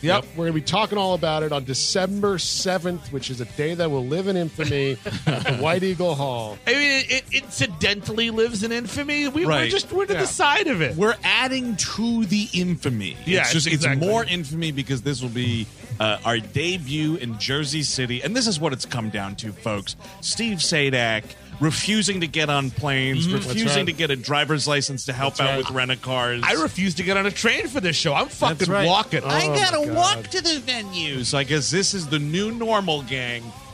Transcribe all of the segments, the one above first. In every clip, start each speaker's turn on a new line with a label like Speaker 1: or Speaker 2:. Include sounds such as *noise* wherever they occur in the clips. Speaker 1: Yep.
Speaker 2: We're going to be talking all about it on December 7th, which is a day that will live in infamy at the White Eagle Hall.
Speaker 1: I mean, it, it incidentally lives in infamy. We
Speaker 3: Right.
Speaker 1: were just we're to
Speaker 2: Yeah.
Speaker 1: the side of it.
Speaker 3: We're adding to the infamy.
Speaker 1: Yeah,
Speaker 3: it's just
Speaker 1: exactly.
Speaker 3: it's more infamy because this will be uh, our debut in Jersey City, and this is what it's come down to, folks. Steve Sadak refusing to get on planes,
Speaker 1: Mm-hmm.
Speaker 3: refusing to
Speaker 2: right.
Speaker 3: get a driver's license to help out with rent a cars.
Speaker 1: I refuse to get on a train for this show. I'm fucking
Speaker 3: That's right.
Speaker 1: walking.
Speaker 3: I
Speaker 2: Oh,
Speaker 3: gotta
Speaker 2: my God.
Speaker 3: walk to the venue. So I guess this is the new normal, gang.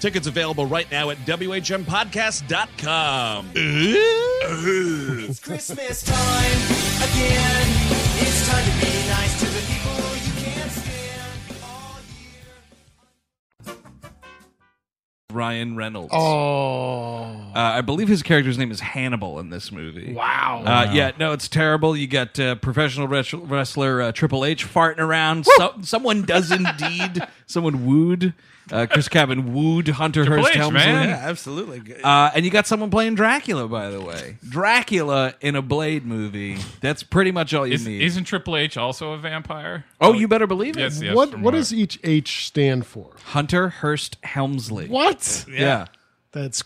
Speaker 3: Tickets available right now at WHMPodcast.com.
Speaker 4: It's Christmas time again. It's time to be nice to the people you can't stand all year.
Speaker 5: Ryan Reynolds.
Speaker 2: Oh,
Speaker 5: Uh, I believe his character's name is Hannibal in this movie.
Speaker 2: wow.
Speaker 5: Uh, yeah, no, it's terrible. You got uh, professional wres- wrestler uh, Triple H farting around. So, someone does indeed. *laughs* someone wooed. Uh, Chris Cabin wooed Hunter Hurst Helmsley.
Speaker 6: absolutely.
Speaker 5: Uh, and you got someone playing Dracula, by the
Speaker 2: *laughs*
Speaker 5: way. Dracula in a Blade movie. That's pretty much all you
Speaker 7: Is,
Speaker 5: need.
Speaker 7: isn't Triple H also a vampire?
Speaker 5: oh, you better believe it.
Speaker 7: Yes, yes.
Speaker 2: what
Speaker 7: from
Speaker 2: what does each H stand for?
Speaker 5: Hunter Hurst Helmsley.
Speaker 2: What?
Speaker 5: Yeah.
Speaker 2: That's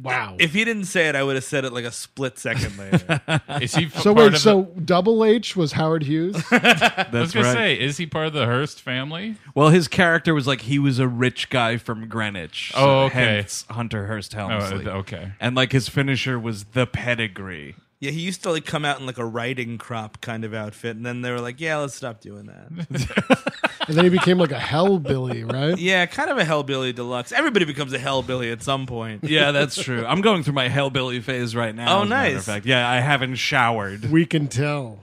Speaker 2: wow.
Speaker 6: If he didn't say it, I would have said it like a split second later.
Speaker 7: Is he f-
Speaker 2: So
Speaker 7: part
Speaker 2: wait,
Speaker 7: of
Speaker 2: so double H was Howard Hughes.
Speaker 7: the, I was
Speaker 5: that's
Speaker 7: gonna
Speaker 5: right.
Speaker 7: say, is he part of the Hearst family?
Speaker 5: Well, his character was like he was a rich guy from Greenwich. so
Speaker 7: Oh, okay.
Speaker 5: Hence Hunter Hurst Helmsley.
Speaker 7: Oh, okay.
Speaker 5: And like his finisher was the pedigree.
Speaker 6: yeah, he used to like come out in like a riding crop kind of outfit, and then they were like, "Yeah, let's stop
Speaker 3: *laughs*
Speaker 6: doing that."
Speaker 2: and then he became like a hellbilly, right?
Speaker 6: yeah, kind of a hellbilly deluxe. Everybody becomes a hellbilly at some point.
Speaker 5: Yeah, that's true.
Speaker 6: *laughs*
Speaker 5: I'm going through my hellbilly phase right now.
Speaker 6: Oh,
Speaker 5: as a matter of
Speaker 6: nice.
Speaker 5: fact. Yeah, I haven't showered.
Speaker 2: We can tell.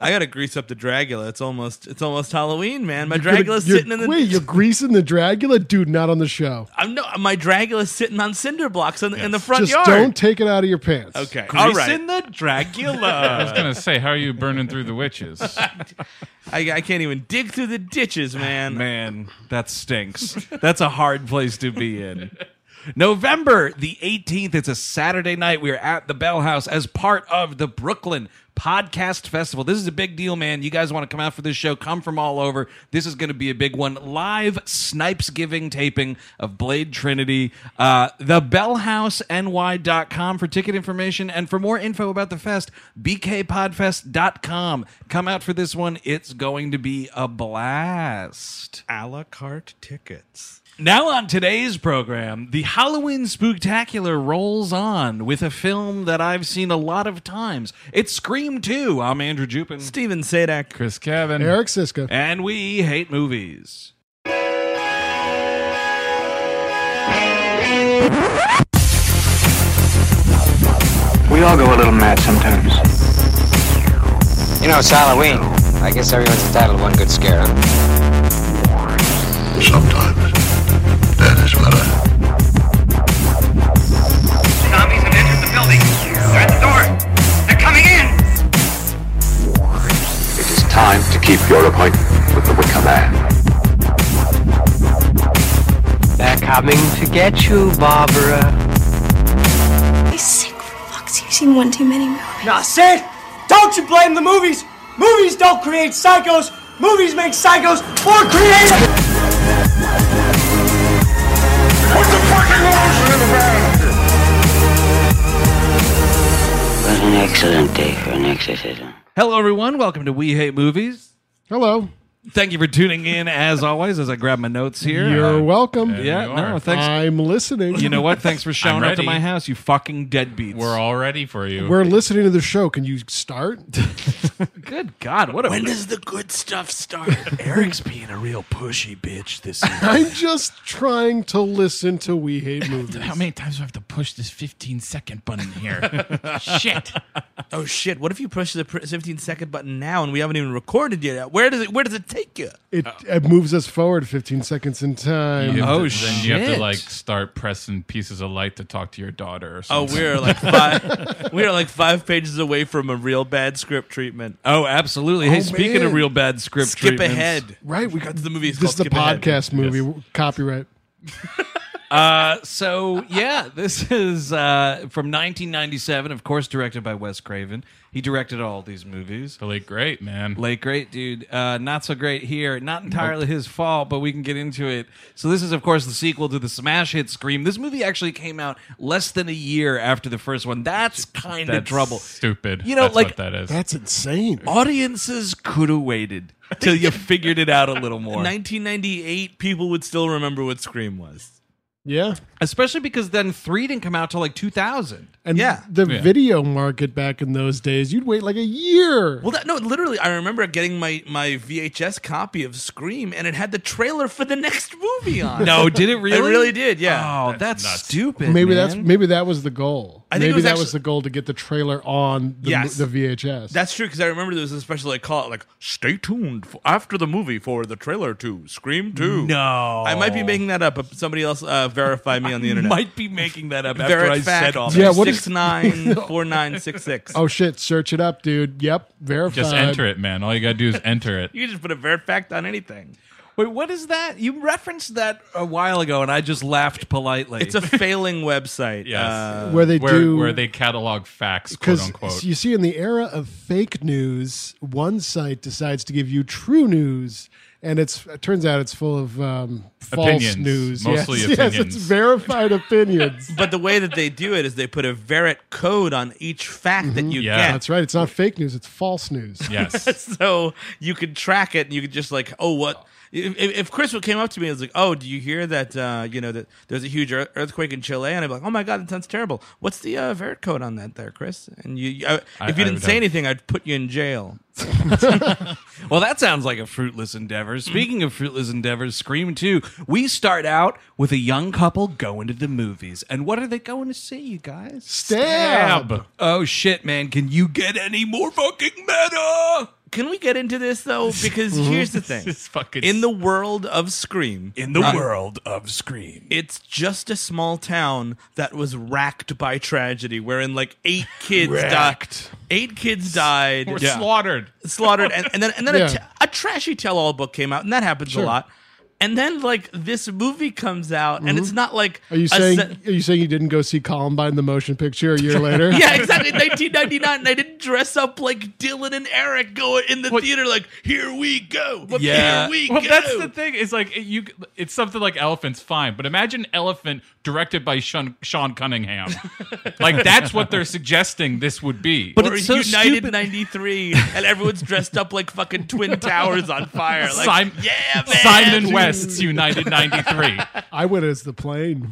Speaker 6: I gotta grease up the Dragula. It's almost it's almost Halloween, man. My
Speaker 2: You're-
Speaker 6: Dragula's
Speaker 2: you're-
Speaker 6: sitting in the
Speaker 2: wait. You're greasing the Dragula, dude. Not on the show.
Speaker 6: I'm no my Dragula's sitting on cinder blocks in, in the front
Speaker 2: Just
Speaker 6: yard.
Speaker 2: don't take it out of your pants.
Speaker 6: okay, all
Speaker 5: Grease
Speaker 6: right.
Speaker 5: in the
Speaker 7: I
Speaker 6: *laughs*
Speaker 7: was
Speaker 5: Dracula.
Speaker 7: gonna say, how are you burning through the witches?
Speaker 2: *laughs*
Speaker 6: I, I can't even dig through the ditches, man.
Speaker 5: Man, that stinks. That's a hard place to be in. November the 18th. It's a Saturday night. We are at the Bell House as part of the Brooklyn Podcast Festival. This is a big deal, man. You guys want to come out for this show? Come from all over. This is going to be a big one. Live Snipes Giving taping of Blade Trinity. Uh, TheBellHouseNY.com for ticket information. And for more info about the fest, BKPodFest.com. Come out for this one. It's going to be a blast.
Speaker 6: A la carte tickets.
Speaker 5: Now on today's program, the Halloween spooktacular rolls on with a film that I've seen a lot of times. It's Scream 2. I'm Andrew Jupin.
Speaker 6: Steven Sadak.
Speaker 7: Chris Cabin.
Speaker 2: Eric Siska.
Speaker 5: And we hate movies.
Speaker 8: We all go a little mad sometimes. You know, it's Halloween. I guess everyone's entitled to one good scare, huh?
Speaker 9: Sometimes that is better.
Speaker 10: Zombies have entered the building. They're at the door. They're coming in.
Speaker 9: It is time to keep your appointment with the Wicker Man.
Speaker 8: They're coming to get you, Barbara.
Speaker 10: He's sick for fucks. You've seen one too many movies.
Speaker 4: Now, Sid, don't you blame the movies.
Speaker 11: Movies don't create psychos. Movies make psychos more creative.
Speaker 8: was an excellent day for an exorcism.
Speaker 5: Hello, everyone. Welcome to We Hate Movies.
Speaker 2: Hello.
Speaker 5: Thank you for tuning in, as always, as I grab my notes here.
Speaker 2: You're
Speaker 5: Uh,
Speaker 2: welcome.
Speaker 5: Yeah, no, thanks.
Speaker 2: I'm listening. *laughs*
Speaker 5: You know what? Thanks for showing up to
Speaker 7: ready.
Speaker 5: my house, you fucking deadbeats. We're
Speaker 7: all ready for you.
Speaker 2: We're listening to the show. Can you start?
Speaker 5: Good God, what a.
Speaker 12: When does the good stuff
Speaker 5: *laughs*
Speaker 12: start? Eric's being a real pushy bitch this
Speaker 2: I'm just trying to listen to We Hate Movies.
Speaker 12: How many times do I have to push this 15 second button here?
Speaker 6: shit. *laughs* Oh shit! What if you push the pr- 15 second button now and we haven't even recorded yet? Where does it Where does it take you?
Speaker 2: It, it moves us forward 15 seconds in time.
Speaker 7: You have to- Then you have to like start pressing pieces of light to talk to your daughter. Or
Speaker 6: Oh,
Speaker 7: something.
Speaker 6: we're like five. *laughs* we are like five pages away from a real bad script treatment.
Speaker 5: Oh, absolutely. Hey, speaking of real bad script
Speaker 6: skip
Speaker 5: treatments-
Speaker 6: ahead.
Speaker 2: Right, we
Speaker 6: got the movie.
Speaker 2: This is the podcast movie. Copyright.
Speaker 5: Uh, so yeah, this is uh, from 1997, of course, directed by Wes Craven. He directed all these movies.
Speaker 7: The late great man,
Speaker 5: late great dude. Uh, not so great here. Not entirely his fault, but we can get into it. So this is, of course, the sequel to the smash hit Scream. This movie actually came out less than a year after the first one. That's kind of
Speaker 7: That's
Speaker 5: trouble.
Speaker 7: Stupid.
Speaker 5: You know,
Speaker 7: That's
Speaker 5: like
Speaker 7: what that is.
Speaker 2: That's insane.
Speaker 5: Audiences could have waited till you figured it out a little
Speaker 6: *laughs* In
Speaker 5: more.
Speaker 6: 1998, people would still remember what Scream was.
Speaker 2: Yeah.
Speaker 5: Especially because then three didn't come out till like 2000.
Speaker 2: And the
Speaker 5: Yeah.
Speaker 2: video market back in those days, you'd wait like a year.
Speaker 6: Well, that, no, literally, I remember getting my my VHS copy of Scream, and it had the trailer for the next movie on.
Speaker 5: No, did it
Speaker 6: *laughs*
Speaker 5: really?
Speaker 6: It really did. Yeah.
Speaker 5: Oh, that's, stupid.
Speaker 2: maybe
Speaker 5: man.
Speaker 2: that's maybe that was the goal.
Speaker 6: I think it
Speaker 2: maybe
Speaker 6: was
Speaker 2: that
Speaker 6: actu-
Speaker 2: was the goal to get the trailer on the,
Speaker 6: Yes.
Speaker 2: the VHS.
Speaker 6: That's true because I remember there was a special like call it like "Stay tuned for after the movie for the trailer to Scream 2.
Speaker 5: No.
Speaker 6: I might be making that up. But somebody else uh, verify me on the internet.
Speaker 5: might be making that up after
Speaker 6: Verifact,
Speaker 5: I said all that.
Speaker 2: Yeah, what is-
Speaker 6: six nine four nine six six.
Speaker 2: *laughs* Oh shit! Search it up, dude. Yep, verify.
Speaker 7: just enter it, man. All *laughs* you gotta do is enter it.
Speaker 6: You can just put a verifact on anything.
Speaker 5: Wait, what is that? You referenced that a while ago, and I just laughed politely.
Speaker 7: *laughs*
Speaker 6: It's a failing website.
Speaker 7: Yes.
Speaker 6: Uh,
Speaker 2: Where they
Speaker 7: where,
Speaker 2: do-
Speaker 7: where they catalog facts, quote unquote. *laughs*
Speaker 2: Because you see, in the era of fake news, one site decides to give you true news, and it's it turns out it's full of um, false
Speaker 7: Opinions.
Speaker 2: news.
Speaker 7: Mostly
Speaker 2: yes, *laughs* yes,
Speaker 7: opinions.
Speaker 2: it's verified opinions.
Speaker 6: but the way that they do it is they put a verit code on each fact that you
Speaker 2: yeah,
Speaker 6: get. *laughs*
Speaker 2: that's right. It's not fake news; it's false news.
Speaker 6: so you could track it and you could just like, oh, what? If, if if Chris came up to me and was like, oh, do you hear that, uh, you know, that there's a huge ear- earthquake in Chile? And I'd be like, oh my God, that sounds terrible. What's the uh, vert code on that there, Chris? And you, you- I,
Speaker 5: I-
Speaker 6: if
Speaker 5: I
Speaker 6: you didn't
Speaker 5: would
Speaker 6: say
Speaker 5: have-
Speaker 6: anything, I'd put you in jail.
Speaker 5: well, that sounds like a fruitless endeavor. Speaking of fruitless endeavors, Scream 2, we start out with a young couple going to the movies. And what are they going to see, you guys?
Speaker 2: Stab.
Speaker 5: Oh, shit, man. Can you get any more fucking meta?
Speaker 6: Can we get into this though? Because here's the thing:
Speaker 7: This is fucking-
Speaker 6: in the world of Scream,
Speaker 7: In the
Speaker 12: world of Scream,
Speaker 6: it's just a small town that was racked by tragedy, wherein like eight kids died.
Speaker 7: Racked.
Speaker 6: Eight kids died.
Speaker 7: Were slaughtered.
Speaker 6: Slaughtered, and, and then and then
Speaker 7: Yeah.
Speaker 6: a, t- a trashy tell-all book came out, and that happens
Speaker 2: Sure.
Speaker 6: a lot. And then like this movie comes out, and
Speaker 2: Mhm.
Speaker 7: Mm-hmm.
Speaker 6: it's not like
Speaker 2: Are you
Speaker 6: a
Speaker 2: saying
Speaker 6: se- *laughs*
Speaker 2: are you saying you didn't go see Columbine the motion picture a
Speaker 7: *laughs*
Speaker 2: year later?
Speaker 6: yeah, exactly. 1999, and I didn't dress up like Dylan and Eric going in the theater, like, here we go. Here we
Speaker 7: well,
Speaker 6: go.
Speaker 7: that's the thing. It's like it- you. It's something like Elephant's fine, but imagine Elephant directed by Sean, Sean Cunningham. *laughs* like that's what they're suggesting this would be.
Speaker 6: But it's United 93, and everyone's dressed up like fucking *laughs* Twin Towers on fire. Like,
Speaker 7: Sim-
Speaker 6: yeah, man.
Speaker 7: Simon West's United 93.
Speaker 2: I went as the plane.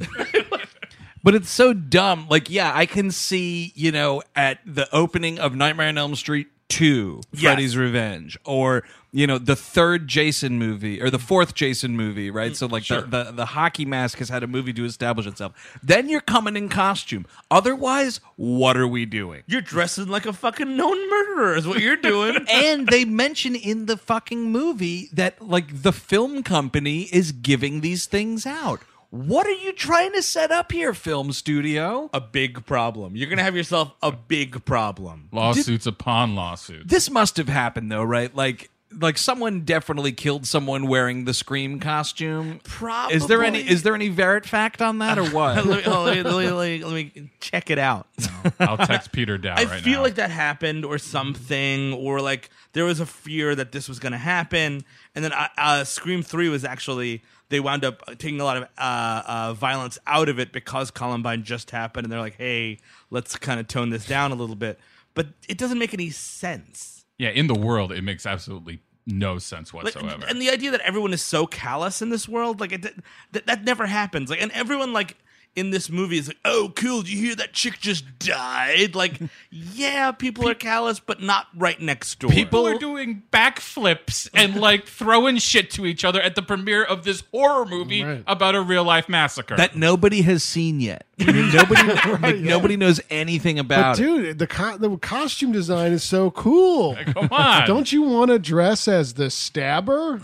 Speaker 5: But it's so dumb. Like, yeah, I can see, you know, at the opening of Nightmare on Elm Street 2, Freddy's Revenge, or, you know, the third Jason movie or the fourth Jason movie,
Speaker 1: Mm,
Speaker 5: right? So, like, the, the, the hockey mask has had a movie to establish itself. Then you're coming in costume. Otherwise, what are
Speaker 1: *laughs*
Speaker 5: we doing?
Speaker 6: You're dressing like a fucking known murderer, is what you're doing.
Speaker 5: and they mention in the fucking movie that, like, the film company is giving these things out. What are you trying to set up here, film studio?
Speaker 6: *laughs* A big problem. You're going to have yourself a big problem.
Speaker 7: *laughs* Lawsuits upon lawsuits.
Speaker 5: This must have happened though, right? Like like someone definitely killed someone wearing the scream costume. Probably. Is there any is there any verit fact on that *laughs* or what?
Speaker 6: *laughs* let, me, oh, let, me, let, me, let me- let me check it out.
Speaker 7: *laughs* I'll text Peter Dow
Speaker 6: I
Speaker 7: right
Speaker 6: feel
Speaker 7: now.
Speaker 6: like that happened or something, or like there was a fear that this was going to happen. And then uh, uh, Scream 3 was actually, they wound up taking a lot of uh, uh, violence out of it because Columbine just happened. And they're like, hey, let's kind of tone this down a little bit. But it doesn't make any sense.
Speaker 7: yeah, in the world, it makes absolutely no sense
Speaker 6: Like,
Speaker 7: whatsoever.
Speaker 6: and the idea that everyone is so callous in this world, like it, that, that never happens. Like, and everyone like in this movie is like, "Oh, cool! Did you hear that chick just died?" Like, *laughs* yeah, people are callous, but not right next door.
Speaker 7: People are doing *laughs* backflips and like throwing shit to each other at the premiere of this horror movie about a real life massacre.
Speaker 5: That nobody has seen yet.
Speaker 1: *laughs*
Speaker 5: nobody like, nobody knows anything
Speaker 2: But
Speaker 5: about it.
Speaker 2: dude, the co- the costume design is so cool.
Speaker 7: Come
Speaker 1: *laughs*
Speaker 7: on.
Speaker 2: Don't you want to dress as the stabber?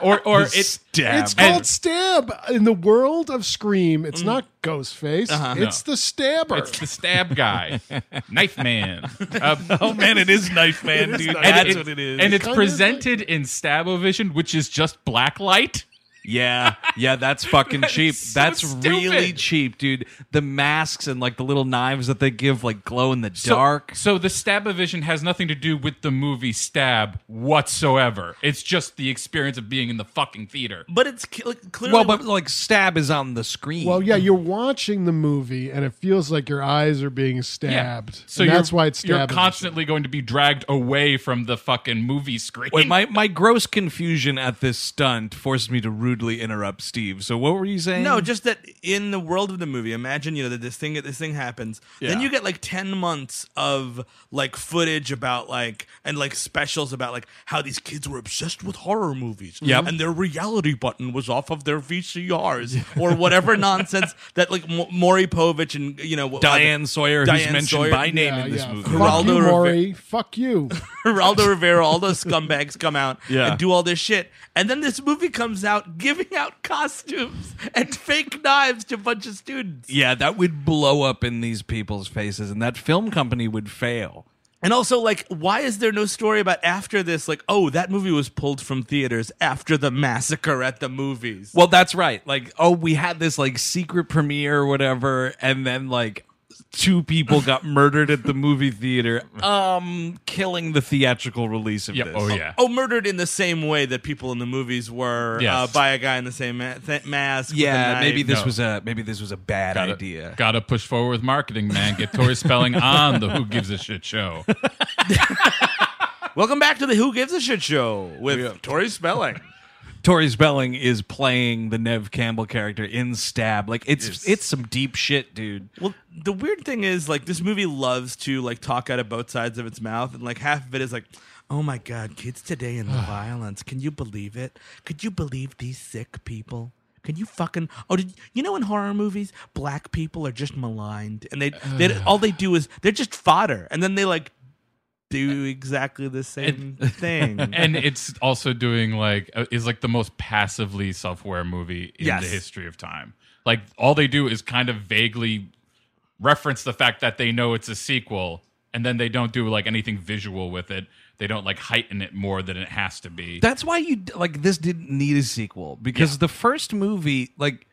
Speaker 7: or or
Speaker 2: The
Speaker 7: it
Speaker 2: It's called stab in the world of Scream. It's not Ghostface.
Speaker 7: Mm. Uh-huh.
Speaker 2: It's the stabber.
Speaker 7: It's the stab guy, *laughs* knife man. *laughs* Uh,
Speaker 1: Oh, man, it is Knife Man, dude.
Speaker 7: And
Speaker 1: That's
Speaker 7: it-
Speaker 1: what it is.
Speaker 7: And it's
Speaker 1: Kinda
Speaker 7: presented in Stabovision, which is just black light.
Speaker 5: Yeah, yeah, *laughs* that's fucking cheap.
Speaker 7: *laughs* so
Speaker 5: that's really
Speaker 7: stupid.
Speaker 5: cheap, dude. The masks and like the little knives that they give like glow in the
Speaker 7: So-
Speaker 5: dark.
Speaker 7: So, the Stabovision has nothing to do with the movie Stab whatsoever. It's just the experience of being in the fucking theater.
Speaker 6: But it's ki- like, clearly
Speaker 5: Well, but like stab is on the screen.
Speaker 2: Well, yeah, you're watching the movie and it feels like your eyes are being stabbed.
Speaker 7: So
Speaker 2: and
Speaker 7: you're-
Speaker 2: that's why it's
Speaker 7: You're
Speaker 2: stabbing.
Speaker 7: constantly going to be dragged away from the fucking movie screen.
Speaker 5: Wait,
Speaker 7: *laughs*
Speaker 5: my, my gross confusion at this stunt forces me to rudely interrupt Steve. So what were you saying?
Speaker 6: No, just that in the world of the movie, imagine you know that this thing this thing happens, then
Speaker 5: Yeah.
Speaker 6: you get like ten months of like footage about like and like specials about like how these kids were obsessed with horror movies,
Speaker 5: Yep.
Speaker 6: and their reality button was off of their VCRs or whatever *laughs* nonsense that like Mo- Maury Povich and you know what-
Speaker 5: Diane Sawyer, who's
Speaker 6: Diane
Speaker 5: mentioned
Speaker 6: Sawyer-
Speaker 5: by name in this movie.
Speaker 2: Fuck you,
Speaker 6: Geraldo Rivera-
Speaker 2: Maury. Fuck you.
Speaker 6: *laughs* Geraldo Rivera, all those scumbags come out
Speaker 5: *laughs* Yeah.
Speaker 6: and do all this shit. And then this movie comes out giving out costumes and fake knives to a bunch of students.
Speaker 5: Yeah, that would blow up in these people's faces, and that film company would fail.
Speaker 6: And also, like, why is there no story about after this? Like, oh, that movie was pulled from theaters after the massacre at the movies.
Speaker 5: Well, that's right. Like, oh, we had this like secret premiere or whatever, and then like two people got murdered at the movie *laughs* theater, um, killing the theatrical release of
Speaker 7: Yep.
Speaker 5: this.
Speaker 7: Oh yeah.
Speaker 6: Oh, murdered in the same way that people in the movies were
Speaker 7: Yes.
Speaker 6: uh, by a guy in the same ma- th- mask. with a
Speaker 5: Yeah,
Speaker 6: knife.
Speaker 5: maybe this
Speaker 7: No.
Speaker 5: was a maybe this was a bad idea.
Speaker 7: Gotta push forward with marketing, man. Get Tori Spelling on the Who Gives a Shit show.
Speaker 6: Welcome back to the Who Gives a Shit show with Tori Spelling.
Speaker 5: Tori Spelling is playing the Nev Campbell character in Stab. Like it's it's some deep shit, dude.
Speaker 6: Well, the weird thing is, like, this movie loves to like talk out of both sides of its mouth, and like half of it is like, "Oh my God, kids today and the violence! Can you believe it? Could you believe these sick people?" Can you fucking oh did you know in horror movies black people are just maligned and they they all they do is they're just fodder and then they like do exactly the same
Speaker 5: *laughs*
Speaker 6: thing
Speaker 7: and it's also doing like uh, is like the most passively self-aware movie in
Speaker 6: Yes.
Speaker 7: the history of time. Like all they do is kind of vaguely reference the fact that they know it's a sequel, and then they don't do like anything visual with it. They don't like heighten it more than it has to be.
Speaker 5: That's why you like this didn't need a sequel because the first movie like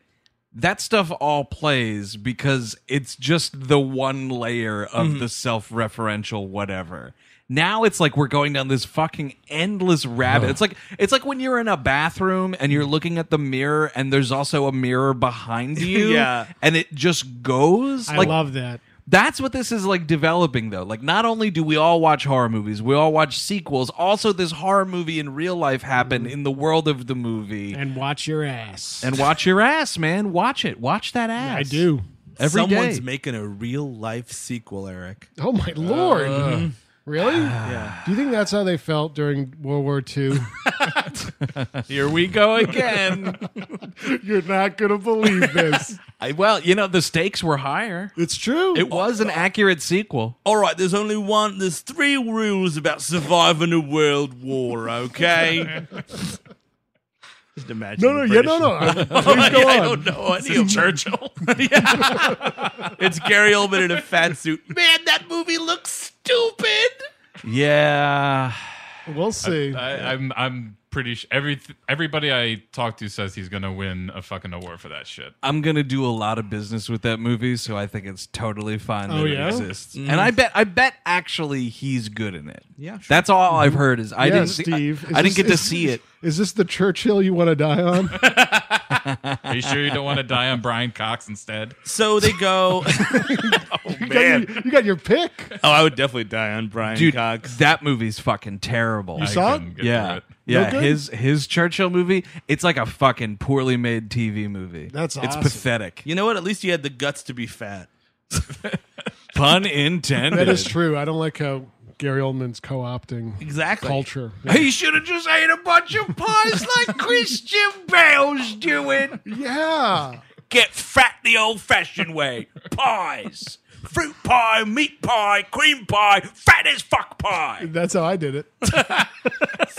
Speaker 5: that stuff all plays because it's just the one layer of
Speaker 13: Mm-hmm.
Speaker 5: the self-referential whatever. Now it's like we're going down this fucking endless rabbit. It's like it's like when you're in a bathroom and you're looking at the mirror and there's also a mirror
Speaker 13: *laughs*
Speaker 5: behind you
Speaker 6: Yeah.
Speaker 5: and it just goes
Speaker 13: I
Speaker 5: like
Speaker 13: love that.
Speaker 5: That's what this is like developing though. Like not only do we all watch horror movies, we all watch sequels. Also this horror movie in real life happened
Speaker 7: Mm-hmm.
Speaker 5: in the world of the movie.
Speaker 13: And watch your ass.
Speaker 5: And watch your ass, man. Watch it. Watch that ass.
Speaker 13: I do.
Speaker 5: Every day.
Speaker 6: someone's making a real life sequel Eric
Speaker 2: Oh my lord.
Speaker 13: Mm-hmm.
Speaker 2: Really? yeah. Do you think that's how they felt during World War
Speaker 13: *laughs*
Speaker 2: II?
Speaker 5: Here we go again.
Speaker 2: *laughs* You're not gonna believe this.
Speaker 5: I, well, you know, the stakes were higher.
Speaker 2: It's true.
Speaker 5: It was an accurate sequel.
Speaker 6: All right, there's only one. There's three rules about surviving a world war. *laughs* Okay. Just imagine.
Speaker 2: no, no, yeah, no, no. I- Please go
Speaker 6: I
Speaker 2: on.
Speaker 6: don't know any of Churchill. It's Gary Oldman in a fat suit. Man, that movie looks stupid.
Speaker 5: Yeah.
Speaker 2: We'll see.
Speaker 7: I, I, I'm I'm pretty sure every everybody I talk to says he's gonna win a fucking award for that shit.
Speaker 13: I'm gonna do a lot of business with that movie, so I think it's totally fine that
Speaker 7: Oh,
Speaker 13: it
Speaker 7: yeah?
Speaker 13: exists.
Speaker 7: Mm.
Speaker 13: And I bet, I bet actually he's good in it.
Speaker 2: Yeah, sure.
Speaker 13: that's all I've heard is I
Speaker 2: Yeah,
Speaker 13: didn't.
Speaker 2: Steve.
Speaker 13: see,
Speaker 2: Is
Speaker 13: I, I didn't
Speaker 2: this-
Speaker 13: get to
Speaker 2: is-
Speaker 13: see it.
Speaker 2: *laughs* Is this the Churchill you want to die on?
Speaker 7: Are you sure you don't want to die on Brian Cox instead?
Speaker 6: So they go.
Speaker 2: you, got your, you got your pick.
Speaker 6: *laughs* Oh, I would definitely die on Brian
Speaker 13: Dude,
Speaker 6: Cox.
Speaker 13: That movie's fucking terrible.
Speaker 6: You I saw couldn't it? get
Speaker 13: Yeah,
Speaker 6: through it.
Speaker 13: yeah.
Speaker 6: No good?
Speaker 13: his his Churchill movie. It's like a fucking poorly made TV movie. it's pathetic.
Speaker 6: You know what? At least you had the guts to be fat.
Speaker 13: Pun intended.
Speaker 5: *laughs*
Speaker 2: That is true. I don't like how Gary Oldman's co-opting
Speaker 6: Exactly.
Speaker 2: culture.
Speaker 13: He should have just ate a bunch of pies
Speaker 7: *laughs*
Speaker 13: like Christian Bale's doing.
Speaker 2: Yeah.
Speaker 5: Get fat the old fashioned way. Pies. Fruit pie, meat pie, cream pie, fat as fuck pie.
Speaker 2: That's how I did it.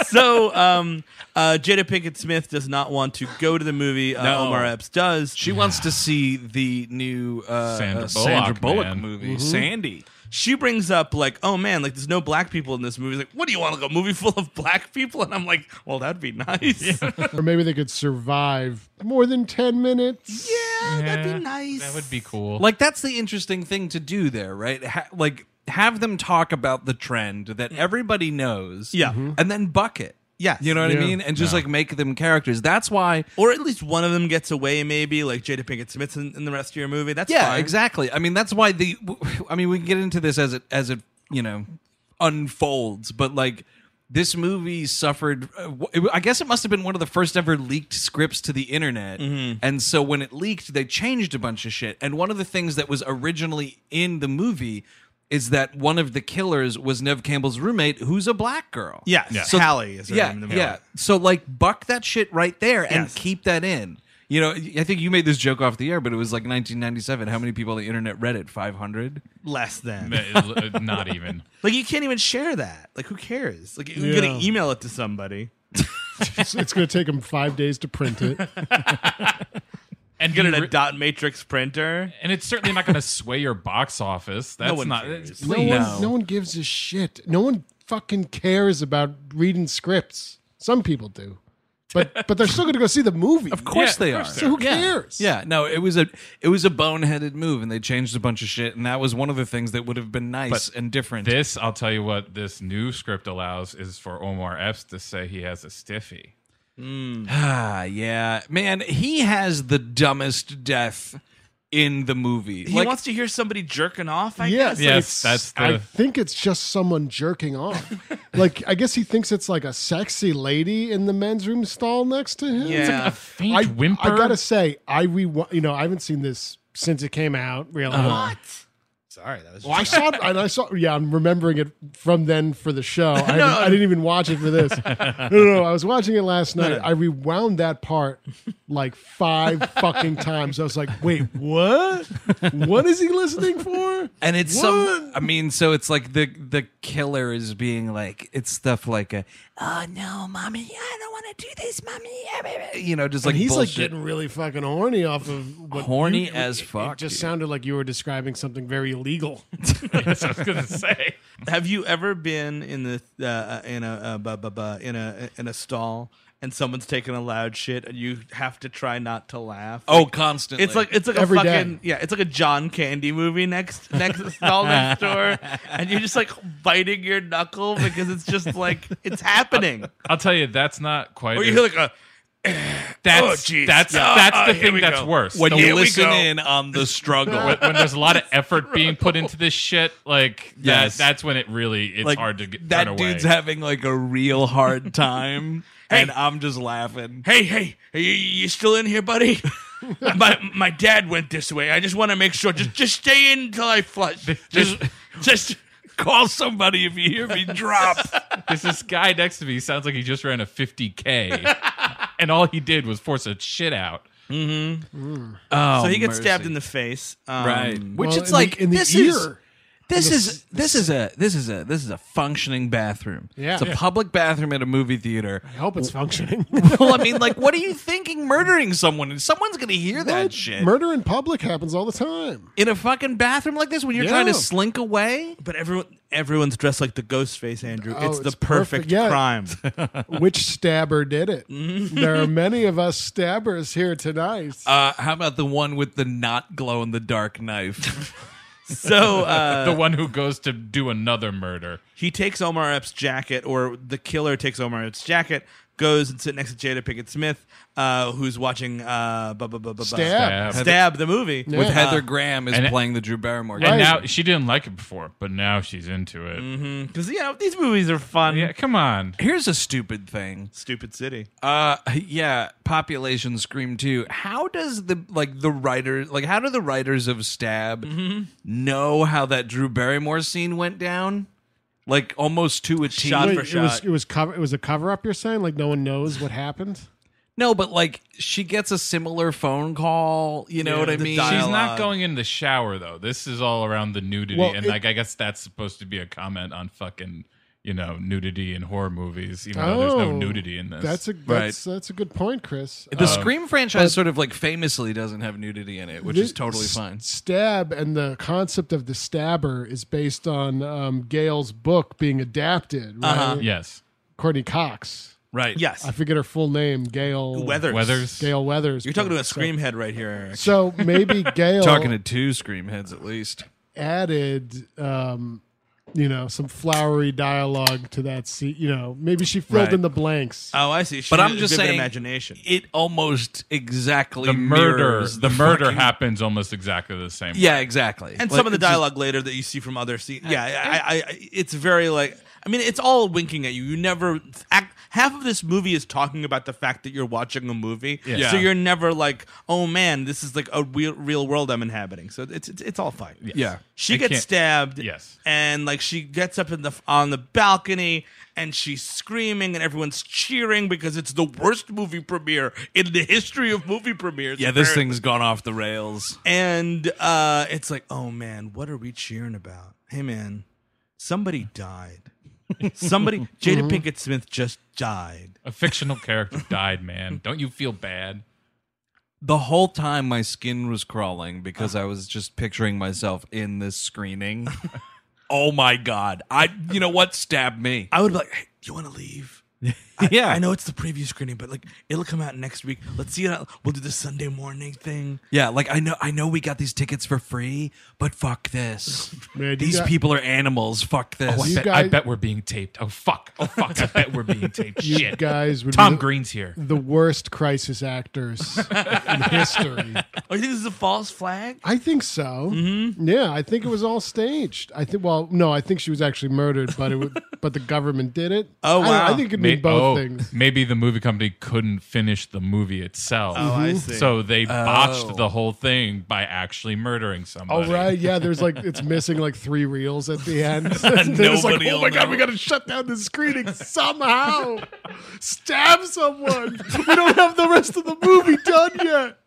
Speaker 6: so um, uh, Jada Pinkett Smith does not want to go to the movie. Uh,
Speaker 13: No.
Speaker 6: Omar Epps does.
Speaker 13: She wants to see the new uh,
Speaker 6: Sandra
Speaker 13: uh,
Speaker 6: Bullock,
Speaker 13: Sandra Bullock
Speaker 6: man.
Speaker 13: movie,
Speaker 6: Mhm.
Speaker 13: Sandy.
Speaker 6: She brings up like, "Oh man, like there's no black people in this movie." Like, what do you want like a movie full of *laughs* black people? And I'm like, "Well, that'd be nice."
Speaker 2: or maybe they could survive more than 10 minutes.
Speaker 6: Yeah,
Speaker 13: that'd be
Speaker 6: nice.
Speaker 7: That would be cool.
Speaker 13: Like that's the interesting thing to do there, right? Ha- like have them talk about the trend that everybody knows,
Speaker 6: Yeah. Mhm.
Speaker 13: and then bucket.
Speaker 6: Yes.
Speaker 13: you know what
Speaker 6: Yeah.
Speaker 13: I mean, and just
Speaker 6: Yeah.
Speaker 13: like make them characters. That's why,
Speaker 6: or at least one of them gets away. Maybe like Jada Pinkett Smith's in, in the rest of your movie. That's
Speaker 13: yeah,
Speaker 6: fine.
Speaker 13: exactly. I mean, that's why the. I mean, we can get into this as it as it you know unfolds, but like this movie suffered. uh, wh- I guess it must have been one of the first ever leaked scripts to the internet,
Speaker 6: Mm-hmm.
Speaker 13: and so when it leaked, they changed a bunch of shit. And one of the things that was originally in the movie. Is that one of the killers was Nev Campbell's roommate, who's a black girl?
Speaker 6: Yes. Yeah. Hallie is her
Speaker 13: yeah,
Speaker 6: name in the movie.
Speaker 13: yeah. So like, buck that shit right there and
Speaker 6: Yes.
Speaker 13: keep that in. You know, I think you made this joke off the air, but it was like 1997. How many people on the internet read it? 500.
Speaker 6: Less than.
Speaker 7: uh, Not even.
Speaker 6: Like you can't even share that. Like who cares? Like you're
Speaker 2: Yeah.
Speaker 6: gonna email it to somebody.
Speaker 2: *laughs* it's going to take them five days to print it.
Speaker 6: and get it a dot matrix printer.
Speaker 7: And it's certainly not going to sway your box office. That's
Speaker 6: No one
Speaker 7: not.
Speaker 6: cares.
Speaker 7: it's-
Speaker 2: No
Speaker 7: please.
Speaker 2: one, no one gives a shit. No one fucking cares about reading scripts. Some people do. But but they're still going to go see the movie.
Speaker 13: Of course they are.
Speaker 2: So who cares?
Speaker 13: Yeah. No, it was a it was a boneheaded move, and they changed a bunch of shit, and that was one of the things that would have been nice and different.
Speaker 7: This, I'll tell you what, this new script allows is for Omar Epps to say he has a stiffy.
Speaker 13: ah, yeah, man, he has the dumbest death in the movie.
Speaker 6: He wants to hear somebody jerking off. I guess.
Speaker 13: Yes,
Speaker 6: Like,
Speaker 13: that's the-
Speaker 2: I think it's just someone jerking off. like I guess he thinks it's like a sexy lady in the men's room stall next to him.
Speaker 7: It's like a faint
Speaker 2: I,
Speaker 7: whimper.
Speaker 2: I gotta say, I re you know I haven't seen this since it came out. Really,
Speaker 7: Uh-huh.
Speaker 6: Sorry, that was.
Speaker 2: Well, I saw it, and I saw. Yeah, I'm remembering it from then for the
Speaker 13: *laughs*
Speaker 2: show. I,
Speaker 6: No.
Speaker 2: I didn't even watch it for this. No, no, no, I was watching it last
Speaker 6: No,
Speaker 2: night.
Speaker 6: no.
Speaker 2: I rewound that part like five fucking times. I was like, "Wait, what? What is he listening for?"
Speaker 13: And it's some. I mean, so it's like the the killer is being like it's stuff like a Oh no, mommy! I don't want to do this, mommy. *laughs* you know just like
Speaker 2: And he's
Speaker 13: bullshit.
Speaker 2: like getting really fucking horny off of what
Speaker 13: Horny
Speaker 2: you-
Speaker 13: as fuck,
Speaker 2: It just
Speaker 13: dude.
Speaker 2: sounded like you were describing something very
Speaker 13: *laughs*
Speaker 2: illegal.
Speaker 7: That's what I was
Speaker 6: *laughs*
Speaker 7: gonna say.
Speaker 6: Have you ever been in the uh, uh, in a uh, bu- bu- bu- in a in a stall and someone's taking a loud shit and you have to try not to laugh?
Speaker 13: Oh, constantly.
Speaker 6: It's like it's like
Speaker 13: Every
Speaker 6: a
Speaker 13: day.
Speaker 6: fucking yeah. It's like a John Candy movie next next stall
Speaker 13: *laughs*
Speaker 6: next door, and you're just like biting your knuckle because it's just like it's happening.
Speaker 7: I'll tell you, that's not quite.
Speaker 6: Or you
Speaker 7: as-
Speaker 6: hear like a.
Speaker 7: That's
Speaker 6: oh, jeez.
Speaker 7: that's
Speaker 6: Yeah,
Speaker 7: that's
Speaker 6: uh,
Speaker 7: the
Speaker 6: here
Speaker 7: thing
Speaker 6: we
Speaker 7: that's
Speaker 6: go.
Speaker 7: worse.
Speaker 13: When
Speaker 7: The-
Speaker 13: you
Speaker 7: Here we
Speaker 13: listen
Speaker 7: go.
Speaker 13: in on the struggle.
Speaker 7: *laughs* when, when there's a
Speaker 6: *laughs*
Speaker 7: lot of effort being put into this shit, like
Speaker 13: Yes.
Speaker 7: that, that's when it really it's
Speaker 13: Like,
Speaker 7: hard to get
Speaker 13: that
Speaker 7: turn away.
Speaker 13: dude's having like a real
Speaker 7: *laughs*
Speaker 13: hard time, *laughs* and I'm just laughing.
Speaker 6: Hey, hey, you, you still in here,
Speaker 13: *laughs*
Speaker 6: buddy? my my dad went this way. I just want to make sure. Just just stay in until I flush. Just just
Speaker 13: call somebody if you hear me *laughs* drop.
Speaker 7: There's this guy next to me. He sounds like he just ran
Speaker 6: *laughs*
Speaker 7: a 50k, and all he did was force a shit out. Mm-hmm.
Speaker 13: Oh,
Speaker 6: so he gets stabbed in the face, um,
Speaker 7: Right.
Speaker 13: Which it's like this is This is this is a this is a this is a functioning bathroom.
Speaker 2: Yeah.
Speaker 13: it's a
Speaker 2: Yeah.
Speaker 13: public bathroom at a movie theater. I
Speaker 2: hope it's functioning.
Speaker 13: well, I mean, like, what are you thinking? Murdering someone and someone's going to hear that *laughs* shit
Speaker 2: Murder in public happens all the time.
Speaker 13: in a fucking bathroom like this when you're
Speaker 2: Yeah.
Speaker 13: trying to slink away.
Speaker 6: But everyone, everyone's dressed like the ghost face, Andrew.
Speaker 2: Oh,
Speaker 6: it's the
Speaker 2: it's
Speaker 6: perfect,
Speaker 2: perfect. Yeah. *laughs*
Speaker 6: crime.
Speaker 2: Which stabber did it?
Speaker 6: Mm-hmm.
Speaker 2: there are many of us stabbers here tonight.
Speaker 13: Uh, how about the one with the not glow in the dark knife?
Speaker 6: so uh,
Speaker 7: the one who goes to do another murder.
Speaker 6: *laughs* he takes Omar Epps' jacket, or the killer takes Omar Epps' jacket, goes and sits next to Jada Pickett Smith, uh, who's watching uh, bu- bu- bu- bu- bu-
Speaker 2: Stab.
Speaker 6: Stab, Stab, the movie
Speaker 13: With
Speaker 6: Uh,
Speaker 13: Heather Graham is
Speaker 7: and it-
Speaker 13: playing the Drew Barrymore.
Speaker 7: And
Speaker 13: character.
Speaker 7: now she didn't like it before, but now she's into it.
Speaker 6: Because you know these movies are fun.
Speaker 7: Yeah, come on.
Speaker 13: here's a stupid thing.
Speaker 6: Stupid city.
Speaker 13: Uh, yeah, population scream too. How does the like the writer like how do the writers of Stab
Speaker 6: Mm-hmm.
Speaker 13: know how that Drew Barrymore scene went down? Like almost to a T.
Speaker 6: Shot
Speaker 2: Wait,
Speaker 6: for
Speaker 2: it was
Speaker 6: shot.
Speaker 2: it was cover it was a cover up. You're saying like no one knows
Speaker 6: *laughs*
Speaker 2: what happened.
Speaker 13: No, but like she gets a similar phone call. You know
Speaker 6: Yeah,
Speaker 13: what I
Speaker 6: the
Speaker 13: mean?
Speaker 6: dial-
Speaker 7: She's
Speaker 6: dialogue.
Speaker 7: not going in the shower though. This is all around the nudity,
Speaker 2: Well,
Speaker 7: and
Speaker 2: it-
Speaker 7: like I guess that's supposed to be a comment on fucking you know nudity in horror movies, even though there's no nudity in this.
Speaker 2: Oh, That's a that's that's a good point, Chris. Uh,
Speaker 13: the
Speaker 6: Uh,
Speaker 13: Scream franchise sort of like famously doesn't have nudity in it, which
Speaker 2: Thi-
Speaker 13: is totally
Speaker 2: s-
Speaker 13: fine.
Speaker 2: Stab and the concept of the stabber is based on um, Gail's book being adapted. Right?
Speaker 6: Uh-huh.
Speaker 7: yes,
Speaker 2: Courtney Cox.
Speaker 13: Right.
Speaker 6: Yes,
Speaker 2: I forget her full name. Gail
Speaker 6: Weathers.
Speaker 7: Weathers.
Speaker 2: Gail Weathers.
Speaker 6: You're talking to a scream head right here, Eric.
Speaker 2: So
Speaker 6: *laughs*
Speaker 2: maybe Gail
Speaker 13: Talking to two Scream heads at least.
Speaker 2: added, um, you know, some flowery dialogue to that scene. You know, maybe she filled
Speaker 13: Right.
Speaker 2: in the blanks.
Speaker 6: Oh, I see. She
Speaker 13: But I'm
Speaker 6: has
Speaker 13: just
Speaker 6: vivid
Speaker 13: saying,
Speaker 6: imagination.
Speaker 13: it almost exactly
Speaker 7: the murder,
Speaker 13: mirrors
Speaker 7: the, murder
Speaker 13: fucking-
Speaker 7: happens almost exactly the same.
Speaker 13: Yeah, exactly.
Speaker 6: and
Speaker 13: Like,
Speaker 6: some of the
Speaker 13: it's just-
Speaker 6: dialogue later that you see from other scenes. Yeah, I, I, I, it's very like. I mean, it's all winking at you. You never act, half of this movie is talking about the fact that you're watching a movie,
Speaker 7: Yeah.
Speaker 6: so you're never like, "Oh man, this is like a real, real world I'm inhabiting." So it's it's, it's all fine.
Speaker 13: Yeah.
Speaker 6: she
Speaker 7: I
Speaker 6: gets
Speaker 7: can't-
Speaker 6: stabbed.
Speaker 7: Yes.
Speaker 6: and like she gets up in the on the balcony and she's screaming and everyone's cheering because it's the worst movie premiere in the history of movie premieres.
Speaker 13: Yeah, this
Speaker 6: apparently.
Speaker 13: thing's gone off the rails.
Speaker 6: And uh, it's like, oh man, what are we cheering about? Hey man, somebody died. Somebody, Jada Pinkett Smith just died.
Speaker 7: A fictional character died, man. Don't you feel bad?
Speaker 13: The whole time my skin was crawling because I was just picturing myself in this *laughs* screening. oh my god. I you know what? Stab me.
Speaker 6: I would be like, hey, you want to leave?
Speaker 13: yeah.
Speaker 6: I know it's the preview screening, but like, it'll come out next week. Let's see it. out- We'll do the Sunday morning thing.
Speaker 13: Yeah, like I know I know we got these tickets for free, but fuck *laughs* this.
Speaker 2: Man, you
Speaker 13: these
Speaker 2: got-
Speaker 13: people are animals. Fuck this.
Speaker 7: Oh, I,
Speaker 2: You
Speaker 7: bet, I
Speaker 2: guys-
Speaker 7: bet we're being taped. Oh fuck! Oh fuck! I bet we're being
Speaker 2: *laughs*
Speaker 7: taped.
Speaker 2: You
Speaker 7: Shit.
Speaker 2: guys would
Speaker 7: Tom
Speaker 2: be the-
Speaker 7: Green's here.
Speaker 2: the worst crisis actors in history.
Speaker 6: Oh, you think this is a false flag?
Speaker 2: I think so. Mm-hmm. Yeah, I think it was all staged. I think. Well, no, I think she was actually murdered, but it would, but the government did it.
Speaker 6: Oh,
Speaker 2: I don't- I,
Speaker 6: wow.
Speaker 2: think it could mean
Speaker 7: May-
Speaker 2: both
Speaker 7: oh,
Speaker 2: things.
Speaker 7: Maybe the movie company couldn't finish the movie itself.
Speaker 6: Oh, I see.
Speaker 7: So they botched the whole thing by actually murdering
Speaker 2: All
Speaker 7: somebody.
Speaker 2: Oh, right, yeah. There's
Speaker 6: *laughs*
Speaker 2: like it's missing like three reels at the end. *laughs* They're just like,
Speaker 13: Nobody
Speaker 2: oh
Speaker 13: will
Speaker 2: my god,
Speaker 13: know."
Speaker 2: we got to shut down the screening somehow. Stab someone. We don't have the rest of the movie done yet.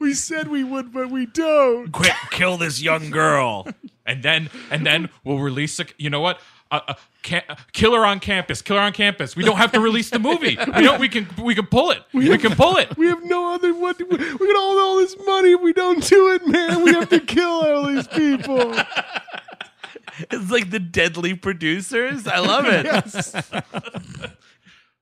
Speaker 2: We said we would, but we don't.
Speaker 13: Quick, kill this young girl.
Speaker 7: and then and then we'll release a you know what a, a ca- killer on campus killer on campus we don't have to release the movie we don't we can we can pull it we, can pull it
Speaker 2: We have no other one. We're gonna hold all this money if we don't do it, man. We have to kill all these people.
Speaker 6: It's like the deadly producers. I love it. *laughs*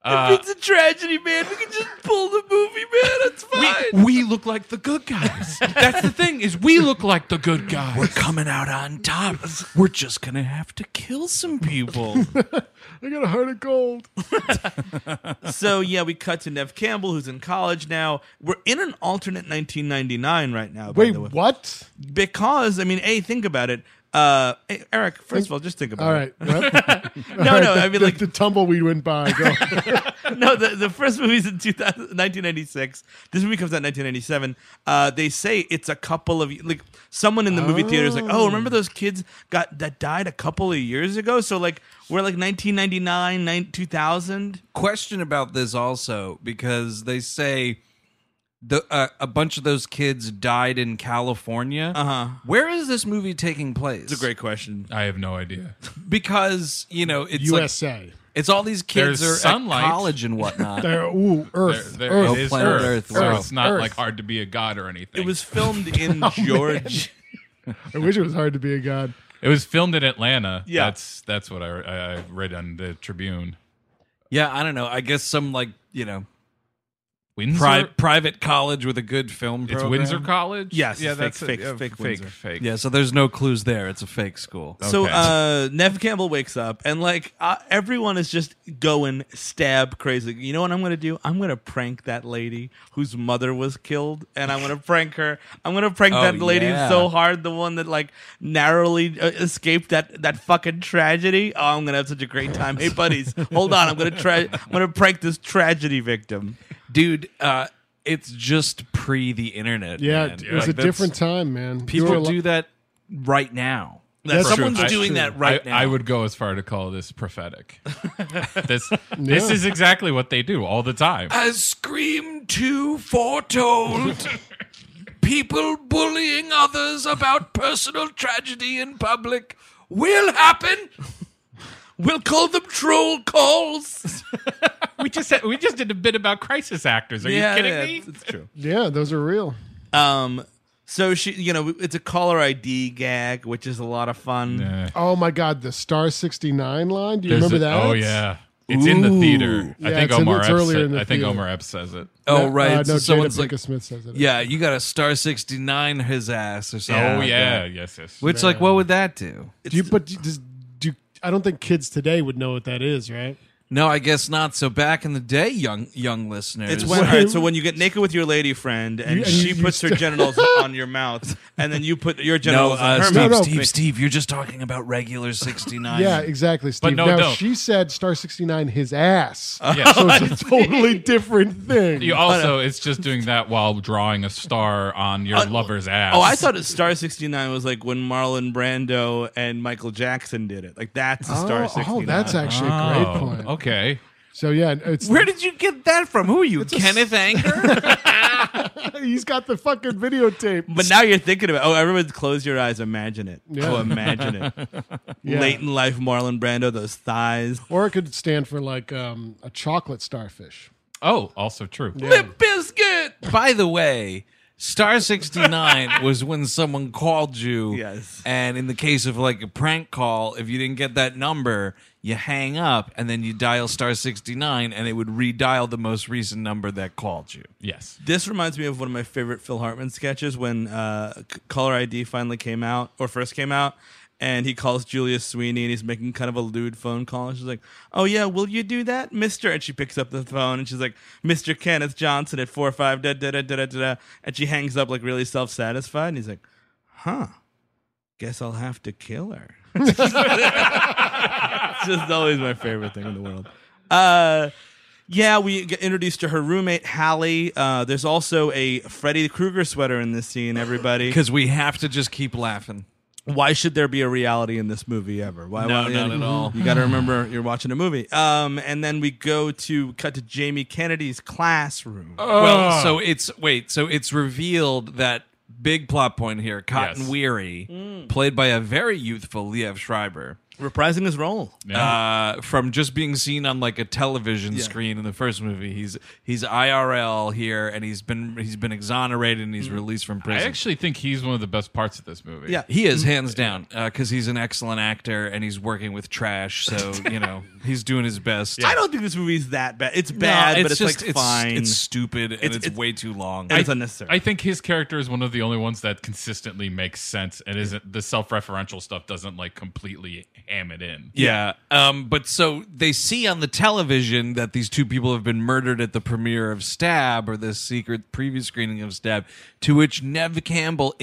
Speaker 7: Uh,
Speaker 6: It's a tragedy, man. We can just pull the movie, man. It's fine.
Speaker 7: we look like the
Speaker 13: *laughs*
Speaker 7: good guys that's the thing is we look like the good
Speaker 13: We're
Speaker 7: guys
Speaker 13: coming out on top. We're just gonna have to kill some *laughs* people.
Speaker 2: I got a heart of gold.
Speaker 6: so yeah, we cut to Nev Campbell, who's in college now. We're in an alternate 1999 right now. by
Speaker 2: Wait,
Speaker 6: the way.
Speaker 2: what?
Speaker 6: Because I mean, a think about it. Uh, hey, Eric, first of all, just think about
Speaker 2: All
Speaker 6: it.
Speaker 2: right. well,
Speaker 6: No, no, *laughs* I mean
Speaker 2: *laughs* the,
Speaker 6: like
Speaker 2: the tumbleweed went
Speaker 6: *laughs*
Speaker 2: by. Go.
Speaker 6: no, the, the first movie's in 2000, 1996. This movie comes out in 1997. Uh, they say it's a couple of like someone in the movie theater is like, oh, remember those kids got that died a couple of years ago? So like we're like 1999, nine- 2000.
Speaker 13: Question about this also because they say
Speaker 5: the uh, a bunch of those kids died in California. Uh-huh. Where is this movie taking place? It's a
Speaker 6: great question.
Speaker 7: *laughs* I have no idea.
Speaker 5: Because, you know, it's like-
Speaker 2: USA.
Speaker 5: it's all these kids
Speaker 7: There's
Speaker 5: are
Speaker 7: sunlight.
Speaker 5: at college and
Speaker 2: *laughs*
Speaker 5: whatnot.
Speaker 2: They're ooh, Earth.
Speaker 7: There,
Speaker 5: Earth.
Speaker 7: it is
Speaker 5: Oh, planet
Speaker 7: Earth,
Speaker 5: Earth,
Speaker 7: so
Speaker 5: wow.
Speaker 7: it's not
Speaker 2: Earth.
Speaker 7: like hard to be a god or anything.
Speaker 6: It was *laughs* filmed in
Speaker 2: Oh,
Speaker 6: Georgia.
Speaker 2: I wish it was hard to be a god.
Speaker 7: It was filmed in Atlanta.
Speaker 6: Yeah.
Speaker 7: that's that's what I, I, I read on the Tribune.
Speaker 5: yeah, I don't know. I guess some like, you know,
Speaker 7: Windsor.
Speaker 5: pri- private college with a good film
Speaker 7: it's
Speaker 5: program.
Speaker 7: Windsor College.
Speaker 6: Yes,
Speaker 7: yeah,
Speaker 6: it's
Speaker 7: that's
Speaker 6: fake, fake,
Speaker 7: it. Yeah,
Speaker 6: fake
Speaker 7: fake,
Speaker 6: Windsor.
Speaker 7: fake.
Speaker 5: Yeah, so there's no clues there. It's a fake school.
Speaker 6: So
Speaker 7: Okay.
Speaker 6: uh, Nev Campbell wakes up and like uh, everyone is just going stab crazy. You know what I'm going to do? I'm going to prank that lady whose mother was killed, and I'm going to prank her. I'm going to
Speaker 7: *laughs*
Speaker 6: prank
Speaker 5: Oh,
Speaker 6: that lady
Speaker 5: yeah.
Speaker 6: so hard, the one that like narrowly uh, escaped that that fucking tragedy. Oh, I'm going to have such a great time. Hey,
Speaker 7: *laughs*
Speaker 6: buddies, hold on. I'm going to try. I'm going to prank this tragedy victim.
Speaker 5: Dude, uh, it's just pre the internet.
Speaker 2: Yeah,
Speaker 5: man. Like,
Speaker 2: it was a
Speaker 5: that's-
Speaker 2: different time, man.
Speaker 5: People
Speaker 2: do that.
Speaker 5: do that right now.
Speaker 2: That's true.
Speaker 5: Someone's
Speaker 2: That's
Speaker 5: doing
Speaker 2: true.
Speaker 5: that right
Speaker 7: I,
Speaker 5: now.
Speaker 7: I would go as far to call this prophetic. this this is exactly what they do all the time.
Speaker 5: As Scream 2 foretold, people bullying others about personal tragedy in public will happen.
Speaker 6: We'll call them troll calls.
Speaker 7: we just had, we just did a bit about crisis actors. Are
Speaker 6: Yeah,
Speaker 7: you kidding
Speaker 6: yeah,
Speaker 7: me?
Speaker 6: it's- it's true.
Speaker 2: Yeah, those are real.
Speaker 6: *laughs* Um, so she, you know, it's a caller ID gag, which is a lot of fun.
Speaker 2: Oh my God, the Star 69 line. Do you *laughs*
Speaker 7: There's
Speaker 2: remember
Speaker 7: a-
Speaker 2: that?
Speaker 7: Oh yeah, it's in the theater. I
Speaker 2: Yeah,
Speaker 7: think
Speaker 2: it's in-
Speaker 7: Omar.
Speaker 2: it's
Speaker 7: Epps
Speaker 2: earlier
Speaker 7: sa-
Speaker 2: in the
Speaker 7: I think
Speaker 2: theater.
Speaker 7: Omar Epps says it.
Speaker 5: Oh,
Speaker 2: Uh,
Speaker 5: right.
Speaker 2: uh,
Speaker 5: so
Speaker 2: no,
Speaker 5: someone's
Speaker 2: Jada
Speaker 5: like,
Speaker 2: Pinkett Smith says it.
Speaker 5: yeah, you got a star 69 his ass or something.
Speaker 7: Oh
Speaker 5: like
Speaker 7: yeah,
Speaker 5: that.
Speaker 7: yes, yes.
Speaker 5: Which, like, what would that do?
Speaker 2: Do you, but do- does, do I don't think kids today would know what that is, right?
Speaker 5: No, I guess not. So back in the day, young young listeners,
Speaker 6: It's
Speaker 13: *laughs*
Speaker 6: when all right, so when you get naked with your lady friend and
Speaker 2: You- and
Speaker 6: she
Speaker 2: you- you
Speaker 6: puts her
Speaker 2: st-
Speaker 6: genitals on your mouth, and then you put your
Speaker 5: *laughs* no,
Speaker 6: genitals on
Speaker 5: uh,
Speaker 6: her
Speaker 5: Steve,
Speaker 6: mouth.
Speaker 2: no.
Speaker 5: Steve, Steve, you're just talking about regular 69.
Speaker 2: Yeah, exactly, Steve.
Speaker 7: no,
Speaker 2: now
Speaker 7: don't.
Speaker 2: she said Star 69 his ass.
Speaker 7: Yeah.
Speaker 2: so
Speaker 7: *laughs*
Speaker 2: it's a totally different thing.
Speaker 7: You also, it's just doing that while drawing a star on your lover's ass.
Speaker 6: Oh, I thought that Star 69 was like when Marlon Brando and Michael Jackson did it. Like, that's a Star
Speaker 2: Oh,
Speaker 6: 69.
Speaker 2: oh, that's actually a great point.
Speaker 7: Oh, Okay.
Speaker 2: So yeah, it's
Speaker 5: Where did you get that from? Who are you, Kenneth
Speaker 6: *laughs*
Speaker 5: Anger?
Speaker 2: *laughs* he's got the
Speaker 5: *laughs*
Speaker 2: fucking videotape.
Speaker 6: But now you're thinking about Oh, everyone close your eyes. Imagine it.
Speaker 2: Yeah.
Speaker 6: Oh, imagine it.
Speaker 2: *laughs* Yeah.
Speaker 6: Late in life, Marlon Brando, those thighs.
Speaker 2: Or it could stand for like um, a chocolate starfish.
Speaker 7: Oh, also true.
Speaker 5: Limp Biscuit. By the way, Star
Speaker 6: *laughs*
Speaker 5: 69 was when someone called you.
Speaker 6: Yes.
Speaker 5: And in the case of like a prank call, if you didn't get that number, you hang up and then you dial Star 69 and it would redial the most recent number that called you.
Speaker 7: Yes.
Speaker 6: This reminds me of one of my favorite Phil Hartman sketches when uh, C- Caller ID finally came out or first came out, and he calls Julia Sweeney and he's making kind of a lewd phone call. And she's like, "Oh yeah, will you do that, Mister?" And she picks up the phone and she's like, "Mister Kenneth Johnson at four five da da da da da da," da," and she hangs up like really self satisfied. And he's like, "Huh, guess I'll have to kill her." *laughs* it's just always my favorite thing in the world. Uh, yeah, we get introduced to her roommate Hallie. Uh, there's also a Freddy Krueger sweater in this scene.
Speaker 13: *laughs*
Speaker 6: Everybody,
Speaker 5: Because we have to just keep laughing.
Speaker 6: why should there be a reality in this movie ever? Why?
Speaker 5: No,
Speaker 6: why-
Speaker 5: not at all.
Speaker 6: You got to remember you're watching a movie. Um, and then we go to cut to Jamie Kennedy's classroom.
Speaker 13: Oh.
Speaker 5: Well, so it's wait, so it's revealed that big plot point here, Cotton
Speaker 7: Yes.
Speaker 5: Weary,
Speaker 2: Mm.
Speaker 5: played by a very youthful Liev Schreiber.
Speaker 6: Reprising his role.
Speaker 5: uh, from just being seen on like a television screen in the first movie. He's he's IRL here, and he's been he's been exonerated and he's
Speaker 6: Mm-hmm.
Speaker 5: released from
Speaker 7: I
Speaker 5: prison.
Speaker 7: actually think he's one of the best parts of this movie.
Speaker 6: Yeah.
Speaker 5: he is hands down because he's an excellent actor and he's working with trash, so you
Speaker 6: *laughs*
Speaker 5: know he's doing his best.
Speaker 6: I don't think this movie's that bad. It's
Speaker 5: No,
Speaker 6: bad, but it's like
Speaker 5: it's,
Speaker 6: fine.
Speaker 5: It's stupid and
Speaker 6: It's-
Speaker 5: it's,
Speaker 6: it's-
Speaker 5: way too long.
Speaker 6: and it's unnecessary.
Speaker 7: I think his character is one of the only ones that consistently makes sense and isn't the self-referential stuff doesn't like completely ham it in.
Speaker 5: yeah, um, but so they see on the television that these two people have been murdered at the premiere of Stab or the secret preview screening of Stab, to which Nev Campbell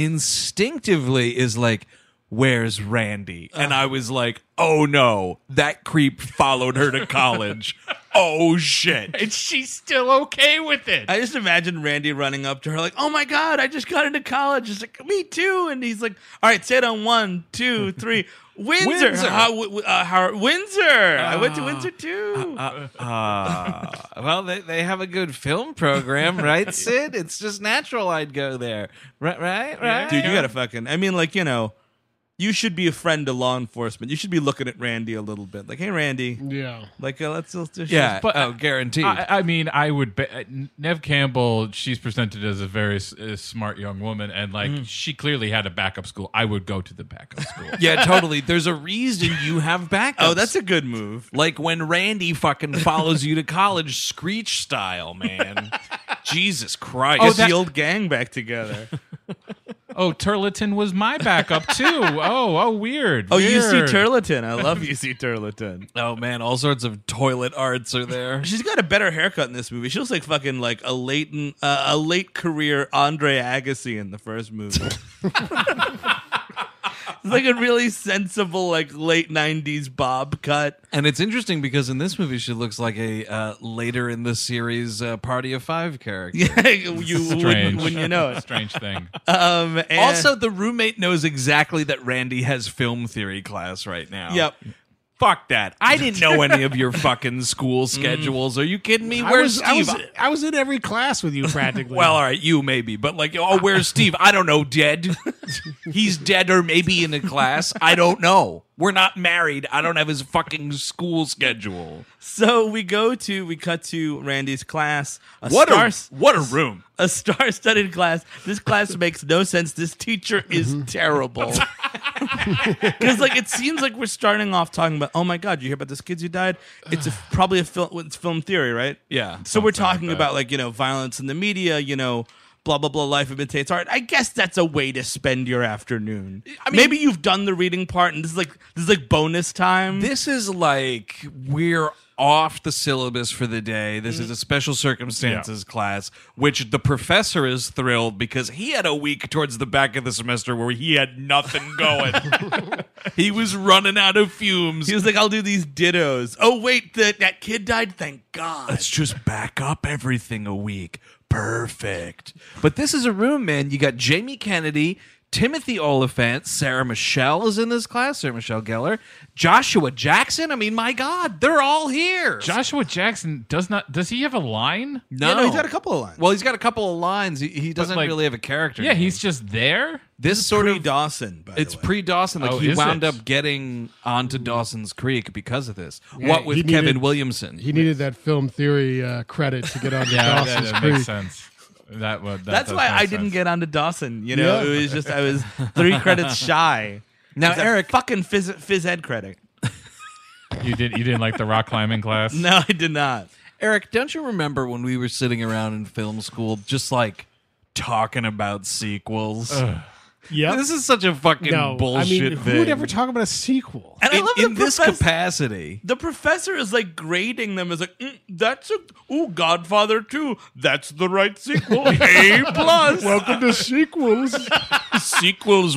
Speaker 5: instinctively is like, Where's
Speaker 6: *laughs*
Speaker 5: Randy? And I was like, Oh no, that creep followed her to college.
Speaker 3: oh shit.
Speaker 6: And she's still okay with it. I just imagine Randy running up to her like, "Oh my god, I just got into college." She's like, "Me too," and he's like, "All right, say it on one, two, *laughs* three. Windsor,
Speaker 5: Windsor.
Speaker 6: How- w- w- uh, how- Windsor. I went to
Speaker 5: Ah.
Speaker 6: Windsor too.
Speaker 5: Uh, well, they, they have a good film *laughs* program, right, Sid? It's just natural I'd go there. Right, right, right.
Speaker 6: uh, Dude, you gotta fucking. I mean, like you know, you should be a friend to law enforcement. You should be looking at Randy a little bit, like, "Hey, Randy."
Speaker 2: Yeah.
Speaker 6: Like, uh, let's let's just
Speaker 5: Oh,
Speaker 7: uh, I, I mean, I would. Be, uh, Nev Campbell, she's presented as a very s- uh, smart young woman, and like she clearly had a backup school. I would go to the backup school.
Speaker 5: Yeah, totally. There's a reason you have backups. Oh, that's
Speaker 6: a good move.
Speaker 5: Like when Randy fucking follows you to college, Screech style, *laughs* man. Jesus Christ.
Speaker 6: Get the old gang back together.
Speaker 7: *laughs* oh, Turleton was my backup too. *laughs* Oh, oh, weird.
Speaker 6: *laughs* Oh, UC
Speaker 7: weird.
Speaker 6: Turleton. I love *laughs* UC Turleton.
Speaker 5: Oh man, all sorts of toilet arts are there.
Speaker 6: She's got a better haircut in this movie. She looks like fucking like a late uh, a late career Andre Agassi in the first movie.
Speaker 5: *laughs*
Speaker 6: It's like a really sensible like late '90s bob cut.
Speaker 5: *laughs*
Speaker 6: *laughs*
Speaker 5: And it's interesting because in this movie, she looks like a uh, later in the series uh, Party of Five character.
Speaker 6: Yeah, you wouldn't when you know it.
Speaker 7: Strange thing.
Speaker 5: *laughs*
Speaker 6: Um, and-
Speaker 5: also, the roommate knows exactly that Randy has film theory class right now.
Speaker 6: Yep.
Speaker 5: Fuck that. I didn't know any of your fucking
Speaker 2: *laughs*
Speaker 5: school schedules. Are you kidding me?
Speaker 2: Mm. I
Speaker 5: Where's
Speaker 2: was, I,
Speaker 5: Steve?
Speaker 2: was, I was in every class with you
Speaker 5: *laughs*
Speaker 2: practically.
Speaker 5: well, all right, you maybe, but like, oh, where's
Speaker 2: *laughs*
Speaker 5: Steve? I don't know. Dead. He's dead, or maybe in a class. I don't know. We're not married. I don't have his fucking school schedule.
Speaker 6: So we go to we cut to Randy's class. A
Speaker 5: What a-
Speaker 6: star,
Speaker 5: what a room!
Speaker 6: A star-studded class. This class makes no sense. This teacher is
Speaker 5: Mm-hmm.
Speaker 6: terrible. *laughs* Because like it seems like we're starting off talking about oh my god you hear about those kids who died
Speaker 5: *sighs*
Speaker 6: it's a, probably a film it's film theory right
Speaker 5: Yeah.
Speaker 6: so
Speaker 5: Something
Speaker 6: we're
Speaker 5: like
Speaker 6: talking
Speaker 5: that.
Speaker 6: about like you know violence in the media you know blah blah blah life imitates art I guess that's a way to spend your afternoon maybe you've done the reading part and this is like this is like bonus time
Speaker 5: This is like we're off the syllabus for the day. This is a special circumstances class, which the professor is thrilled because he had a week towards the back of the semester where he had nothing
Speaker 2: *laughs*
Speaker 5: going. he was running out of fumes.
Speaker 6: He was like, I'll do these dittos. Oh, wait, that that kid died? Thank God.
Speaker 5: Let's just back up everything a week. Perfect. But this is a room, man. You got Jamie Kennedy, Timothy Oliphant, Sarah Michelle is in this class, Sarah Michelle Gellar, Joshua Jackson. I mean, my God, they're all here.
Speaker 7: Joshua Jackson does not. Does he have a line?
Speaker 5: No.
Speaker 6: Yeah, no, he's got a couple of lines.
Speaker 5: Well, he's got a couple of lines. He, he doesn't
Speaker 7: like-
Speaker 5: really have a character.
Speaker 7: Yeah,
Speaker 5: name.
Speaker 7: he's just there.
Speaker 5: this sort of
Speaker 6: Dawson, by
Speaker 5: it's pre Dawson. Like
Speaker 7: Oh,
Speaker 5: he
Speaker 7: is
Speaker 5: wound
Speaker 7: it?
Speaker 5: up getting onto Dawson's Creek because of this.
Speaker 2: Yeah,
Speaker 5: what
Speaker 2: he
Speaker 5: with
Speaker 2: needed-
Speaker 5: Kevin Williamson?
Speaker 2: He needed that film theory uh, credit to
Speaker 7: *laughs*
Speaker 2: get on the
Speaker 7: Yeah, that,
Speaker 2: Dawson's
Speaker 7: that
Speaker 2: Creek.
Speaker 7: makes sense. That would. That
Speaker 6: That's
Speaker 7: does
Speaker 6: why
Speaker 7: make
Speaker 6: I didn't
Speaker 7: sense.
Speaker 6: get onto Dawson. You know,
Speaker 7: Yeah.
Speaker 6: it was just I was three credits shy.
Speaker 5: Now,
Speaker 6: It was a
Speaker 5: Eric-
Speaker 6: fucking phys, phys ed credit.
Speaker 7: You did. You didn't like the rock climbing class.
Speaker 6: *laughs* No, I did not.
Speaker 5: Eric, don't you remember when we were sitting around in film school, just like talking about sequels?
Speaker 2: Yep.
Speaker 5: *laughs* This is such a fucking
Speaker 2: no,
Speaker 5: bullshit
Speaker 2: I mean,
Speaker 5: thing.
Speaker 2: who would ever talk about a sequel?
Speaker 5: *laughs*
Speaker 6: And I
Speaker 5: in
Speaker 6: love
Speaker 5: in
Speaker 6: the
Speaker 5: this
Speaker 6: professor-
Speaker 5: capacity.
Speaker 6: The professor is like grading them as like, "Mm, that's a ooh Godfather two. That's the right sequel.
Speaker 7: *laughs*
Speaker 6: a plus.
Speaker 2: Welcome to *laughs* sequels.
Speaker 5: Sequels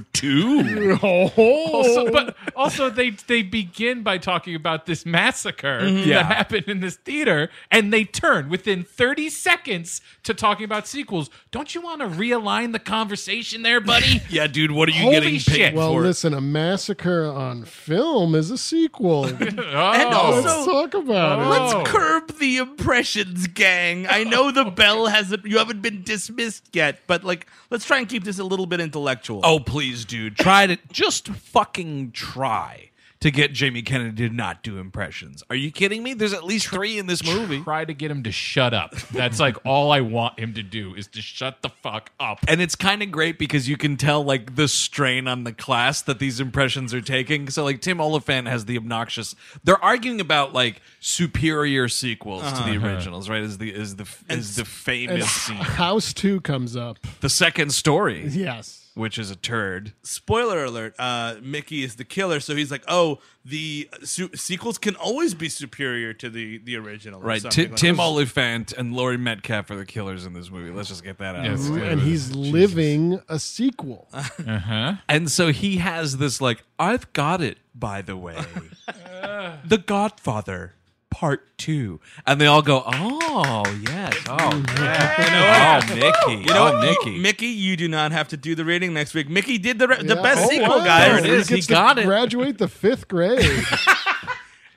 Speaker 5: 102.
Speaker 2: oh,
Speaker 7: Also, but also they they begin by talking about this massacre
Speaker 6: Mm-hmm.
Speaker 5: Yeah.
Speaker 7: that happened in this theater, and they turn within thirty seconds to talking about sequels. Don't you want to realign the conversation there, buddy?
Speaker 5: Yeah, dude, what are you
Speaker 7: Holy
Speaker 5: getting
Speaker 7: shit.
Speaker 5: paid
Speaker 2: well,
Speaker 5: for?
Speaker 2: listen, a massacre on film is
Speaker 5: *laughs*
Speaker 2: a sequel.
Speaker 7: Oh.
Speaker 2: Let's talk about
Speaker 5: Oh.
Speaker 2: it.
Speaker 6: Let's curb the impressions, gang. I know
Speaker 7: *laughs*
Speaker 6: the bell hasn't, you haven't been dismissed yet, but like, let's try and keep this a little bit intellectual.
Speaker 5: Oh, please, dude. Try to just fucking try to get Jamie Kennedy to not do impressions. Are you kidding me? There's at least three in this movie.
Speaker 7: Try to get him to shut up. That's like *laughs* all I want him to do is to shut the fuck up.
Speaker 5: And it's kind of great because you can tell like the strain on the class that these impressions are taking. So like Tim Oliphant has the obnoxious. They're arguing about like superior sequels to
Speaker 7: Uh-huh.
Speaker 5: the originals, right? Is the is the is the
Speaker 2: And
Speaker 5: famous scene
Speaker 2: House 2 comes up.
Speaker 5: the second story,
Speaker 2: Yes.
Speaker 5: which is a turd.
Speaker 6: Spoiler alert, uh, Mickey is the killer, so he's like, oh, the su- sequels can always be superior to the, the original. or
Speaker 5: Right,
Speaker 6: something
Speaker 5: Ti-
Speaker 6: like
Speaker 5: Tim
Speaker 6: that.
Speaker 5: Oliphant and Laurie Metcalf are the killers in this movie. Let's just get that out.
Speaker 7: Yes.
Speaker 5: of the way.
Speaker 2: Mm-hmm. And he's living a sequel.
Speaker 5: And so he has this like, I've got it. By the way, The Godfather
Speaker 13: part two. And they all go, oh, yes. Oh,
Speaker 6: Yeah.
Speaker 13: yeah. You know, oh, Mickey.
Speaker 6: You know
Speaker 13: oh,
Speaker 6: what?
Speaker 13: Mickey.
Speaker 6: You- Mickey, you do not have to do the rating next week. Mickey did the, re- *laughs* the
Speaker 13: Yeah.
Speaker 6: best
Speaker 13: Oh,
Speaker 6: sequel,
Speaker 13: wow.
Speaker 6: guys.
Speaker 13: There it is. He
Speaker 2: gets to
Speaker 13: got it.
Speaker 2: Graduate the fifth grade. *laughs*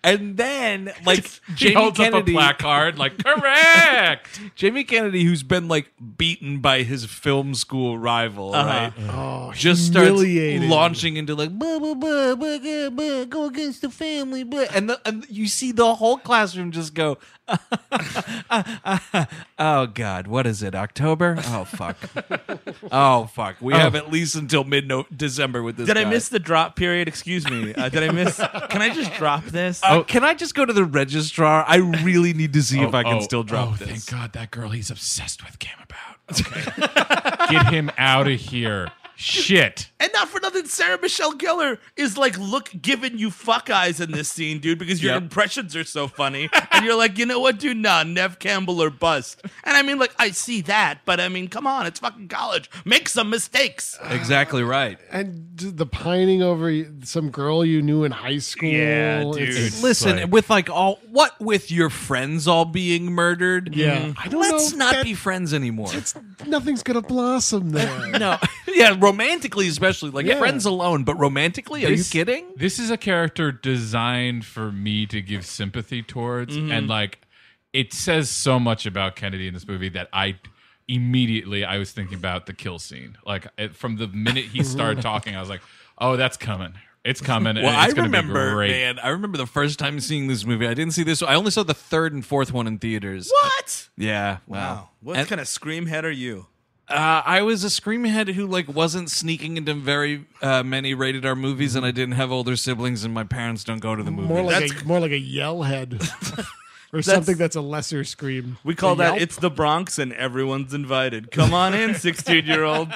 Speaker 13: And then, like,
Speaker 7: She
Speaker 13: Jamie
Speaker 7: holds up a
Speaker 13: Kennedy. *laughs*
Speaker 7: placard, like, correct.
Speaker 13: Jamie Kennedy, who's been like beaten by his film school rival,
Speaker 7: Uh-huh.
Speaker 13: right?
Speaker 2: Oh,
Speaker 13: just starts
Speaker 2: humiliating.
Speaker 13: launching into like blah, blah, blah, blah, blah, blah, go against the family, blah. and the, and you see the whole classroom just go, *laughs* oh god, what is it? October? Oh
Speaker 6: *laughs*
Speaker 13: fuck, oh fuck. We
Speaker 6: Oh.
Speaker 13: have at least until mid December with this.
Speaker 6: Did I
Speaker 13: guy.
Speaker 6: miss the drop period? Excuse me. Uh, did I miss? Can I just drop this?
Speaker 13: Uh, Can I just go to the registrar? I really need to see
Speaker 7: Oh,
Speaker 13: if I can
Speaker 7: oh,
Speaker 13: still drop
Speaker 7: oh,
Speaker 13: this.
Speaker 7: Thank God that girl he's obsessed with came about. *laughs* Okay. Get him out of here. Shit.
Speaker 6: And not for nothing, Sarah Michelle Gellar is like, look, giving you fuck eyes in this scene, dude, because your
Speaker 7: Yep.
Speaker 6: impressions are so funny. and you're like, you know what, dude? Nah, Nev Campbell or bust. And I mean, like, I see that, but I mean, come on, it's fucking college. Make some mistakes.
Speaker 13: Exactly right.
Speaker 2: and d- the pining over y- some girl you knew in high school.
Speaker 13: Yeah,
Speaker 2: It's-
Speaker 13: Listen, with like all what with your friends all being murdered.
Speaker 2: Yeah. I don't
Speaker 13: let's
Speaker 2: know
Speaker 13: not
Speaker 2: that-
Speaker 13: be friends anymore.
Speaker 2: nothing's gonna blossom there.
Speaker 13: *laughs* no, yeah, romantically especially like
Speaker 2: Yeah.
Speaker 13: friends alone, but romantically, are you kidding?
Speaker 7: This is a character designed for me to give sympathy towards,
Speaker 13: Mhm.
Speaker 7: and like, it says so much about Kennedy in this movie that I immediately I was thinking about the kill scene. Like it, from the minute
Speaker 13: *laughs*
Speaker 7: he started talking, I was like, "Oh, that's coming! It's coming!"
Speaker 13: Well,
Speaker 7: and it's
Speaker 13: I
Speaker 7: gonna be
Speaker 13: remember,
Speaker 7: great.
Speaker 13: man. I remember the first time seeing this movie. I didn't see this. I only saw the third and fourth one in theaters.
Speaker 6: What?
Speaker 13: Yeah. Wow.
Speaker 6: What
Speaker 13: And-
Speaker 6: kind of screamhead are you?
Speaker 13: Uh, I was a screamhead who like wasn't sneaking into very uh, many rated R movies, and I didn't have older siblings, and my parents don't go to the movies.
Speaker 2: more like a, more like a yell head or
Speaker 6: That's-
Speaker 2: something that's a lesser scream.
Speaker 6: We call
Speaker 2: A
Speaker 6: that
Speaker 2: yelp?
Speaker 6: it's the Bronx and everyone's invited. Come on in, 16 year old.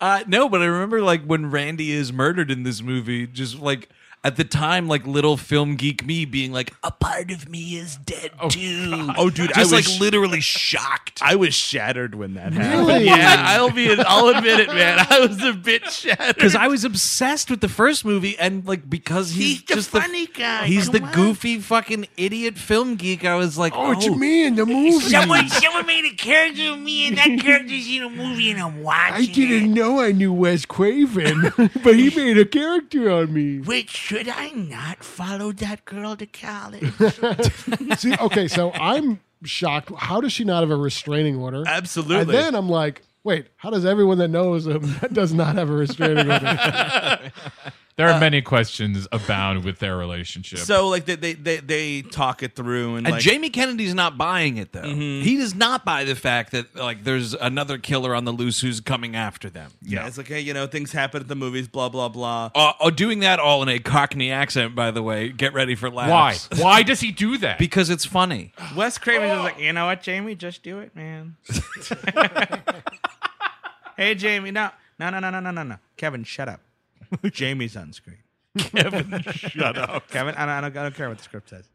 Speaker 13: Uh, no, but I remember like when Randy is murdered in this movie, just like at the time, like little film geek me being like,
Speaker 5: "Oh,
Speaker 13: a part of me is dead too.
Speaker 6: Oh, dude,
Speaker 13: just
Speaker 6: I
Speaker 13: like
Speaker 6: was
Speaker 13: literally shocked.
Speaker 6: I was shattered when that happened.
Speaker 13: Really?
Speaker 6: Yeah, I'll be. I'll admit it, man. I was a bit
Speaker 13: Because
Speaker 6: shattered.
Speaker 13: I was obsessed with the first movie, and like because he's, just the
Speaker 6: funny guy.
Speaker 13: he's the
Speaker 6: Come on.
Speaker 13: goofy fucking idiot film geek. I was like, oh,
Speaker 2: what you mean the movie?
Speaker 14: Someone, someone made a character of me, and that character's in a movie, and I'm
Speaker 2: I
Speaker 14: watching.
Speaker 2: didn't know I knew Wes Craven, *laughs* but he made a character on me.
Speaker 14: Wait, should I not follow that girl to college?
Speaker 2: See, okay, so I'm shocked. How does she not have a restraining order?
Speaker 6: Absolutely.
Speaker 2: And then I'm like, wait, how does everyone that knows him that does not have a
Speaker 6: *laughs*
Speaker 2: restraining order?
Speaker 7: There
Speaker 13: uh,
Speaker 7: are many questions abound with their relationship.
Speaker 6: So like they they they, they talk it through and,
Speaker 13: And
Speaker 6: like,
Speaker 13: Jamie Kennedy's not buying it though.
Speaker 6: Mm-hmm.
Speaker 13: He does not buy the fact that like there's another killer on the loose who's coming after them.
Speaker 6: Yeah, it's like hey, you know, things happen at the movies, blah blah blah.
Speaker 13: Uh, oh, doing that all in a Cockney accent, by the way. Get ready for
Speaker 7: why?
Speaker 13: laughs.
Speaker 5: *laughs*
Speaker 7: Why does he do that?
Speaker 13: Because it's funny.
Speaker 6: Wes Craven is like, you know what, Jamie, just do it, *laughs* man. hey, Jamie, no, no, no, no, no, no, no, no, Kevin, shut *laughs* up. Jamie's on screen. Kevin, shut up. *laughs* Kevin, I don't, I don't, I don't care what the script *laughs* says.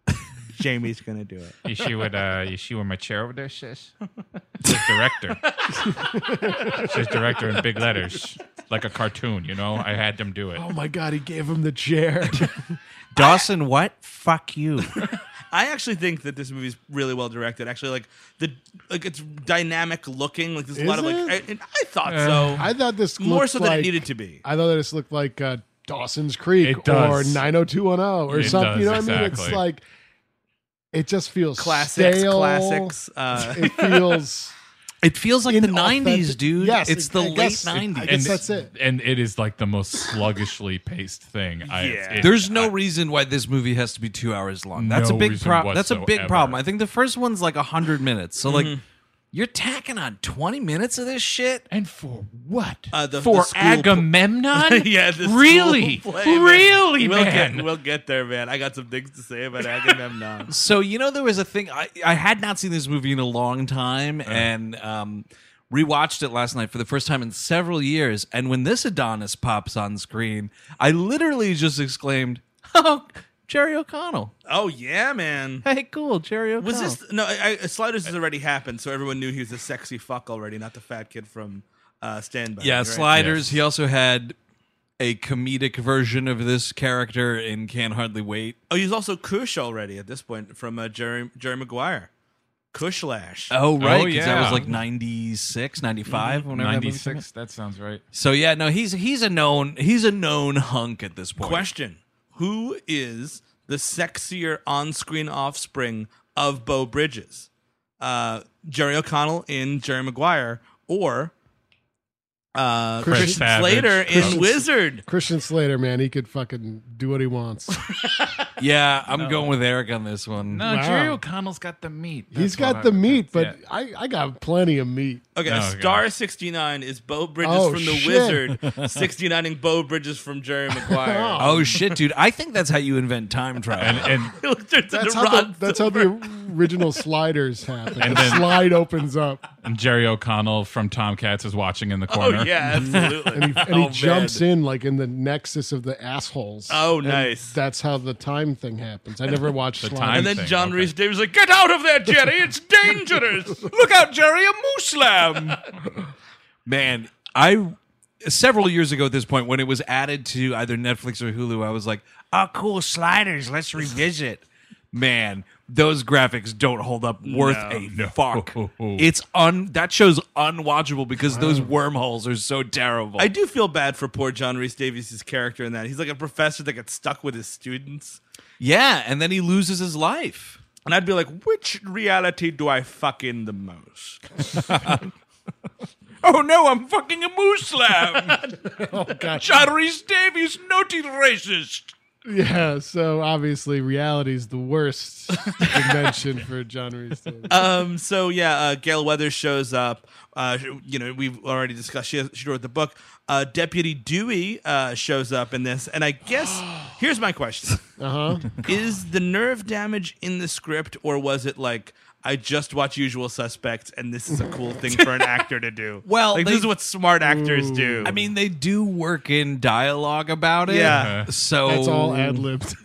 Speaker 6: Jamie's gonna do it.
Speaker 7: You see what uh, you see where my chair over there says? It says
Speaker 13: *laughs*
Speaker 7: director. It says director in big letters, like a cartoon. You know, I had them do it.
Speaker 2: oh my god, he gave him the chair.
Speaker 13: Dawson, what? Fuck
Speaker 6: *laughs*
Speaker 13: you.
Speaker 6: I actually think that this movie's really well directed. Actually, like the like it's dynamic looking. Like there's a lot of
Speaker 2: Is
Speaker 6: like. I,
Speaker 2: it?
Speaker 6: and I thought
Speaker 7: Uh,
Speaker 6: so.
Speaker 2: *laughs* I thought this
Speaker 6: more
Speaker 2: looked
Speaker 6: so than
Speaker 2: like,
Speaker 6: it needed to be.
Speaker 2: I thought that this looked like uh, Dawson's Creek
Speaker 7: It does.
Speaker 2: or 90210 or
Speaker 7: It
Speaker 2: something. you know
Speaker 7: does,
Speaker 2: what I mean? It's
Speaker 7: exactly.
Speaker 2: like it just feels
Speaker 6: Classics,
Speaker 2: stale.
Speaker 6: classics. Uh, *laughs*
Speaker 2: *laughs* It feels
Speaker 13: It feels like the
Speaker 2: Inauthentic.
Speaker 13: 90s, dude.
Speaker 2: Yes,
Speaker 13: it's
Speaker 2: I
Speaker 13: the late
Speaker 2: guess- I
Speaker 13: 90s.
Speaker 2: guess that's it.
Speaker 7: And it is like the most sluggishly paced thing. I,
Speaker 6: Yeah.
Speaker 13: *laughs*
Speaker 7: it-
Speaker 13: There's no reason why this movie has to be two hours long. That's
Speaker 7: No
Speaker 13: a big
Speaker 7: reason
Speaker 13: problem. That's a big
Speaker 7: whatsoever. Mm-hmm.
Speaker 13: problem. I think the first one's like hundred minutes. So like, you're tacking on twenty minutes of this shit.
Speaker 7: and for what?
Speaker 6: uh, the,
Speaker 7: for
Speaker 6: the school
Speaker 7: Agamemnon?
Speaker 6: *laughs* yeah, the school
Speaker 7: really,
Speaker 6: play, man.
Speaker 7: really,
Speaker 6: we'll
Speaker 7: man.
Speaker 6: Get, we'll get there, man. I got some things to say about
Speaker 7: *laughs*
Speaker 6: Agamemnon.
Speaker 13: So you know there was a thing I I had not seen this movie in a long time
Speaker 7: Uh-huh.
Speaker 13: and um rewatched it last night for the first time in several years and when this Adonis pops on screen I literally just exclaimed *laughs* oh Jerry O'Connell
Speaker 6: oh yeah, man.
Speaker 13: hey cool Jerry O'Connell
Speaker 6: Was this
Speaker 7: Oh.
Speaker 6: no? I, I, Sliders has already happened, so everyone knew he was a sexy fuck already, not the fat kid from uh, Stand By. Me,
Speaker 13: yeah
Speaker 6: right?
Speaker 13: Sliders
Speaker 7: Yes.
Speaker 13: he also had
Speaker 5: a comedic version of this character in Can't Hardly Wait.
Speaker 6: Oh, he's also Kush already at this point from uh, Jerry Jerry Maguire. Kushlash.
Speaker 5: Oh, right. Because that was like 96, 95,
Speaker 6: Mhm.
Speaker 5: whenever that movie came out.
Speaker 7: 96. That sounds right.
Speaker 5: So yeah, no, he's he's a known he's a known hunk at this point.
Speaker 6: Question: Who is the sexier on-screen offspring of Bo Bridges, uh, Jerry O'Connell in Jerry Maguire, or uh,
Speaker 7: Christian
Speaker 6: Christian
Speaker 7: Savage.
Speaker 6: Slater in
Speaker 7: Christian-
Speaker 6: Wizard?
Speaker 2: Christian Slater, man, he could fucking do what he
Speaker 7: *laughs*
Speaker 2: wants.
Speaker 5: Yeah, I'm going with Eric on this one.
Speaker 7: No,
Speaker 2: Wow.
Speaker 7: Oh, Jerry O'Connell's got the meat.
Speaker 2: He's
Speaker 7: That's what
Speaker 2: got
Speaker 7: I-
Speaker 2: the meat, but
Speaker 7: yeah.
Speaker 2: I, I got plenty of meat.
Speaker 6: Okay,
Speaker 7: No,
Speaker 6: Star sixty nine is Bo Bridges
Speaker 2: Oh,
Speaker 6: from The
Speaker 2: shit. *laughs*
Speaker 6: Wizard. Sixty nine and Bo Bridges from Jerry Maguire. *laughs*
Speaker 5: Oh shit, dude! I think that's how you invent time travel.
Speaker 7: And,
Speaker 2: That's how the, that's how the original sliders happen.
Speaker 7: And
Speaker 2: the
Speaker 7: then-
Speaker 2: slide opens up
Speaker 7: and Jerry O'Connell from Tomcats is watching in the
Speaker 6: *laughs* Oh
Speaker 7: corner.
Speaker 6: yeah, absolutely.
Speaker 2: *laughs* and he,
Speaker 7: Oh,
Speaker 2: and he jumps in like in the nexus of the assholes.
Speaker 6: Oh,
Speaker 2: And
Speaker 6: nice.
Speaker 2: That's how the time thing happens. I never watched
Speaker 7: The
Speaker 2: sliders.
Speaker 7: time
Speaker 6: And then
Speaker 7: thing,
Speaker 6: John
Speaker 7: okay.
Speaker 6: Reese Davies is like, "Get out of there, Jerry!
Speaker 2: *laughs*
Speaker 6: It's dangerous."
Speaker 5: Look out, Jerry! A moose lamb. *laughs* Man, I several years ago at this point, when it was added to either Netflix or Hulu, I was like, "Oh, cool sliders! *laughs* Let's revisit." Man, those graphics don't hold up worth a fuck. It's un that show's unwatchable because those wormholes are so terrible.
Speaker 6: I do feel bad for poor John Reese Davies' character in that. He's like a professor that gets stuck with his students.
Speaker 5: yeah, and then he loses his life.
Speaker 6: And I'd be like, which reality do I fuck in the most?
Speaker 5: Oh no, I'm fucking a moose lamb. *laughs* John Reese Davies, naughty racist.
Speaker 2: Yeah, so obviously reality's the worst dimension for John Reese. Davies.
Speaker 7: Oh,
Speaker 6: um, so yeah, uh, Gail Weathers shows up. Uh, you know, we've already discussed. She, she wrote the book. Uh, Deputy Dewey uh, shows up in this, and I guess here's my question:
Speaker 2: Uh-huh.
Speaker 6: Is the nerve damage in the script, or was it like? I just watch Usual Suspects, and this is a cool thing for an actor to do.
Speaker 5: *laughs* Well,
Speaker 6: like,
Speaker 5: they-
Speaker 6: this is what smart actors do.
Speaker 5: I mean, they do work in dialogue about it.
Speaker 7: Uh-huh.
Speaker 6: Yeah.
Speaker 5: So
Speaker 2: That's all ad libbed.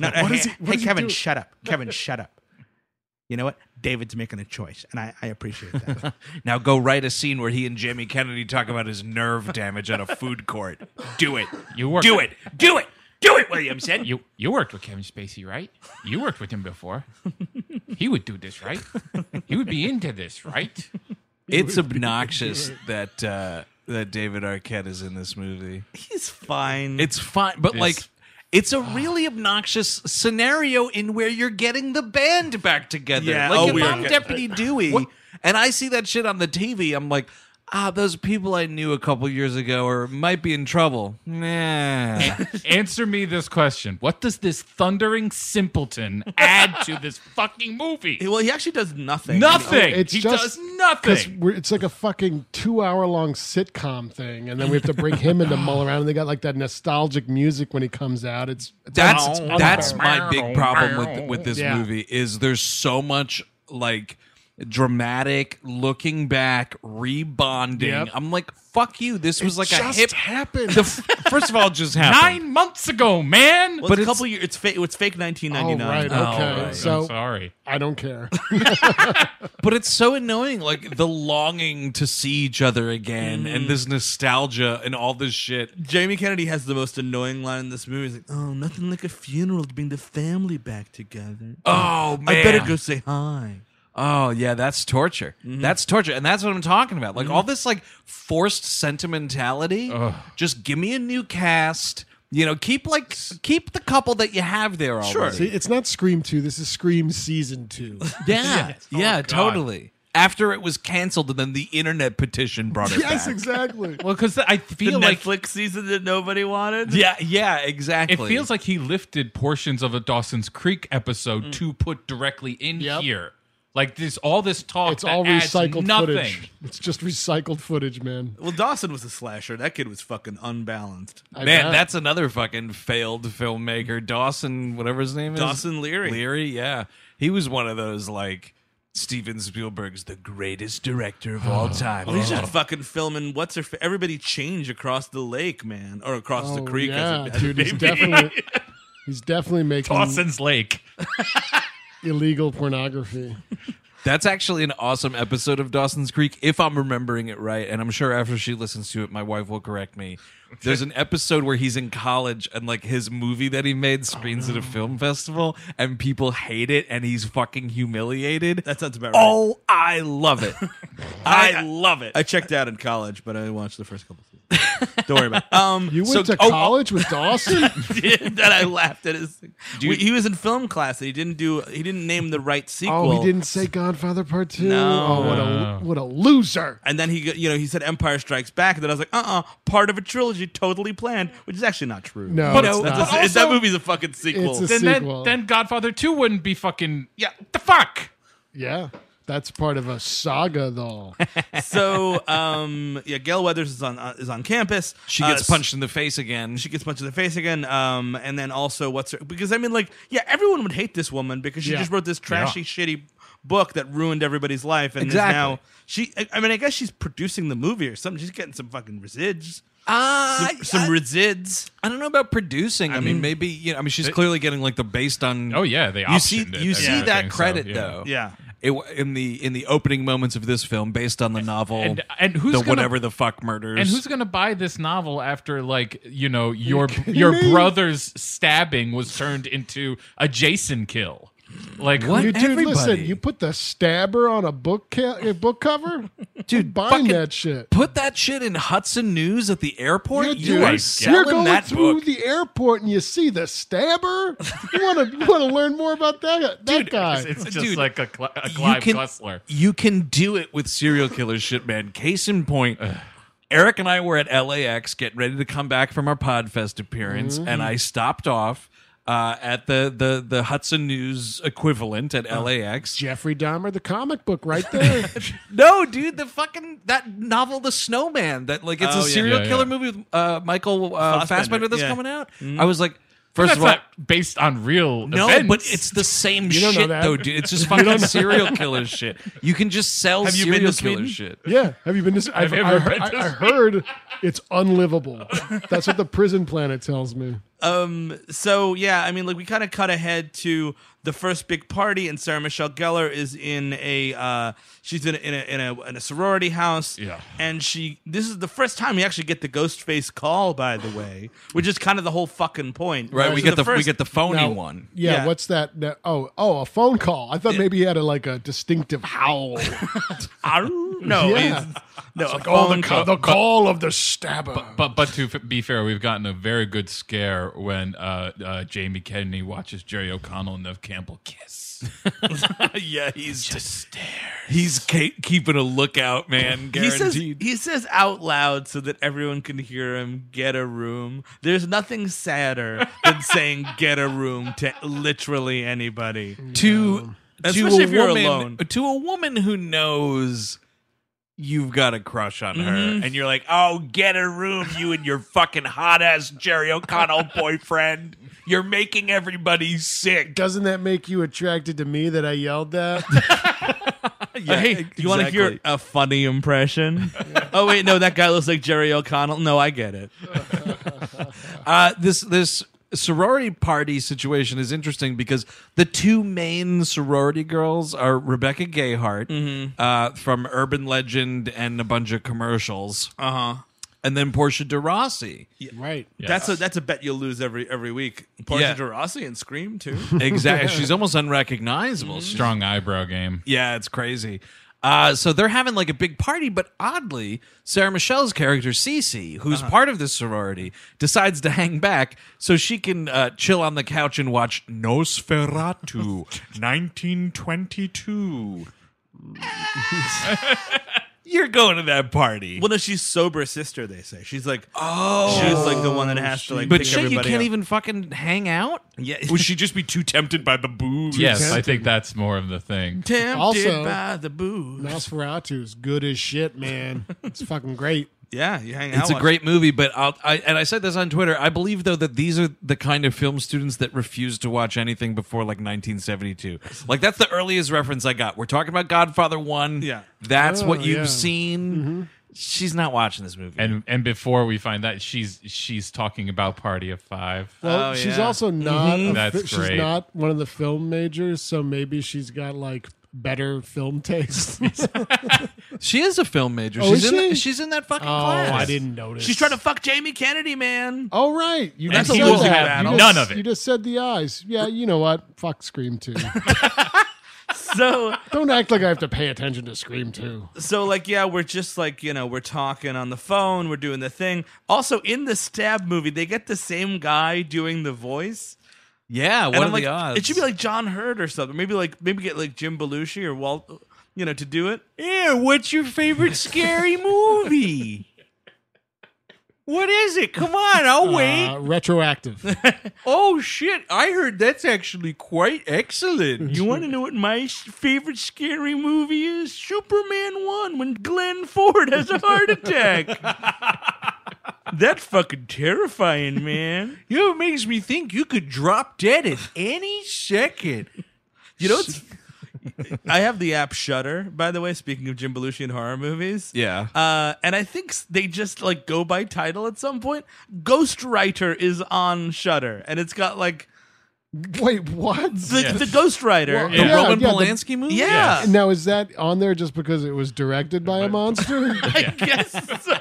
Speaker 6: Not- *laughs* hey,
Speaker 2: is he- what
Speaker 6: hey,
Speaker 2: is he
Speaker 6: Kevin,
Speaker 2: doing?
Speaker 6: shut up. Kevin, shut up. You know what? David's making a choice, and I, I appreciate that.
Speaker 5: *laughs* Now go write a scene where he and Jamie Kennedy talk about his nerve damage at a food court. Do it.
Speaker 7: You worked
Speaker 12: Do it. Do it. Do it, Williamson.
Speaker 7: You you worked with Kevin Spacey, right? You worked with him before. he would do this, right? He would be into this, right?
Speaker 5: It's obnoxious that uh, that David Arquette is in this movie.
Speaker 6: He's fine.
Speaker 5: It's fine, but
Speaker 7: This-
Speaker 5: like it's a really obnoxious scenario in where you're getting the band back together.
Speaker 6: Yeah,
Speaker 5: like
Speaker 6: oh,
Speaker 5: if
Speaker 6: we are
Speaker 5: I'm
Speaker 6: getting-
Speaker 5: Deputy Dewey and I see that shit on the TV, I'm like, ah, those people I knew a couple years ago or might be in trouble. Nah.
Speaker 7: Answer me this question: What does this thundering simpleton add to this fucking movie?
Speaker 6: well, he actually does nothing.
Speaker 7: Nothing.
Speaker 2: It's
Speaker 7: he
Speaker 2: just-
Speaker 7: does
Speaker 2: 'Cause
Speaker 7: nothing.
Speaker 2: we're, it's like a fucking two hour long sitcom thing, and then we have to bring him into mull around, and they got like that nostalgic music when he comes out. It's, it's
Speaker 5: that's
Speaker 2: unbearable.
Speaker 5: that's my big problem with with this
Speaker 2: Yeah.
Speaker 5: movie is there's so much like dramatic looking back rebonding
Speaker 2: Yep.
Speaker 5: i'm like fuck you this was like
Speaker 2: just
Speaker 5: a hip
Speaker 2: happened.
Speaker 5: the f- first of all it just happened
Speaker 7: Nine months ago, man.
Speaker 6: Well,
Speaker 5: But
Speaker 6: it's a
Speaker 5: it's-
Speaker 6: couple years. It's fake. It's fake. Nineteen Uh, ninety
Speaker 2: oh,
Speaker 6: nine.
Speaker 2: right.
Speaker 5: Oh,
Speaker 2: Okay.
Speaker 5: right.
Speaker 7: I'm
Speaker 2: So
Speaker 7: sorry.
Speaker 2: I don't care.
Speaker 5: but it's so annoying like the longing to see each other again and this nostalgia and all this shit
Speaker 6: Jamie Kennedy has the most annoying line in this movie. He's like, "Oh, nothing like a funeral to bring the family back together."
Speaker 5: oh man
Speaker 6: I better go say hi.
Speaker 5: Oh yeah, that's torture.
Speaker 7: Mm-hmm.
Speaker 5: That's torture, and that's what I'm talking about. Like all this like forced sentimentality. Just give me a new cast. You know, keep like keep the couple that you have there already.
Speaker 2: See, it's not Scream 2. This is Scream Season
Speaker 7: *laughs*
Speaker 2: 2.
Speaker 5: Yeah, yeah, totally. After it was canceled, and then the internet petition brought it
Speaker 2: *laughs* yes,
Speaker 5: back.
Speaker 7: *laughs*
Speaker 2: exactly.
Speaker 7: Well, because I
Speaker 6: The
Speaker 7: feel like
Speaker 6: Netflix season that nobody wanted.
Speaker 5: Yeah, yeah, exactly.
Speaker 7: it feels like he lifted portions of a Dawson's Creek episode to put directly in
Speaker 2: Mm. Yep.
Speaker 7: here. Like this, all this talk.
Speaker 2: It's
Speaker 7: that
Speaker 2: all
Speaker 7: adds
Speaker 2: recycled
Speaker 7: nothing.
Speaker 2: footage. It's just recycled footage, man.
Speaker 6: Well, Dawson was a slasher. That kid was fucking unbalanced.
Speaker 2: I
Speaker 5: man.
Speaker 2: bet.
Speaker 5: That's another fucking failed filmmaker, Dawson, whatever his name is,
Speaker 6: Dawson Leary.
Speaker 5: Leary, yeah, he was one of those like Steven Spielberg's the greatest director of
Speaker 7: Oh.
Speaker 5: all time.
Speaker 6: He's just fucking filming. What's her? Fa- everybody change across the lake, man, or across the
Speaker 2: Oh,
Speaker 6: creek.
Speaker 2: Yeah,
Speaker 6: as a, as a
Speaker 2: dude, he's
Speaker 6: baby.
Speaker 2: definitely
Speaker 6: *laughs*
Speaker 2: he's definitely making
Speaker 7: Dawson's Lake.
Speaker 2: illegal pornography.
Speaker 5: That's actually an awesome episode of Dawson's Creek, if I'm remembering it right. And I'm sure after she listens to it, my wife will correct me. There's an episode where he's in college and like his movie that he made screens at a film festival and people hate it and he's fucking humiliated. That
Speaker 6: sounds about
Speaker 5: right. Oh, I love it. I love it.
Speaker 6: *laughs* I checked out in college, but I watched the first couple. Seasons. Don't worry about. It. Um,
Speaker 2: You went to college with
Speaker 6: *laughs*
Speaker 2: Dawson?
Speaker 6: Dude, that I laughed at his. We- he was in film class and he didn't do. He didn't name the right sequel.
Speaker 2: Oh, he didn't say Godfather Part Two.
Speaker 6: No.
Speaker 2: Oh, what
Speaker 6: No.
Speaker 2: a what a loser.
Speaker 6: And then he, go- you know, he said Empire Strikes Back, and then I was like, uh, uh part of a trilogy, totally planned, which is actually not true.
Speaker 2: No,
Speaker 6: but,
Speaker 2: it's
Speaker 6: it's
Speaker 2: not.
Speaker 6: a-
Speaker 2: But
Speaker 6: it's- that
Speaker 7: also-
Speaker 6: movie's a fucking sequel.
Speaker 7: then, Then, then Godfather 2 wouldn't be fucking. Yeah, the fuck?
Speaker 2: Yeah, that's part of a
Speaker 6: *laughs*
Speaker 2: saga, though.
Speaker 6: so, um, yeah, Gail Weathers is on uh, is on campus. Uh,
Speaker 5: She gets
Speaker 6: s-
Speaker 5: punched in the face again.
Speaker 6: She gets punched in the face again. Um, and then also, what's her? Because I mean, like, yeah, everyone would hate this woman because she
Speaker 5: Yeah.
Speaker 6: just wrote this trashy,
Speaker 5: Yeah.
Speaker 6: shitty book that ruined everybody's life, and
Speaker 5: Exactly.
Speaker 6: is now she. I- I mean, I guess she's producing the movie or something. She's getting some fucking resids.
Speaker 5: Ah,
Speaker 6: some, some resids.
Speaker 5: I don't know about producing. I, mean, maybe you know. I mean, she's clearly getting like the based on.
Speaker 7: Oh, yeah, they
Speaker 5: you see
Speaker 7: optioned it,
Speaker 5: you
Speaker 7: I
Speaker 5: see
Speaker 7: think,
Speaker 5: that
Speaker 7: so,
Speaker 5: credit
Speaker 7: yeah.
Speaker 5: though.
Speaker 6: Yeah.
Speaker 5: It, w- in the in the opening moments of this film, based on the novel,
Speaker 7: and- and who's
Speaker 5: the
Speaker 7: gonna-
Speaker 5: whatever the fuck murders,
Speaker 7: And who's gonna buy this novel after like you know your
Speaker 5: kidding
Speaker 7: your
Speaker 5: me?
Speaker 7: brother's stabbing was turned into a Jason kill? Like
Speaker 2: You, dude, listen, you put the stabber on a book ca- a book cover, dude. Buying
Speaker 5: fucking
Speaker 2: that shit.
Speaker 5: put that shit in Hudson News at the airport?
Speaker 2: Yeah,
Speaker 5: you
Speaker 2: dude.
Speaker 5: are
Speaker 2: You're
Speaker 5: selling
Speaker 2: going
Speaker 5: that
Speaker 2: through
Speaker 5: book.
Speaker 2: the airport and you see the stabber. You want to want to learn more about that that guy?
Speaker 7: It's, it's just
Speaker 5: Dude,
Speaker 7: like a, Cl- a
Speaker 5: you
Speaker 7: Clive
Speaker 5: can
Speaker 7: Cussler.
Speaker 5: you can do it with serial killer shit, man. Case in point. Eric and I were at LAX getting ready to come back from our Podfest appearance,
Speaker 2: Mm-hmm.
Speaker 5: and I stopped off uh, at the, the the Hudson News equivalent
Speaker 2: Oh,
Speaker 5: at LAX.
Speaker 2: Jeffrey Dahmer, the comic book, right *laughs* there.
Speaker 5: No, dude, the fucking that novel, The Snowman, that like it's
Speaker 7: Oh,
Speaker 5: a
Speaker 7: yeah.
Speaker 5: serial
Speaker 7: Yeah,
Speaker 5: killer
Speaker 7: yeah.
Speaker 5: movie with uh, Michael uh, Fassbender,
Speaker 7: Fassbender,
Speaker 5: that's
Speaker 7: yeah.
Speaker 5: coming out.
Speaker 7: Mhm.
Speaker 5: I was like,
Speaker 7: But
Speaker 5: first
Speaker 7: that's
Speaker 5: of all,
Speaker 7: not based on real.
Speaker 5: no,
Speaker 7: events.
Speaker 5: but it's the same
Speaker 7: don't know
Speaker 5: shit
Speaker 7: that.
Speaker 5: though, dude. It's just
Speaker 7: You don't
Speaker 5: fucking
Speaker 7: know.
Speaker 5: serial killer shit. You can just sell
Speaker 7: Have you
Speaker 5: serial
Speaker 7: been to
Speaker 5: killer
Speaker 7: Sweden?
Speaker 5: shit.
Speaker 2: Yeah, have you been? To, I've,
Speaker 5: Have you
Speaker 2: I,
Speaker 5: ever
Speaker 2: heard,
Speaker 5: been
Speaker 2: I,
Speaker 5: to
Speaker 2: I heard it's unlivable. That's what the prison planet tells me.
Speaker 6: Um. So yeah, I mean, like we kind of cut ahead to the first big party, and Sarah Michelle Gellar is in a uh, she's in a, in a in a in a sorority house. Yeah. And she this is the first time we actually get the ghost face call, by the way, which is kind of the whole fucking point.
Speaker 5: Right, we
Speaker 6: So
Speaker 5: get the, we
Speaker 6: first- *laughs*
Speaker 5: get the phony
Speaker 2: Now-
Speaker 5: one.
Speaker 2: Yeah, what's that? that- Oh, oh, a phone call. I thought maybe he had a, like a distinctive *laughs* howl.
Speaker 6: Arr, no,
Speaker 2: Yeah.
Speaker 6: it's- no,
Speaker 2: It's like,
Speaker 6: a
Speaker 2: oh,
Speaker 6: phone
Speaker 2: the, ca- the call of the stabber.
Speaker 7: But but to f- be fair, we've gotten a very good scare when uh, uh, Jamie Kennedy watches Jerry O'Connell and Nev Campbell kiss.
Speaker 6: *laughs*
Speaker 5: yeah, he's just stares. He's ca- keeping a lookout,
Speaker 2: *laughs*
Speaker 5: man.
Speaker 6: He says,
Speaker 5: Guaranteed.
Speaker 6: he says out loud so that everyone can hear him, get a room. There's nothing sadder
Speaker 12: *laughs*
Speaker 6: than saying get a room to literally anybody.
Speaker 5: to to
Speaker 6: Especially
Speaker 5: a
Speaker 6: if you're
Speaker 5: woman,
Speaker 6: alone.
Speaker 5: to a woman who knows you've got a crush on her,
Speaker 2: Mm-hmm.
Speaker 12: Mhm.
Speaker 5: and you're like,
Speaker 12: Oh, get a room, you and your fucking hot ass Jerry
Speaker 6: *laughs*
Speaker 12: O'Connell boyfriend. You're making everybody sick.
Speaker 2: Doesn't that make you attracted to me that I yelled that?
Speaker 6: Uh, hey, do you want to hear a funny impression? oh wait, no, that guy looks like Jerry O'Connell. No, I get it.
Speaker 5: *laughs* uh, this this sorority party situation is interesting because the two main sorority girls are Rebecca Gayheart
Speaker 6: Mm-hmm.
Speaker 5: uh, from Urban Legend and a bunch of commercials,
Speaker 7: Uh-huh.
Speaker 6: Uh huh.
Speaker 5: and then Portia de
Speaker 7: *laughs*
Speaker 5: Rossi.
Speaker 2: *laughs* Right.
Speaker 6: That's a that's a bet you'll lose every every week. Portia
Speaker 5: Yeah.
Speaker 6: de Rossi and Scream too.
Speaker 5: Exactly, she's almost unrecognizable. She's
Speaker 7: Strong eyebrow game.
Speaker 5: Yeah, it's crazy. Uh, so they're having like a big party, but oddly, Sarah Michelle's character Cece, who's part of this sorority, decides to hang back so she can uh, chill on the couch and watch Nosferatu, 1922. You're going to that party.
Speaker 6: Well, no, she's sober sister. They say she's like
Speaker 5: Oh.
Speaker 6: she's like the one that has to like.
Speaker 5: but
Speaker 6: pick
Speaker 5: shit, you
Speaker 6: everybody
Speaker 5: can't
Speaker 6: up.
Speaker 5: even fucking hang out.
Speaker 6: Yeah.
Speaker 5: would she just be too tempted by the booze?
Speaker 7: Yes, I think that's more of the thing.
Speaker 6: *laughs* tempted
Speaker 2: Also-
Speaker 6: by the booze.
Speaker 2: Nosferatu's good as shit,
Speaker 6: *laughs*
Speaker 2: man. It's fucking great.
Speaker 6: Yeah, you hang out.
Speaker 5: It's a
Speaker 6: watch-
Speaker 5: great movie, but I'll, I and I said this on Twitter. I believe though that these are the kind of film students that refuse to watch anything before like 1972. Like that's the earliest reference I got. We're talking about Godfather One.
Speaker 6: Yeah.
Speaker 5: that's
Speaker 2: Oh,
Speaker 5: what you've
Speaker 2: yeah. Mm-hmm.
Speaker 5: seen. She's not watching this movie.
Speaker 7: And and before we find that, she's she's talking about Party of Five.
Speaker 2: Well,
Speaker 6: Oh,
Speaker 2: she's
Speaker 6: yeah. Mm-hmm.
Speaker 2: also not.
Speaker 7: Mhm.
Speaker 2: a
Speaker 7: That's
Speaker 2: fi- she's
Speaker 7: great.
Speaker 2: not one of the film majors, so maybe she's got like better film
Speaker 6: *laughs*
Speaker 2: taste.
Speaker 13: She is a film major.
Speaker 2: Oh,
Speaker 13: she's
Speaker 2: is
Speaker 13: in
Speaker 2: she?
Speaker 13: The, she's in that fucking
Speaker 2: Oh,
Speaker 13: class.
Speaker 2: I didn't notice.
Speaker 6: She's trying to fuck Jamie Kennedy, man.
Speaker 2: Oh right, you
Speaker 6: And
Speaker 2: just
Speaker 6: he
Speaker 2: said
Speaker 6: will
Speaker 2: that.
Speaker 6: have
Speaker 2: You
Speaker 6: none of
Speaker 2: just-
Speaker 6: it.
Speaker 2: You just said the eyes. Yeah, you know what? Fuck
Speaker 6: *laughs*
Speaker 2: Scream Two.
Speaker 6: *laughs* so
Speaker 2: don't act like I have to pay attention to Scream Two.
Speaker 6: So like yeah, we're just like you know we're talking on the phone, we're doing the thing. Also in the stab movie, they get the same guy doing the voice.
Speaker 13: Yeah,
Speaker 6: And
Speaker 13: what
Speaker 6: I'm
Speaker 13: are
Speaker 6: like,
Speaker 13: the odds?
Speaker 6: It should be like John Hurt or something. Maybe like maybe get like Jim Belushi or Walt, you know, to do it.
Speaker 12: Yeah, what's your favorite scary
Speaker 6: *laughs*
Speaker 12: movie? What is it? Come on, I'll wait.
Speaker 2: Uh, retroactive.
Speaker 6: *laughs*
Speaker 12: Oh shit! I heard that's actually quite
Speaker 6: *laughs*
Speaker 12: excellent.
Speaker 6: You want to know what my s- favorite scary movie is? Superman One, when Glenn Ford has a heart *laughs* attack. That's fucking terrifying, *laughs* man.
Speaker 12: you know, it makes me think you could drop dead at any second.
Speaker 6: You know, it's, *laughs* I have the app Shutter. By the way, speaking of Jim Belushi and horror movies,
Speaker 13: Yeah.
Speaker 6: Uh, and I think s- they just like go by title at some point. Ghostwriter is on Shutter, and it's got like
Speaker 2: Wait, what?
Speaker 6: the, the Ghostwriter,
Speaker 13: The Roman Polanski movie?
Speaker 6: Yeah. *laughs*
Speaker 2: Now is that on there just because it was directed by
Speaker 6: *laughs*
Speaker 2: a monster?
Speaker 6: I guess so.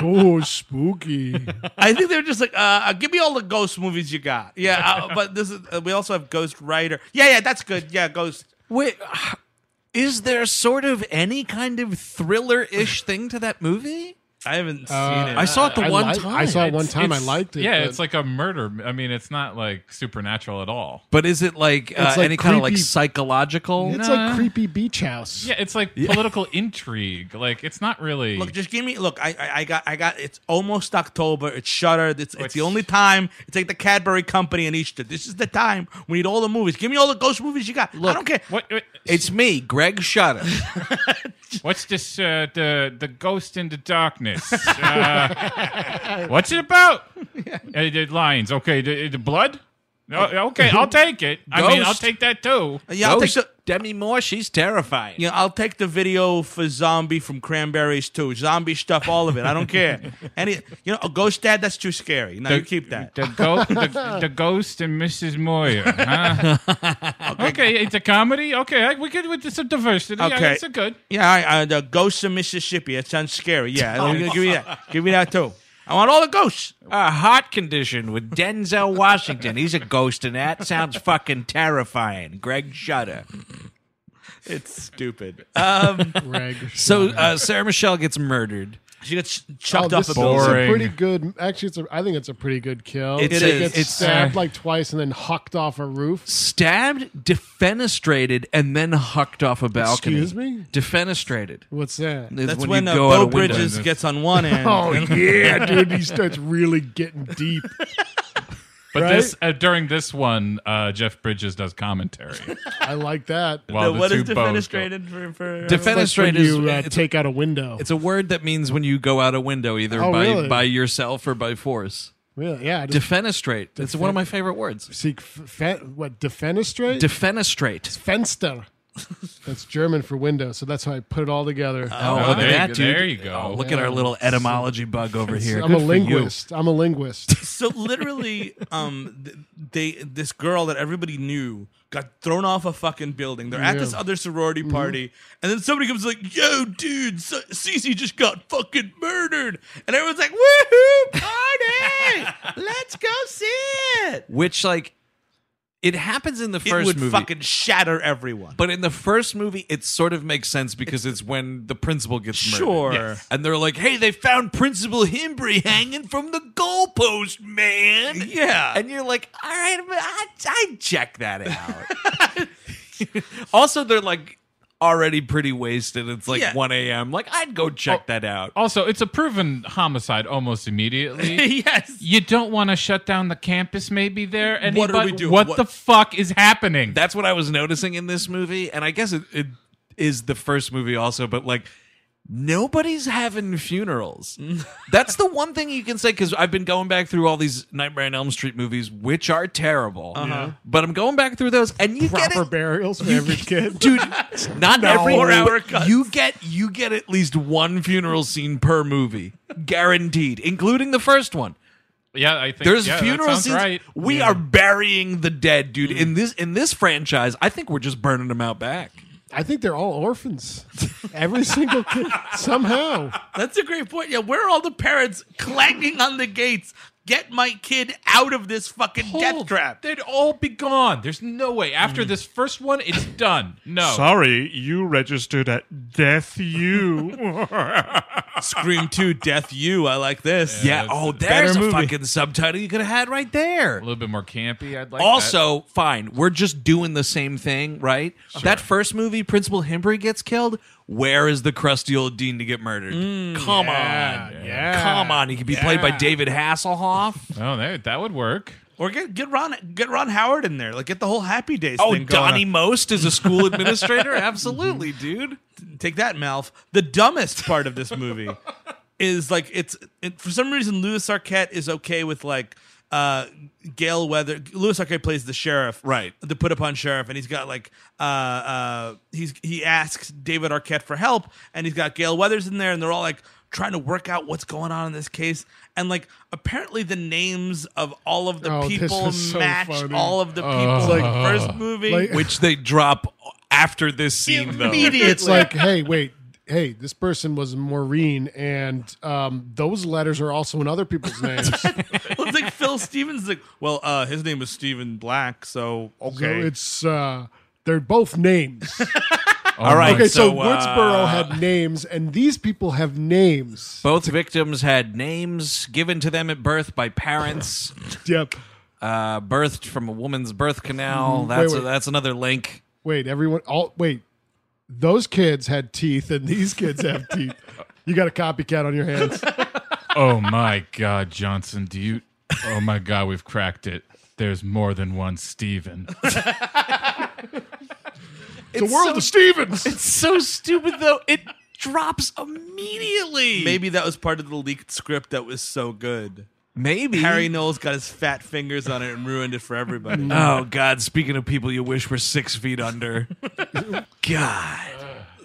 Speaker 2: oh, spooky.
Speaker 6: I think they're just like, uh, uh, give me all the ghost movies you got. Yeah, uh, but this is uh, we also have Ghost Rider. Yeah, yeah, that's good. Yeah, Ghost.
Speaker 13: Wait,
Speaker 5: *sighs*
Speaker 13: is there sort of any kind of thriller-ish thing to that movie?
Speaker 6: I haven't
Speaker 2: Uh,
Speaker 6: seen it.
Speaker 13: I saw it the one
Speaker 2: I
Speaker 13: time.
Speaker 2: saw it one
Speaker 7: It's-
Speaker 2: time. I
Speaker 7: it's-
Speaker 2: liked it.
Speaker 7: Yeah,
Speaker 2: but
Speaker 7: it's like a murder. I mean, it's not like supernatural at all.
Speaker 13: But is it like, uh,
Speaker 2: It's like
Speaker 13: any kind of like
Speaker 2: creepy-
Speaker 13: psychological?
Speaker 2: it's
Speaker 7: Nah.
Speaker 2: like creepy beach house.
Speaker 7: Yeah, it's like political intrigue. Like it's not really.
Speaker 6: Look, just give me. Look, I, I, I got, I got. It's almost October. It's shuttered. It's, it's the only time. It's like the Cadbury Company in Easter. This is the time we need all the movies. Give me all the ghost movies you got. I don't care.
Speaker 7: what, what-
Speaker 13: It's me, Greg Shutter.
Speaker 7: what's this? Uh, the the ghost in
Speaker 6: *laughs*
Speaker 7: the darkness. Uh, what's it about? Uh, the lines. Okay, the, the blood. No, okay, I'll take it. I mean, I'll
Speaker 13: Ghost.
Speaker 7: take that too.
Speaker 6: *laughs* Yeah, I'll take
Speaker 13: Ghost
Speaker 6: the.
Speaker 13: Demi Moore, she's terrifying.
Speaker 6: You know, I'll take the video for zombie from Cranberries too. Zombie stuff, all of it. I don't
Speaker 13: *laughs*
Speaker 6: care. Any, you know, a ghost dad. That's too scary. No, you keep that.
Speaker 7: The,
Speaker 6: *laughs*
Speaker 7: go- the, the ghost and Mrs. Moyer. Huh? okay, it's a comedy. Okay, I- we could with some diversity. Okay,
Speaker 6: Okay.
Speaker 7: it's a good.
Speaker 6: Yeah, I, I, the ghosts of Mississippi. That sounds scary. Yeah,
Speaker 12: *laughs*
Speaker 6: give me that. Give me that too. I want all the ghosts.
Speaker 12: A heart condition with Denzel Washington. He's a ghost in that. Sounds fucking terrifying. Greg Shutter.
Speaker 6: It's stupid. Um,
Speaker 2: Greg.
Speaker 13: So uh, Sarah Michelle gets murdered.
Speaker 6: she gets
Speaker 2: Oh,
Speaker 6: chucked
Speaker 2: this
Speaker 6: up a
Speaker 2: is
Speaker 6: building.
Speaker 2: a
Speaker 7: Boring.
Speaker 2: pretty good. Actually, it's a, I think it's a pretty good kill.
Speaker 13: It
Speaker 2: She
Speaker 13: is.
Speaker 2: gets
Speaker 13: It's,
Speaker 2: stabbed
Speaker 13: uh,
Speaker 2: like twice and then hucked off a roof.
Speaker 13: Stabbed, defenestrated, and then hucked off a balcony.
Speaker 2: Excuse me?
Speaker 13: Defenestrated.
Speaker 2: What's
Speaker 13: *laughs*
Speaker 2: that?
Speaker 13: It's
Speaker 6: That's
Speaker 13: you
Speaker 6: when, uh,
Speaker 13: go out a
Speaker 6: Bo
Speaker 13: window.
Speaker 6: Bridges gets on one
Speaker 7: *laughs*
Speaker 6: end.
Speaker 2: *laughs* Oh yeah, dude! He starts really getting deep.
Speaker 7: But
Speaker 2: Right?
Speaker 7: this uh, during this one, uh, Jeff Bridges does
Speaker 6: *laughs*
Speaker 7: commentary.
Speaker 2: I like that.
Speaker 7: While the
Speaker 6: what
Speaker 7: two
Speaker 6: is
Speaker 7: bows go-
Speaker 6: defenestrated for? for
Speaker 2: That's when
Speaker 13: Defenestrate is
Speaker 2: you uh,
Speaker 13: it's,
Speaker 2: take out a window.
Speaker 13: it's a word that means when you go out a window, either
Speaker 2: Oh,
Speaker 13: by
Speaker 2: really?
Speaker 13: by yourself or by force.
Speaker 2: really, yeah. I just
Speaker 13: Defenestrate. it's one of my favorite words.
Speaker 2: seek f- fe- what defenestrate?
Speaker 13: Defenestrate.
Speaker 2: Fenster. That's German for window, so that's how I put it all together.
Speaker 7: Oh,
Speaker 13: look
Speaker 7: there
Speaker 13: at
Speaker 7: you
Speaker 13: that,
Speaker 7: go-
Speaker 13: dude.
Speaker 7: there you go.
Speaker 13: Oh, look at our little etymology bug over here.
Speaker 2: I'm a
Speaker 13: Good for you.
Speaker 2: linguist. I'm a
Speaker 13: *laughs*
Speaker 2: linguist.
Speaker 6: so literally, um, th- they this girl that everybody knew got thrown off a fucking building. They're at this
Speaker 2: Yeah.
Speaker 6: other sorority party, and then somebody comes like, "Yo, dude, so- Cece just got fucking murdered," and everyone's like, "Woohoo, party! Let's go see it!"
Speaker 13: Which, like, it happens in the
Speaker 6: It
Speaker 13: first
Speaker 6: would
Speaker 13: movie.
Speaker 6: fucking shatter everyone.
Speaker 13: But in the first movie, it sort of makes sense because it's when the principal gets
Speaker 6: Sure.
Speaker 13: murdered.
Speaker 6: Yes.
Speaker 13: And they're like, hey, they found Principal Himbry hanging from the goalpost, man.
Speaker 6: Yeah.
Speaker 13: And you're like, all right, I, I check that out.
Speaker 6: *laughs*
Speaker 13: also, they're like already pretty wasted. It's like
Speaker 6: Yeah.
Speaker 13: 1 a.m. Like, I'd go check that out.
Speaker 7: Also, it's a proven homicide
Speaker 6: *laughs*
Speaker 7: almost immediately.
Speaker 6: *laughs* yes.
Speaker 7: You don't want to shut down the campus, maybe there. Anybody,
Speaker 6: What are we doing?
Speaker 7: What,
Speaker 6: What-
Speaker 7: the fuck is happening?
Speaker 13: That's what I was noticing in this movie. And I guess it, it is the first movie also, but like nobody's
Speaker 2: *laughs*
Speaker 13: having funerals. That's the one thing you can say because I've been going back through all these Nightmare on Elm Street movies, which are terrible. But I'm going back through those and you
Speaker 2: Uh-huh. Proper
Speaker 13: get it.
Speaker 2: burials for every kid.
Speaker 13: *laughs* Dude, not every
Speaker 2: Four
Speaker 6: hour cuts.
Speaker 13: You get you get at least one funeral scene per movie, guaranteed, including the first one.
Speaker 7: yeah, I think
Speaker 13: There's
Speaker 7: yeah, that
Speaker 13: funeral
Speaker 7: sounds
Speaker 13: scenes.
Speaker 7: Right. Mm.
Speaker 13: We are burying the dead, dude. In this in this franchise, I think we're just burning them out back.
Speaker 2: I think they're all orphans. Every single kid,
Speaker 13: *laughs*
Speaker 2: somehow.
Speaker 6: That's a great point. Yeah, where are all the parents clanging on the gates? Get my kid out of this fucking death trap.
Speaker 7: They'd all be gone. There's no way. After
Speaker 2: Mm.
Speaker 7: this first one,
Speaker 2: *laughs*
Speaker 7: it's done. No.
Speaker 1: Sorry, you registered at Death U.
Speaker 6: Scream 2 Death You. I like this.
Speaker 5: Yeah. oh, there's a
Speaker 6: movie.
Speaker 5: fucking subtitle you could have had right there.
Speaker 7: A little bit more campy. I'd like.
Speaker 5: also, fine. We're just doing the same thing, right? That first movie, Principal Hembry gets killed. Where is the crusty old dean to get murdered?
Speaker 6: Mm,
Speaker 5: Come on,
Speaker 2: yeah.
Speaker 5: come on. He could be played by David Hasselhoff.
Speaker 7: that. oh, that, that would work.
Speaker 6: Or get get Ron get Ron Howard in there. Like get the whole Happy Days.
Speaker 5: Oh,
Speaker 6: thing going
Speaker 5: Donnie Most is
Speaker 1: *laughs*
Speaker 5: a school Oh administrator. Absolutely, dude.
Speaker 6: on. Take that, Malf. The dumbest part of this
Speaker 5: *laughs*
Speaker 6: movie is like it's it, for some reason Louis Arquette is okay with like uh Gail Weather. Louis Arquette plays the sheriff,
Speaker 5: Right.
Speaker 6: The put upon sheriff, and he's got like uh uh he's he asks David Arquette for help, and he's got Gail Weathers in there, and they're all like trying to work out what's going on in this case. And like apparently the names of all of the
Speaker 2: Oh, this
Speaker 6: people
Speaker 2: was so
Speaker 6: match
Speaker 2: funny.
Speaker 6: all of the people in the first movie.
Speaker 2: Like- *laughs*
Speaker 5: Which they drop after this scene, though.
Speaker 6: Immediately.
Speaker 2: It's like, hey, wait, hey, this person was Maureen, and um, those letters are also in other
Speaker 13: *laughs*
Speaker 2: people's names. so
Speaker 6: Well, it's like Phil Stevens. Like, well, uh, his name is Steven Black, so okay.
Speaker 2: it's uh, they're both
Speaker 13: *laughs*
Speaker 2: names.
Speaker 1: Oh,
Speaker 5: All right.
Speaker 2: Okay, so,
Speaker 5: uh,
Speaker 2: Woodsboro had names, and these people have names.
Speaker 5: both victims had names given to them at birth by parents,
Speaker 2: Yep.
Speaker 5: uh, birthed from a woman's birth canal. That's
Speaker 2: Mm-hmm. wait.
Speaker 5: that's another link.
Speaker 2: Wait, everyone. All wait. Those kids had teeth, and these kids have teeth. You got a copycat on your hands.
Speaker 7: oh my God, Johnson, do you? Oh my God, we've cracked it. There's more than one Steven.
Speaker 2: the world of Stevens.
Speaker 5: It's so stupid though. It drops immediately.
Speaker 6: Maybe that was part of the leaked script that was so good.
Speaker 5: Maybe
Speaker 6: Harry Knowles got his fat fingers on it and ruined it for everybody.
Speaker 5: Oh God! Speaking of people you wish were six feet
Speaker 6: *laughs*
Speaker 5: under, God,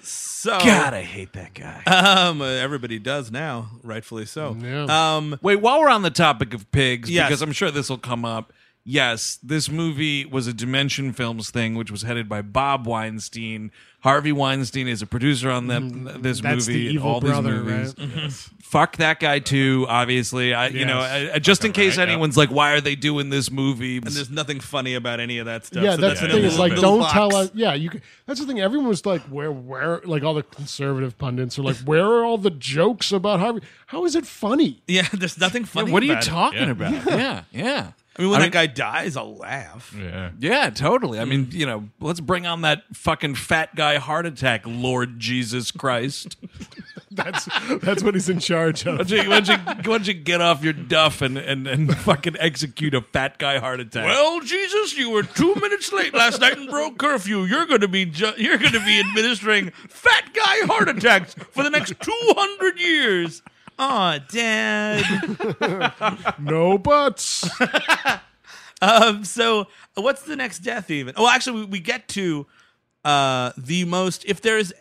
Speaker 6: So
Speaker 5: God, I hate that guy.
Speaker 6: um, uh, everybody does now, rightfully so.
Speaker 2: Yeah.
Speaker 6: Um,
Speaker 5: Wait, while we're on the topic of pigs,
Speaker 6: Yes.
Speaker 5: because I'm sure this will come up. Yes, this movie was a Dimension Films thing, which was headed by Bob Weinstein. Harvey Weinstein is a producer on the, this
Speaker 2: Mm-hmm. That's
Speaker 5: movie
Speaker 2: the
Speaker 5: and
Speaker 2: evil
Speaker 5: all
Speaker 2: brother,
Speaker 5: these movies.
Speaker 2: right?
Speaker 5: Fuck that guy too. Obviously, I you know I, I- just in case anyone's like, why are they doing this movie?
Speaker 6: and there's nothing funny about any of that stuff.
Speaker 2: yeah,
Speaker 6: so
Speaker 2: that's the
Speaker 6: in a
Speaker 2: thing. It's
Speaker 6: little
Speaker 2: like,
Speaker 6: bit.
Speaker 2: don't
Speaker 6: Little
Speaker 2: tell
Speaker 6: box.
Speaker 2: us. Yeah, you. c- That's the thing. Everyone was like, where, where, like all the conservative pundits are like, where are all the jokes about Harvey? How is it funny?
Speaker 6: *laughs*
Speaker 2: *laughs*
Speaker 6: Yeah, there's nothing funny.
Speaker 5: what are you
Speaker 6: about it.
Speaker 5: talking about? Yeah, yeah.
Speaker 6: I mean, when that guy dies, I'll laugh.
Speaker 7: yeah.
Speaker 5: Yeah, totally. I mean, you know, let's bring on that fucking fat guy heart attack, Lord Jesus Christ.
Speaker 2: That's that's what he's in charge of.
Speaker 5: Why don't you, why don't you- why don't you get off your duff and, and, and fucking execute a fat guy heart attack?
Speaker 6: Well, Jesus, you were two minutes late last night and broke curfew. You're going to be ju- you're going to be administering fat guy heart attacks for the next two hundred years. Aw, Dad.
Speaker 2: No buts.
Speaker 6: um, so what's the next death? Even oh, actually, we, we get to uh the most if there's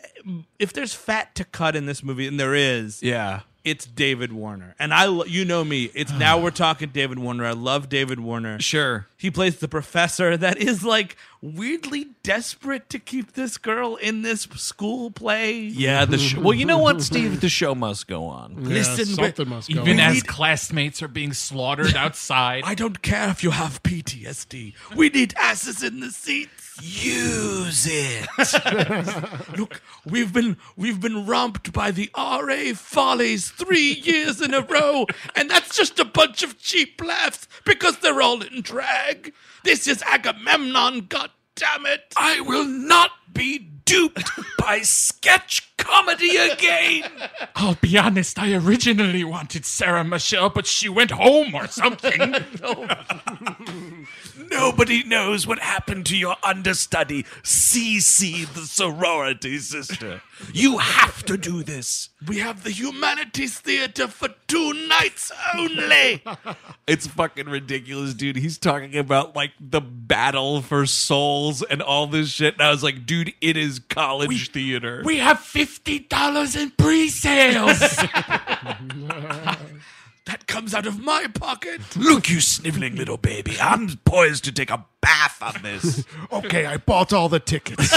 Speaker 6: if there's fat to cut in this movie, and there is,
Speaker 5: yeah.
Speaker 6: it's David Warner. And I, lo- you know me,
Speaker 5: *sighs*
Speaker 6: it's now we're talking David Warner. I love David Warner.
Speaker 5: Sure.
Speaker 6: He plays the professor *laughs* that is like weirdly desperate to keep this girl in this school play.
Speaker 5: Yeah, the sh- well, you know what, Steve? *laughs* The show must go on.
Speaker 6: Listen,
Speaker 2: yeah, something must go.
Speaker 7: Even
Speaker 2: on.
Speaker 7: as classmates are being
Speaker 6: *laughs*
Speaker 7: slaughtered outside.
Speaker 6: I don't care if you have PTSD. We need asses in the seats. Use it. *laughs* Look, we've been we've been romped by the RA Follies three years in a row, and that's just a bunch of cheap laughs because they're all in drag. This is Agamemnon, god damn it.
Speaker 5: I will not be duped by sketch comedy again.
Speaker 7: I'll be honest, I originally wanted Sarah Michelle, but she went home or something.
Speaker 5: Nobody knows what happened to your understudy, CC the sorority sister. You have to do this.
Speaker 6: We have the Humanities Theater for two nights only.
Speaker 5: It's fucking ridiculous, dude. He's talking about like the battle for souls and all this shit. And I was like, dude, it is college theater.
Speaker 7: we have $50 in
Speaker 5: *laughs*
Speaker 7: pre sales.
Speaker 6: that comes out of my pocket.
Speaker 5: Look, you sniveling little baby. I'm *laughs* poised to take a bath on this.
Speaker 2: okay, I bought all the tickets.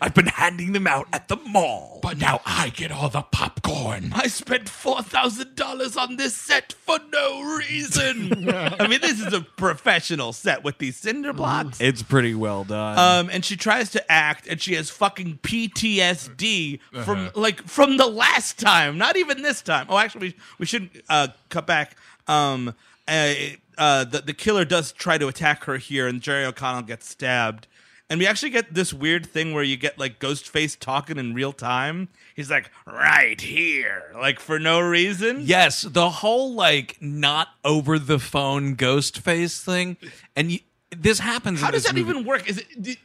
Speaker 12: I've been handing them out at the mall. But now I get all the popcorn.
Speaker 6: I spent four thousand dollars on this set for no
Speaker 5: *laughs*
Speaker 6: reason. I mean, this is a professional set with these cinder blocks.
Speaker 13: It's pretty well done.
Speaker 5: Uh,
Speaker 6: Um, and she tries to act, and she has fucking PTSD from
Speaker 13: Uh-huh.
Speaker 6: like from the last time. Not even this time. Oh, actually, we, we shouldn't uh, cut back. Um, uh, uh, the the killer does try to attack her here, and Jerry O'Connell gets stabbed. And we actually get this weird thing where you get like Ghostface talking in real time. He's like, right here, like for no reason.
Speaker 13: Yes, the whole like not over the phone ghost face thing, and you, this happens.
Speaker 6: How
Speaker 13: in
Speaker 6: does
Speaker 13: this
Speaker 6: that
Speaker 13: movie.
Speaker 6: even work? Is it? d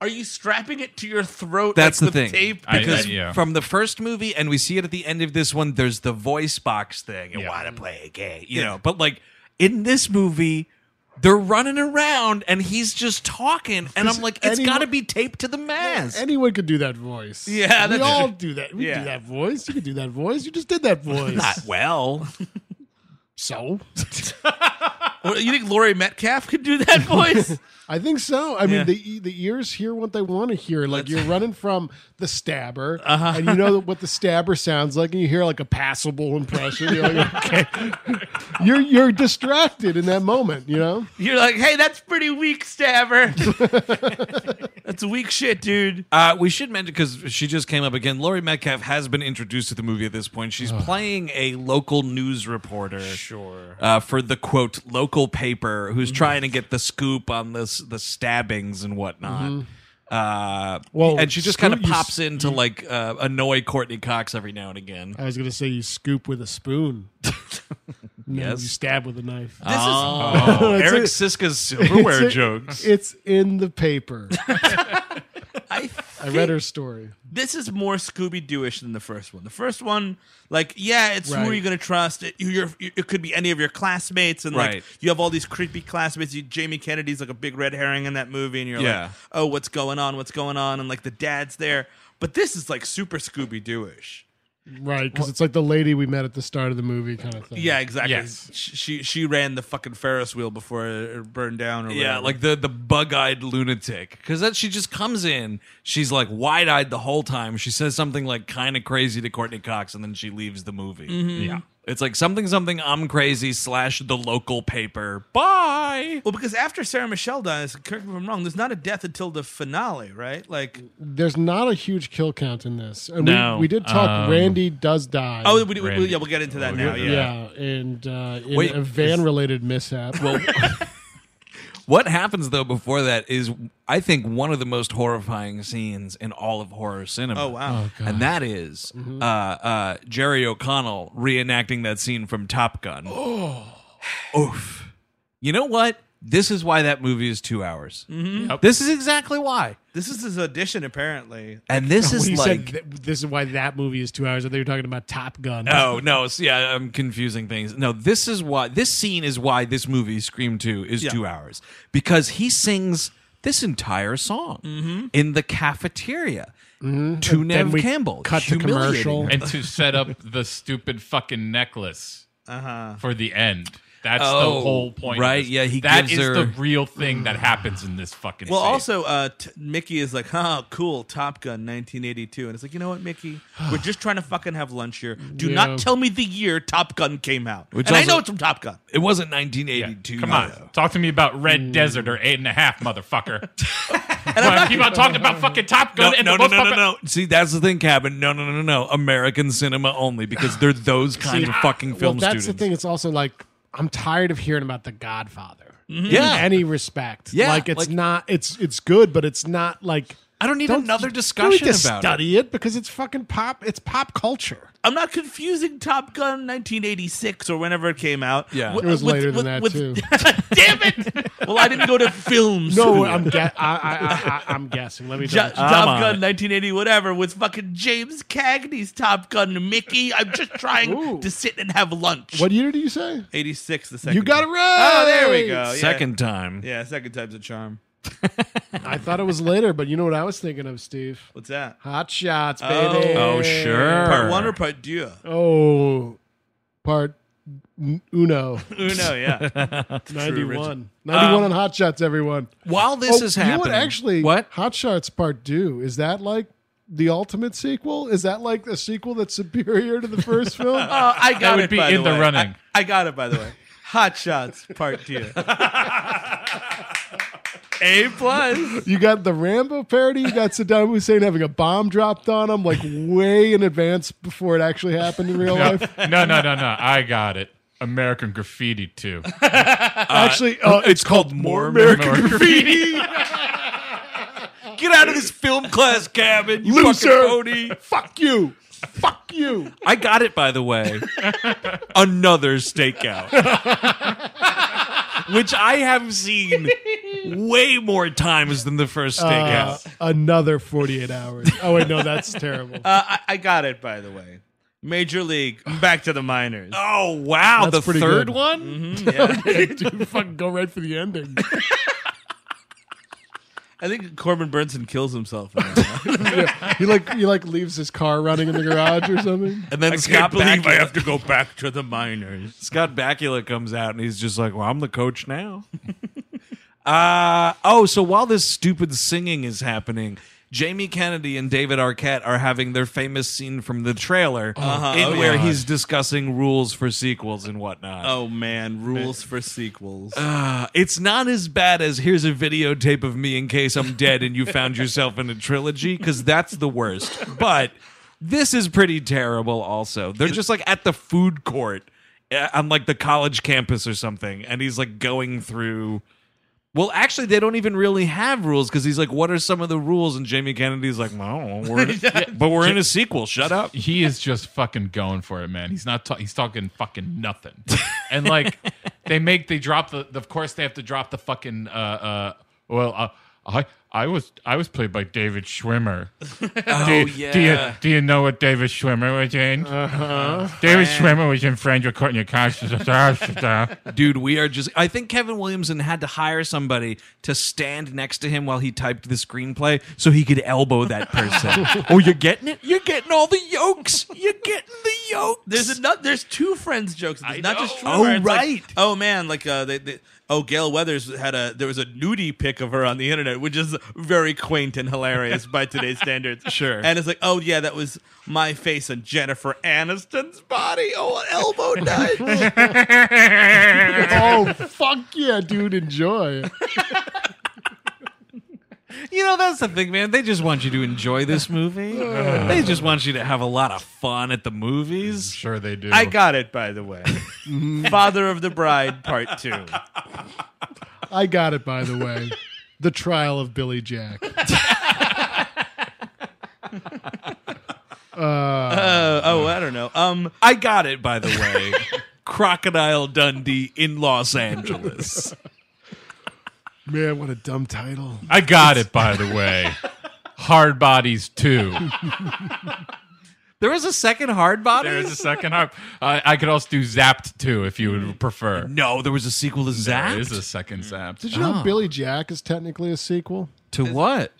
Speaker 6: are you strapping it to your throat?
Speaker 13: That's
Speaker 6: like,
Speaker 13: the
Speaker 6: with
Speaker 13: thing.
Speaker 6: Tape?
Speaker 13: Because from the first movie, and we see it at the end of this one, there's the voice box thing. You want to play a game, you
Speaker 5: Yeah.
Speaker 13: know. But like in this movie, they're running around and he's just talking, and I'm like, it's
Speaker 2: anyone-
Speaker 13: got to be taped to the mast.
Speaker 2: Anyone could do that voice.
Speaker 13: Yeah,
Speaker 2: we
Speaker 13: that's
Speaker 2: all
Speaker 13: true.
Speaker 2: do that. We
Speaker 13: Yeah.
Speaker 2: do that voice. You could do that voice. You just did that voice.
Speaker 6: ah,
Speaker 13: Not well.
Speaker 2: so, *laughs*
Speaker 6: Well, you think Laurie Metcalf could do that voice?
Speaker 2: I think so. I
Speaker 6: Yeah.
Speaker 2: mean, the e- the ears hear what they want to hear. Like
Speaker 13: *laughs*
Speaker 2: you're running from the stabber,
Speaker 6: Uh-huh.
Speaker 2: and you know what the stabber sounds like, and you hear like a passable impression. You're like, *laughs* okay, you're you're distracted in that moment. You know,
Speaker 6: You're like, hey, that's pretty weak, Stabber. *laughs* that's weak shit, dude.
Speaker 13: Uh, we should mention because she just came up again. Laurie Metcalf has been introduced to the movie at this point. She's playing a local news reporter, sure, uh, for the quote local paper, who's trying to get the scoop on this the stabbings and whatnot.
Speaker 5: Mhm.
Speaker 13: Uh,
Speaker 2: Well,
Speaker 13: and she just kind of
Speaker 2: scoop- you
Speaker 13: pops
Speaker 2: s-
Speaker 13: in to like uh, annoy Courtney Cox every now and again.
Speaker 2: I was gonna say you scoop with a
Speaker 13: *laughs*
Speaker 2: spoon. No,
Speaker 13: Yes.
Speaker 2: you stab with a knife.
Speaker 13: This is- Oh.
Speaker 2: *laughs* That's
Speaker 13: Eric
Speaker 2: it.
Speaker 13: *laughs* Siska's silverware
Speaker 2: It's-
Speaker 13: jokes.
Speaker 2: It's in the paper.
Speaker 6: I,
Speaker 2: I read
Speaker 13: *laughs*
Speaker 2: her story.
Speaker 6: This is more Scooby Dooish than the first one. The first one, like, yeah, it's who
Speaker 2: Right.
Speaker 6: are you going to trust? It, you- you're, you- it could be any of your classmates, and like,
Speaker 13: Right.
Speaker 6: you have all these creepy classmates. You, Jamie Kennedy's like a big red herring in that movie, and you're
Speaker 13: Yeah.
Speaker 6: like, oh, what's going on? What's going on? And like, the dad's there. But this is like super Scooby Dooish.
Speaker 2: Right, because it's like the lady we met at the start of the movie kind of thing.
Speaker 6: Yeah, exactly. Sh- She she ran the fucking Ferris wheel before it burned down. Or
Speaker 13: Yeah,
Speaker 6: whatever.
Speaker 13: like the the bug eyed lunatic. Because that she just comes in, she's like wide eyed the whole time. She says something like kind of crazy to Courtney Cox, and then she leaves the movie.
Speaker 6: Mhm. Yeah.
Speaker 13: it's like something something. I'm crazy slash the local paper. Bye.
Speaker 6: Well, because after Sarah Michelle dies, correct me if I'm wrong. There's not a death until the finale, right? Like,
Speaker 13: Mm,
Speaker 2: There's not a huge kill count in this. And
Speaker 6: No.
Speaker 2: we, we did talk.
Speaker 6: Um,
Speaker 2: Randy does die.
Speaker 6: oh, we, we- we- yeah, we'll get into
Speaker 13: Oh,
Speaker 6: that now. Yeah.
Speaker 2: and uh, in
Speaker 13: Wait,
Speaker 2: a van-related mishap. *laughs*
Speaker 13: Well, What happens though before that is, I think, one of the most horrifying scenes in all of horror cinema.
Speaker 6: Oh, wow. Mm-hmm. Oh, God.
Speaker 13: and that is, uh, uh, Jerry O'Connell reenacting that scene from
Speaker 6: *gasps*
Speaker 13: Top Gun. *sighs*
Speaker 6: Oh.
Speaker 13: Oof. You know what? This is why that movie is two hours.
Speaker 6: Mhm. Yep.
Speaker 13: This is exactly why.
Speaker 6: This is his audition, apparently.
Speaker 13: And this
Speaker 2: When
Speaker 13: is
Speaker 2: you
Speaker 13: like.
Speaker 2: said th- this is why that movie is two hours. I thought you were talking about Top Gun.
Speaker 13: Oh no! s- Yeah, I'm confusing things. No, this is why this scene is why this movie Scream Two is
Speaker 2: Yeah.
Speaker 13: two hours because he sings this entire song in the cafeteria to
Speaker 2: And Mm-hmm. then
Speaker 13: Nev
Speaker 2: we
Speaker 13: Campbell.
Speaker 2: cut to
Speaker 13: humiliating
Speaker 2: commercial.
Speaker 13: her.
Speaker 7: and to set up the stupid fucking necklace
Speaker 6: uh-huh.
Speaker 7: for the end. That's
Speaker 13: Oh,
Speaker 7: the whole point. of
Speaker 13: right,
Speaker 7: this.
Speaker 13: yeah, he
Speaker 7: That
Speaker 13: gives
Speaker 7: is
Speaker 13: her-
Speaker 7: the real thing that happens in this fucking.
Speaker 6: Well,
Speaker 7: scene.
Speaker 6: also, uh, t- Mickey is like, huh, cool, Top Gun 1982. And it's like, you know what,
Speaker 2: *sighs*
Speaker 6: Mickey? We're just trying to fucking have lunch here. Do
Speaker 13: Yeah.
Speaker 6: not tell me the year Top Gun came out.
Speaker 13: Which
Speaker 6: and I
Speaker 13: also-
Speaker 6: know it's from Top Gun.
Speaker 13: It wasn't 1982.
Speaker 7: Come on, talk to me about Red Desert or Eight and a Half, motherfucker. *laughs* and keep on talking about fucking Top
Speaker 13: No,
Speaker 7: Gun Oh, and
Speaker 13: no, no,
Speaker 7: the
Speaker 13: no, no,
Speaker 7: *laughs* motherfucker-
Speaker 13: no. See, that's the thing, Cabin. No, no, no, no, no. American cinema only because they're those kinds of fucking
Speaker 2: well,
Speaker 13: film
Speaker 2: that's
Speaker 13: students.
Speaker 2: the thing. It's also like I'm tired of hearing about The Godfather.
Speaker 13: Mhm.
Speaker 2: In
Speaker 13: Yeah.
Speaker 2: any respect.
Speaker 13: Yeah,
Speaker 2: like it's
Speaker 13: like-
Speaker 2: not. It's it's good, but it's not like
Speaker 13: I don't need another
Speaker 2: You
Speaker 13: discussion
Speaker 2: don't need to
Speaker 13: about it.
Speaker 2: study it. because it's fucking pop. It's pop culture.
Speaker 6: I'm not confusing Top Gun 1986 or whenever it came out.
Speaker 2: Yeah.
Speaker 6: with-
Speaker 2: It was
Speaker 6: with-
Speaker 2: later than
Speaker 6: with-
Speaker 2: that,
Speaker 6: with-
Speaker 2: too.
Speaker 6: *laughs* Damn it! Well, I didn't go to film school.
Speaker 2: *laughs* No, I'm gue- I, I, I, I'm guessing. Let me
Speaker 6: Jo-
Speaker 2: double check.
Speaker 6: Top Gun 1980, whatever, with fucking James Cagney's Top Gun Mickey. I'm just trying to sit and have lunch.
Speaker 2: What year do you say?
Speaker 6: 86, the second.
Speaker 2: You got it
Speaker 6: time.
Speaker 2: right!
Speaker 6: Oh, there we go. Yeah.
Speaker 13: Second time.
Speaker 6: Yeah, second time's a charm.
Speaker 2: I thought it was later, but you know what I was thinking of, Steve?
Speaker 6: What's that?
Speaker 2: Hot shots, baby.
Speaker 5: Oh,
Speaker 13: Oh, sure.
Speaker 6: Part one or part two?
Speaker 2: Oh, part N- Uno.
Speaker 5: Uno, yeah. *laughs* True
Speaker 2: 91.
Speaker 5: original.
Speaker 2: 91
Speaker 5: Um,
Speaker 2: on Hot Shots, everyone.
Speaker 5: While this
Speaker 2: Oh,
Speaker 5: is
Speaker 2: You know what
Speaker 5: happening,
Speaker 2: actually
Speaker 5: What?
Speaker 2: Hot Shots Part 2 is that like the ultimate sequel? Is that like a sequel that's superior to the
Speaker 5: *laughs*
Speaker 2: first film?
Speaker 6: Uh, I got
Speaker 2: That would
Speaker 6: it,
Speaker 2: be
Speaker 6: by
Speaker 2: in the
Speaker 6: way.
Speaker 2: running.
Speaker 6: I, I got it by the way. Hot shots part
Speaker 5: *laughs*
Speaker 6: two. A plus.
Speaker 2: You got the Rambo parody. You got Saddam Hussein having a bomb dropped on him, like way in advance before it actually happened in real
Speaker 7: No,
Speaker 2: life.
Speaker 7: no, no, no, no. I got it. American Graffiti too.
Speaker 2: Actually, uh, it's called
Speaker 7: More
Speaker 2: American
Speaker 7: Graffiti.
Speaker 5: Get out of this film class cabin, you
Speaker 2: Loser.
Speaker 5: fucking pony.
Speaker 2: Fuck you. Fuck you.
Speaker 5: I got it, by the way. Another stakeout, which I have seen way more times than the first
Speaker 2: Uh,
Speaker 5: stakeout.
Speaker 2: another 48 hours. Oh, wait, no, that's terrible.
Speaker 6: *laughs* Uh, I, I got it by the way. Major League back to the minors.
Speaker 5: Oh wow, the
Speaker 2: That's pretty
Speaker 5: third
Speaker 2: good.
Speaker 5: one.
Speaker 6: Mhm, yeah.
Speaker 2: Okay, dude, fucking go right for the ending.
Speaker 6: I think Corbin Burnson kills himself. in that one.
Speaker 2: Yeah, he like he like leaves his car running in the garage or something.
Speaker 5: And then
Speaker 6: I
Speaker 5: Scott
Speaker 6: can't believe I
Speaker 5: Bakula-
Speaker 6: have to go back to the minors.
Speaker 5: Scott Bakula comes out and he's just like, "Well, I'm the coach now." *laughs* uh, oh, so while this stupid singing is happening, Jamie Kennedy and David Arquette are having their famous scene from the trailer,
Speaker 6: Uh-huh.
Speaker 5: in
Speaker 6: Oh,
Speaker 5: where
Speaker 6: yeah.
Speaker 5: he's discussing rules for sequels and whatnot.
Speaker 6: Oh man, rules for sequels.
Speaker 5: Uh, it's not as bad as here's a videotape of me in case I'm dead and you found yourself in a trilogy, because that's the worst. But this is pretty terrible, also. They're just like at the food court uh, on like the college campus or something, and he's like going through. Well, actually, they don't even really have rules because he's like, "What are some of the rules?" And Jamie Kennedy's like, "I don't know, we're in- but we're in a sequel. Shut up."
Speaker 7: He is just fucking going for it, man. He's not. Ta- he's talking fucking nothing. And like, they make they drop the. Of course, they have to drop the fucking. Uh, uh, well, uh, I I was I was played by David Schwimmer.
Speaker 5: Oh,
Speaker 7: do you, Do you,
Speaker 5: yeah.
Speaker 7: do you know what David Schwimmer was in? Uh-huh. David Schwimmer was in Friends with Courtney Cox.
Speaker 5: Dude, we are just. I think Kevin Williamson had to hire somebody to stand next to him while he typed the screenplay so he could elbow that *laughs* person. oh, you're getting it? You're getting all the yolks. You're getting the yolks.
Speaker 6: There's another. There's two friends jokes. in this, not just
Speaker 5: know. Oh,
Speaker 6: Schwimmer. It's like,
Speaker 5: right.
Speaker 6: oh man, like uh, they, they, oh Gail Weathers had a there was a nudie pic of her on the internet, which is very quaint and hilarious
Speaker 5: *laughs*
Speaker 6: by today's standards.
Speaker 5: Sure.
Speaker 6: And it's like, oh yeah, that was my face on Jennifer Aniston's body. Oh,
Speaker 5: *laughs*
Speaker 6: elbow knife.
Speaker 2: Oh fuck yeah, dude, enjoy.
Speaker 5: You know, that's the
Speaker 6: *sighs*
Speaker 5: thing, man. They just want you to enjoy this movie, they just want you to have a lot of fun at the movies.
Speaker 7: sure they do.
Speaker 6: I got it by
Speaker 5: *laughs*
Speaker 6: the way. Father of the Bride Part Two.
Speaker 2: I got it by the way. The trial of Billy Jack.
Speaker 6: Uh, oh, I don't know. Um,
Speaker 5: I got it, by the way. Crocodile Dundee in Los Angeles.
Speaker 2: Man, what a dumb title.
Speaker 7: I got it. By the way, Hard Bodies Two.
Speaker 5: There was a second hard body?
Speaker 7: There's a second harp. *laughs* I I could also do Zapped too if you would prefer.
Speaker 5: no, there was a sequel to Zapped.
Speaker 7: There is a second Zapped.
Speaker 2: Did you know Billy Jack is technically a sequel?
Speaker 5: to what?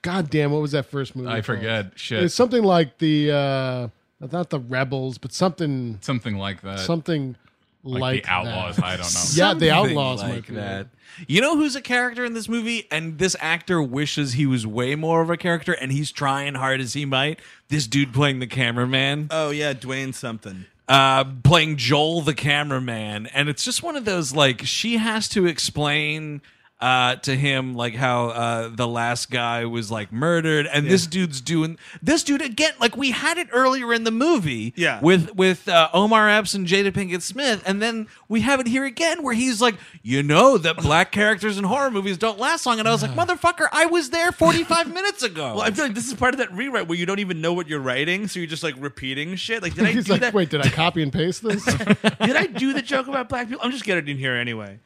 Speaker 2: God damn, what was that first movie?
Speaker 7: I
Speaker 2: called?
Speaker 7: forget. Shit.
Speaker 2: It's something like the uh not the rebels, but something
Speaker 7: something like that.
Speaker 2: something like,
Speaker 7: like,
Speaker 2: *laughs*
Speaker 7: the Outlaws.
Speaker 2: That.
Speaker 7: I
Speaker 13: *laughs*
Speaker 7: don't know.
Speaker 2: Yeah,
Speaker 5: Something
Speaker 2: the outlaws might
Speaker 5: like
Speaker 2: be
Speaker 5: that. You know who's a character in this movie, and this actor wishes he was way more of a character, and he's trying hard as he might. This dude playing the cameraman,
Speaker 6: oh yeah, Dwayne something.
Speaker 5: uh, playing Joel the cameraman, and it's just one of those like she has to explain. Uh, to him, like how uh, the last guy was like murdered, and this dude's doing this dude again. Like we had it earlier in the movie,
Speaker 6: Yeah.
Speaker 5: with with with uh, Omar Epps and Jada Pinkett Smith, and then we have it here again where he's like, you know that black characters in horror movies don't last long, and I was like, motherfucker, I was there 45 *laughs* minutes ago.
Speaker 6: Well, I feel like this is part of that rewrite where you don't even know what you're writing, so you're just like repeating shit. Like, did I
Speaker 2: *laughs* He's
Speaker 6: do
Speaker 2: like,
Speaker 6: that?
Speaker 2: wait, did I copy and
Speaker 6: *laughs*
Speaker 2: paste this? *laughs*
Speaker 6: Did I do the joke about black people? I'm just getting it in here anyway.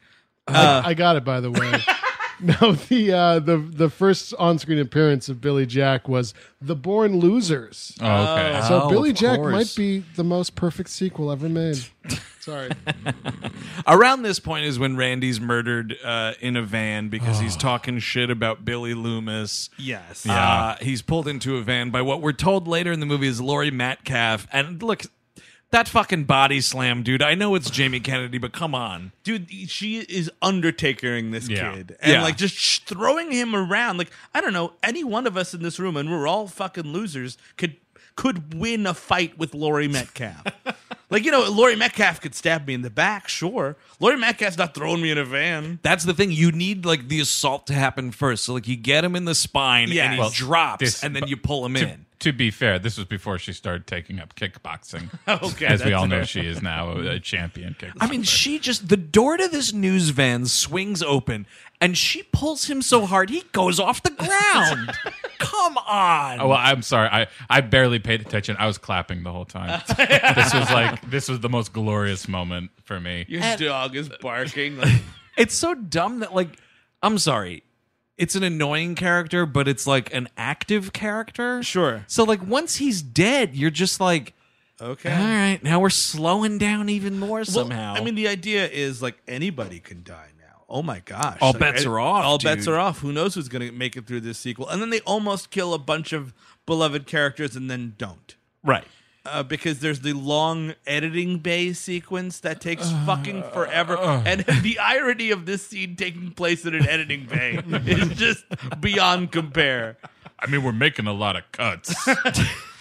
Speaker 2: I got it by the way. *laughs* No, the uh, the the first on-screen appearance of Billy Jack was The Born Losers.
Speaker 7: Oh, okay.
Speaker 2: So
Speaker 5: Oh,
Speaker 2: Billy
Speaker 5: of
Speaker 2: Jack
Speaker 5: course.
Speaker 2: might be the most perfect sequel ever made. Sorry.
Speaker 5: Around this point is when Randy's murdered uh, in a van because
Speaker 7: Oh.
Speaker 5: he's talking shit about Billy Loomis.
Speaker 6: Yes.
Speaker 13: Uh,
Speaker 5: Uh, he's pulled into a van by what we're told later in the movie is Lori Metcalf. And look,
Speaker 13: That fucking body slam, dude. I know it's Jamie Kennedy, but come on.
Speaker 6: dude she is undertakering this
Speaker 13: Yeah.
Speaker 6: kid and
Speaker 13: Yeah.
Speaker 6: like just sh- throwing him around like i don't know any one of us in this room and we're all fucking losers could could win a fight with Laurie Metcalf.
Speaker 2: *laughs*
Speaker 6: like, you know, Laurie Metcalf could stab me in the back, sure. Laurie Metcalf's not throwing me in a van.
Speaker 13: That's the thing. You need like the assault to happen first. So like you get him in the spine
Speaker 6: Yeah.
Speaker 13: and he
Speaker 6: Well,
Speaker 13: drops
Speaker 7: this-
Speaker 13: and then you pull him
Speaker 7: to,
Speaker 13: in.
Speaker 7: to be fair, this was before she started taking up kickboxing.
Speaker 6: Okay,
Speaker 7: as we
Speaker 6: that's
Speaker 7: all know,
Speaker 6: fair.
Speaker 7: she is now a, a champion kickboxer.
Speaker 13: I mean, she just the door to this news van swings open and she pulls him so hard he goes off the
Speaker 7: *laughs*
Speaker 13: ground. Come on.
Speaker 7: Oh, well, I'm sorry. I, I barely paid attention. I was clapping the whole time. this was like this was the most glorious moment for me.
Speaker 6: Your dog is barking.
Speaker 13: *laughs*
Speaker 6: Like,
Speaker 13: It's so dumb that like I'm sorry. It's an annoying character, but it's like an active character.
Speaker 6: Sure.
Speaker 13: So like once he's dead, you're just like
Speaker 6: okay.
Speaker 13: all right, now we're slowing down even more
Speaker 6: Well,
Speaker 13: somehow.
Speaker 6: I mean, the idea is like anybody can die now. Oh my gosh!
Speaker 13: All
Speaker 6: Like,
Speaker 13: bets
Speaker 6: I-
Speaker 13: are off,
Speaker 6: All bets
Speaker 13: dude.
Speaker 6: are off. Who knows who's going to make it through this sequel? And then they almost kill a bunch of beloved characters and then don't.
Speaker 13: right.
Speaker 6: Uh, because there's the long editing bay sequence that takes
Speaker 13: Uh,
Speaker 6: fucking forever, and *laughs* the irony of this scene taking place in an editing bay is just beyond compare.
Speaker 7: I mean, we're making a lot of cuts.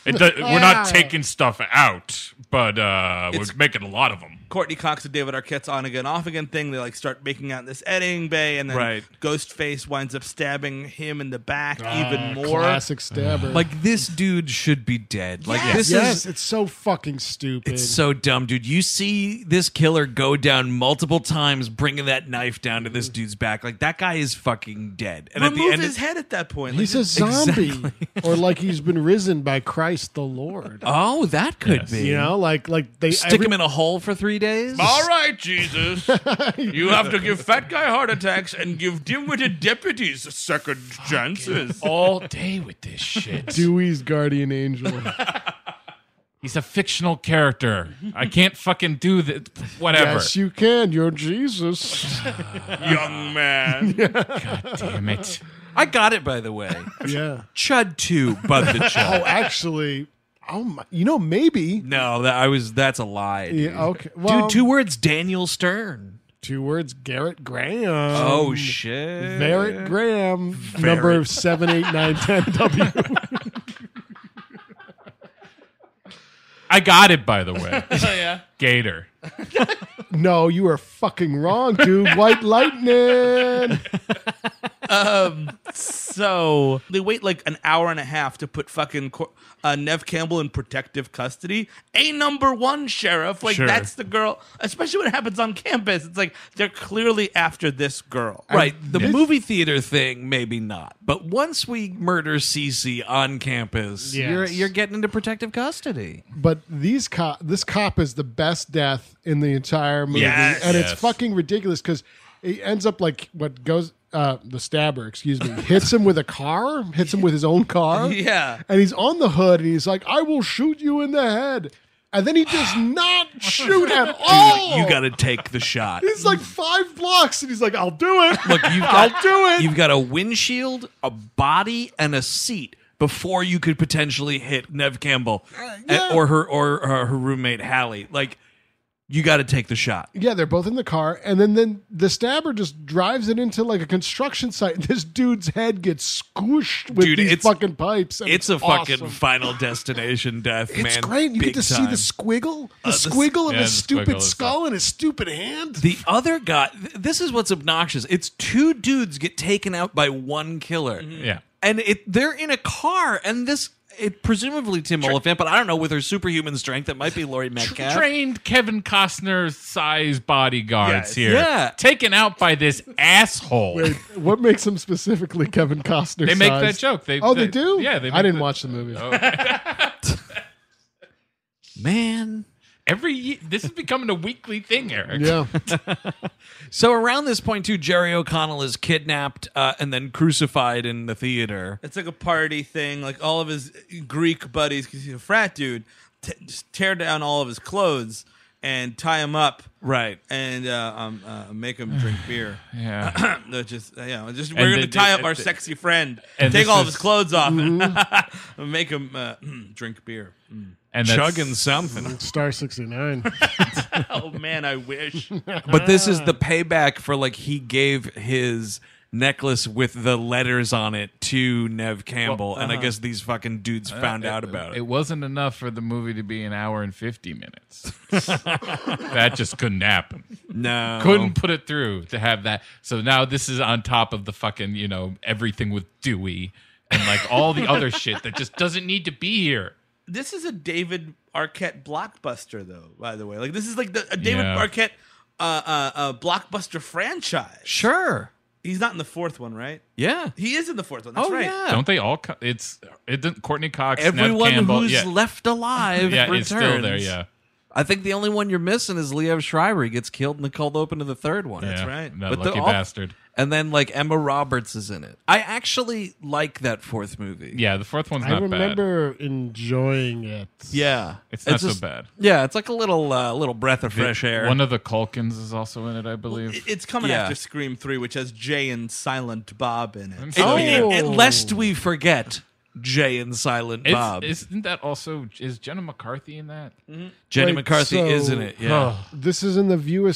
Speaker 7: It does, We're not taking stuff out, but uh, we're making a lot of them.
Speaker 6: Courtney Cox and David Arquette's on again, off again thing. They like start making out in this editing bay, and then
Speaker 13: Right.
Speaker 6: Ghostface winds up stabbing him in the back
Speaker 13: Ah,
Speaker 6: even more.
Speaker 2: Classic stabber.
Speaker 13: Like this dude should be dead. Like
Speaker 2: yes,
Speaker 13: this
Speaker 2: yes,
Speaker 13: is
Speaker 2: it's so fucking stupid.
Speaker 13: it's so dumb, dude. You see this killer go down multiple times, bringing that knife down to this dude's back. Like that guy is fucking dead. And
Speaker 6: Mm. Remove
Speaker 13: at the end,
Speaker 6: his head at that point.
Speaker 2: He's a zombie, or like he's been risen by Christ the Lord.
Speaker 13: oh, that could be.
Speaker 2: You know, like like they
Speaker 13: Stick him in a hole for three days.
Speaker 6: All right,
Speaker 13: *laughs*
Speaker 6: Jesus. you have to give fat guy heart attacks and give dimwitted deputies second chances.
Speaker 7: All day with this shit.
Speaker 2: Dewey's guardian angel.
Speaker 7: *laughs* He's a fictional character. I can't fucking do that. Whatever.
Speaker 2: yes, you can. You're
Speaker 7: *laughs*
Speaker 2: Jesus.
Speaker 6: Young man.
Speaker 7: Damn it.
Speaker 13: I got it by the way.
Speaker 2: yeah.
Speaker 13: Chud two, bud the
Speaker 2: Oh,
Speaker 6: *laughs*
Speaker 13: chud.
Speaker 2: actually, oh my, you know maybe.
Speaker 13: No, that I was. That's a lie. Dude.
Speaker 2: Yeah, okay. Well,
Speaker 13: dude, two words. Daniel Stern.
Speaker 2: two words. Garrett Graham.
Speaker 13: Oh shit.
Speaker 2: Barrett Graham, number seven, eight, nine, ten.
Speaker 7: *laughs*
Speaker 2: W.
Speaker 7: I got it, by
Speaker 13: *laughs*
Speaker 7: the way.
Speaker 13: Oh,
Speaker 7: Gator.
Speaker 2: No, you are fucking wrong, dude. White lightning.
Speaker 6: So *laughs* they wait like an hour and a half to put fucking Cor- uh, Nev Campbell in protective custody. A number one sheriff, like
Speaker 13: Sure.
Speaker 6: that's the girl. Especially when it happens on campus, it's like they're clearly after this girl.
Speaker 13: Right, the movie theater thing, maybe not. But once we murder Cece on campus, you're
Speaker 2: Yes.
Speaker 13: you're getting into protective custody.
Speaker 2: But these cop, this cop is the best death in the entire movie,
Speaker 6: Yes.
Speaker 2: and it's
Speaker 7: Yes.
Speaker 2: fucking ridiculous because it ends up like what goes. Uh, the stabber, excuse me, hits him with a car, hits him with his own
Speaker 13: *laughs*
Speaker 2: car.
Speaker 6: *laughs* Yeah.
Speaker 2: And he's on the hood and he's like, I will shoot you in the head. And then he does not shoot at all.
Speaker 13: You got to take the shot.
Speaker 2: He's like five blocks and he's like, I'll do it.
Speaker 13: Look,
Speaker 2: *laughs*
Speaker 13: you've
Speaker 2: I'll
Speaker 13: got,
Speaker 2: do it.
Speaker 13: You've got a windshield, a body, and a seat before you could potentially hit Nev Campbell
Speaker 2: Uh, yeah.
Speaker 13: eh, or her or her, her roommate Hallie. Like, you got to take the shot.
Speaker 2: Yeah, they're both in the car, and then then the stabber just drives it into like a construction site. This dude's head gets squished with
Speaker 13: Dude,
Speaker 2: these
Speaker 13: it's-
Speaker 2: fucking pipes. and
Speaker 13: It's a
Speaker 2: awesome. *laughs*
Speaker 13: fucking final destination death, man.
Speaker 2: It's great. You
Speaker 13: Big
Speaker 2: get to
Speaker 13: time.
Speaker 2: see the squiggle, the
Speaker 13: Uh, the-
Speaker 2: squiggle of
Speaker 7: yeah,
Speaker 2: his
Speaker 7: the squiggle
Speaker 2: stupid
Speaker 7: is-
Speaker 2: skull and his stupid hand.
Speaker 13: The other guy, th- this is what's obnoxious. It's two dudes get taken out by one killer.
Speaker 2: Mm-hmm.
Speaker 7: Yeah.
Speaker 13: And it they're in a car, and this, it presumably Tim Oliphant, but I don't know, with her superhuman strength, it might be Laurie Metcalf.
Speaker 7: Trained Kevin Costner size bodyguards
Speaker 6: Yes.
Speaker 7: here.
Speaker 13: Yeah.
Speaker 7: Taken out by this
Speaker 2: *laughs*
Speaker 7: asshole.
Speaker 2: Wait, what makes him specifically Kevin Costner?
Speaker 7: They make that
Speaker 2: sized?
Speaker 7: joke. They-
Speaker 2: oh, they,
Speaker 7: they-
Speaker 2: do.
Speaker 7: yeah, they
Speaker 2: I
Speaker 7: make
Speaker 2: didn't
Speaker 7: the-
Speaker 2: watch the movie.
Speaker 13: Man.
Speaker 7: Every year, this is becoming a weekly thing, Eric.
Speaker 2: Yeah,
Speaker 13: So around this point, too, Jerry O'Connell is kidnapped uh, and then crucified in the theater.
Speaker 6: It's like a party thing. Like all of his Greek buddies, because he's a frat dude, t- just tear down all of his clothes and tie him up,
Speaker 13: right,
Speaker 6: and uh, um, uh, make him
Speaker 7: *sighs*
Speaker 6: drink beer. *clears throat*
Speaker 7: Yeah.
Speaker 6: They're just uh, yeah, just
Speaker 7: And
Speaker 6: we're gonna
Speaker 7: they-
Speaker 6: tie
Speaker 7: they-
Speaker 6: up our
Speaker 7: they-
Speaker 6: sexy friend,
Speaker 7: and
Speaker 6: take
Speaker 7: this Mm-hmm.
Speaker 6: all of
Speaker 7: is-
Speaker 6: his clothes off, and *laughs* make him uh, *clears throat* drink beer. Mm.
Speaker 7: And that's-
Speaker 13: chugging something.
Speaker 2: Star 69.
Speaker 6: oh man, I wish.
Speaker 13: But this is the
Speaker 5: Oh.
Speaker 13: payback for like he gave his necklace with the letters on it to Nev Campbell, and I
Speaker 7: uh-huh.
Speaker 13: guess these fucking dudes
Speaker 7: Uh,
Speaker 13: found out about it.
Speaker 7: It wasn't enough for the movie to be an hour and
Speaker 2: *laughs*
Speaker 7: 50 minutes. that just couldn't happen.
Speaker 13: No.
Speaker 7: Couldn't put it through to have that. So now this is on top of the fucking, you know, everything with Dewey and like all the
Speaker 2: *laughs*
Speaker 7: other shit that just doesn't need to be here.
Speaker 6: *laughs* This is a David Arquette blockbuster, though. By the way, like this is like the a David
Speaker 7: Yeah.
Speaker 6: Arquette uh, uh, uh, blockbuster franchise.
Speaker 13: Sure.
Speaker 6: He's not in the fourth one, right?
Speaker 13: Yeah.
Speaker 6: He is in the fourth one. That's
Speaker 13: Oh,
Speaker 6: right.
Speaker 13: yeah.
Speaker 7: Don't they all? Co- it's it didn't. Courtney Cox, Nev
Speaker 13: Everyone
Speaker 7: Campbell,
Speaker 13: who's
Speaker 7: yeah.
Speaker 13: left alive
Speaker 7: Yeah,
Speaker 13: returns.
Speaker 7: it's still there, yeah.
Speaker 13: I think the only one you're missing is Leo Schreiber. He gets killed in the cold open of the third one.
Speaker 7: That's Yeah, right. that
Speaker 13: they're
Speaker 7: lucky bastard.
Speaker 13: And then like Emma Roberts is in it. I actually like that fourth movie.
Speaker 7: Yeah, the fourth one's
Speaker 2: I remember enjoying it.
Speaker 13: Yeah,
Speaker 7: It's not so bad.
Speaker 13: Yeah, it's like a little uh, little breath of fresh air.
Speaker 7: One of the Culkins is also in it, I believe.
Speaker 6: It- It's coming
Speaker 13: Yeah.
Speaker 6: after Scream Three, which has Jay and Silent Bob in it.
Speaker 13: It-
Speaker 7: Oh,
Speaker 6: So,
Speaker 2: Oh,
Speaker 6: yeah.
Speaker 13: it- it- Oh, lest we forget Jay and Silent
Speaker 7: It's-
Speaker 13: Bob. Mm,
Speaker 7: Isn't that also is Jenna McCarthy in that?
Speaker 13: Jenny
Speaker 2: Wait,
Speaker 13: McCarthy
Speaker 2: so-
Speaker 13: is in it. Yeah,
Speaker 2: This is in the View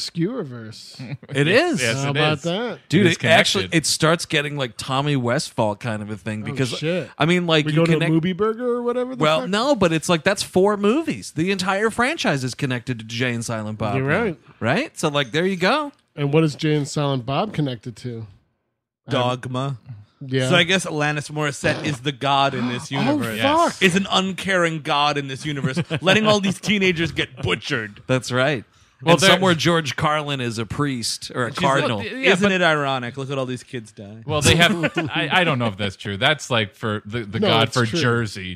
Speaker 2: Askewerverse.
Speaker 13: it is.
Speaker 7: Yes,
Speaker 2: How
Speaker 7: it
Speaker 2: about
Speaker 7: is.
Speaker 2: that?
Speaker 13: Dude,
Speaker 7: It is
Speaker 13: it actually
Speaker 7: connected.
Speaker 13: it starts getting like Tommy Westfall kind of a thing because
Speaker 2: Oh, shit.
Speaker 13: I mean like
Speaker 2: We
Speaker 13: you
Speaker 2: go to
Speaker 13: connect-
Speaker 2: a movie burger or whatever. The
Speaker 13: Well,
Speaker 2: fuck?
Speaker 13: no, but it's like that's four movies. The entire franchise is connected to Jay and Silent Bob.
Speaker 2: You're right.
Speaker 13: Right? So like there you go.
Speaker 2: And what is Jay and Silent Bob connected to?
Speaker 6: Dogma.
Speaker 2: Yeah.
Speaker 6: So I guess Alanis Morissette is the god in
Speaker 13: *gasps* Oh,
Speaker 6: this universe.
Speaker 2: fuck.
Speaker 6: Is an uncaring god in this universe, letting all these teenagers get butchered.
Speaker 13: That's right.
Speaker 7: Well,
Speaker 13: Well, and
Speaker 7: there-
Speaker 13: somewhere George Carlin is a priest or a
Speaker 6: She's like,
Speaker 13: cardinal.
Speaker 7: Yeah,
Speaker 6: Isn't
Speaker 7: but-
Speaker 6: it ironic? Look at all these kids die.
Speaker 7: Well, they
Speaker 2: *laughs*
Speaker 7: have. I, I don't know if that's true. That's like for the, the
Speaker 2: No,
Speaker 7: god
Speaker 2: it's
Speaker 7: for
Speaker 2: true.
Speaker 7: Jersey.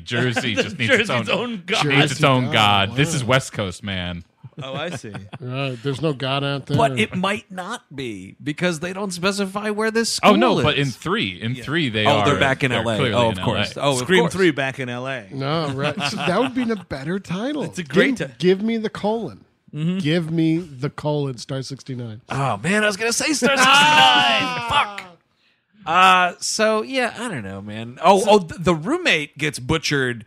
Speaker 13: *laughs*
Speaker 7: Jersey just needs its own,
Speaker 6: Jersey's own god.
Speaker 7: needs its own
Speaker 2: Jersey
Speaker 7: god.
Speaker 2: god,
Speaker 7: This
Speaker 2: wow.
Speaker 7: is West Coast man.
Speaker 6: Oh, I *laughs* see.
Speaker 2: Right, there's no God out there.
Speaker 13: But it might not be because they don't specify where this school
Speaker 7: Oh no, but in
Speaker 13: is.
Speaker 7: three, in three they
Speaker 13: Oh,
Speaker 7: are.
Speaker 13: they're back in
Speaker 7: they're
Speaker 13: LA.
Speaker 7: clearly
Speaker 13: Oh,
Speaker 7: in
Speaker 13: of course.
Speaker 7: LA.
Speaker 13: Oh, of
Speaker 6: Scream
Speaker 13: course.
Speaker 6: Three back in L.A.
Speaker 2: no, right. So *laughs* that would be a better title. It's
Speaker 6: a great ti-
Speaker 2: Give, give me the colon.
Speaker 13: Mm-hmm.
Speaker 2: Give me the colon. Star sixty nine.
Speaker 13: Oh man, I was gonna say *laughs* Star sixty nine. Fuck. Uh, so yeah, I don't know, man. Oh, oh, th- the roommate gets butchered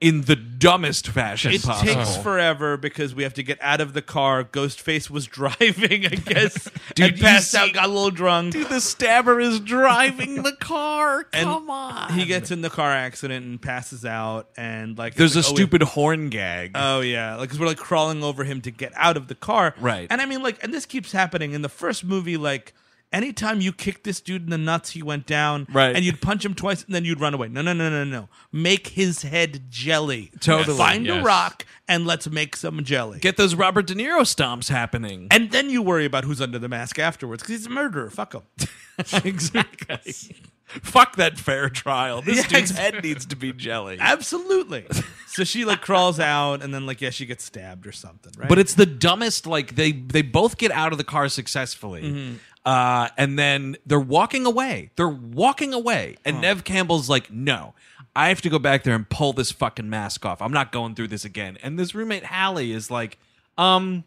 Speaker 13: in the dumbest fashion
Speaker 6: It
Speaker 13: possible.
Speaker 6: takes forever because we have to get out of the car. Ghostface was *laughs* driving,
Speaker 13: *laughs*
Speaker 6: I guess,
Speaker 13: Dude,
Speaker 6: and passed
Speaker 13: you see-
Speaker 6: out, got a little drunk.
Speaker 13: Dude, the stabber is driving the *laughs* car.
Speaker 6: And
Speaker 13: Come on.
Speaker 6: He gets in the car accident and passes out, and like it's
Speaker 13: There's a
Speaker 6: like, oh, we-
Speaker 13: stupid horn gag.
Speaker 6: Oh yeah, like 'cause we're like crawling over him to get out of the car.
Speaker 13: Right.
Speaker 6: And I mean, like, and this keeps happening in the first movie. Like, anytime you kicked this dude in the nuts, he went down.
Speaker 13: Right.
Speaker 6: And you'd punch him twice, and then you'd run away. No, no, no, no, no. Make his head jelly.
Speaker 13: Totally.
Speaker 6: Find
Speaker 7: Yes.
Speaker 6: a rock and let's make some jelly.
Speaker 13: Get those Robert De Niro stomps happening.
Speaker 6: and then you worry about who's under the mask afterwards because he's a murderer. Fuck
Speaker 13: *laughs*
Speaker 6: him.
Speaker 13: exactly. *laughs* Fuck that fair trial. This
Speaker 6: Yeah,
Speaker 13: dude's head needs to be jelly.
Speaker 6: Absolutely. so she like crawls out, and then like yeah, she gets stabbed or something. Right.
Speaker 13: But it's the dumbest. Like they they both get out of the car successfully, uh, and then they're walking away. They're walking away, and Nev Campbell's like, "No, I have to go back there and pull this fucking mask off. I'm not going through this again." And this roommate Hallie is like, "Um."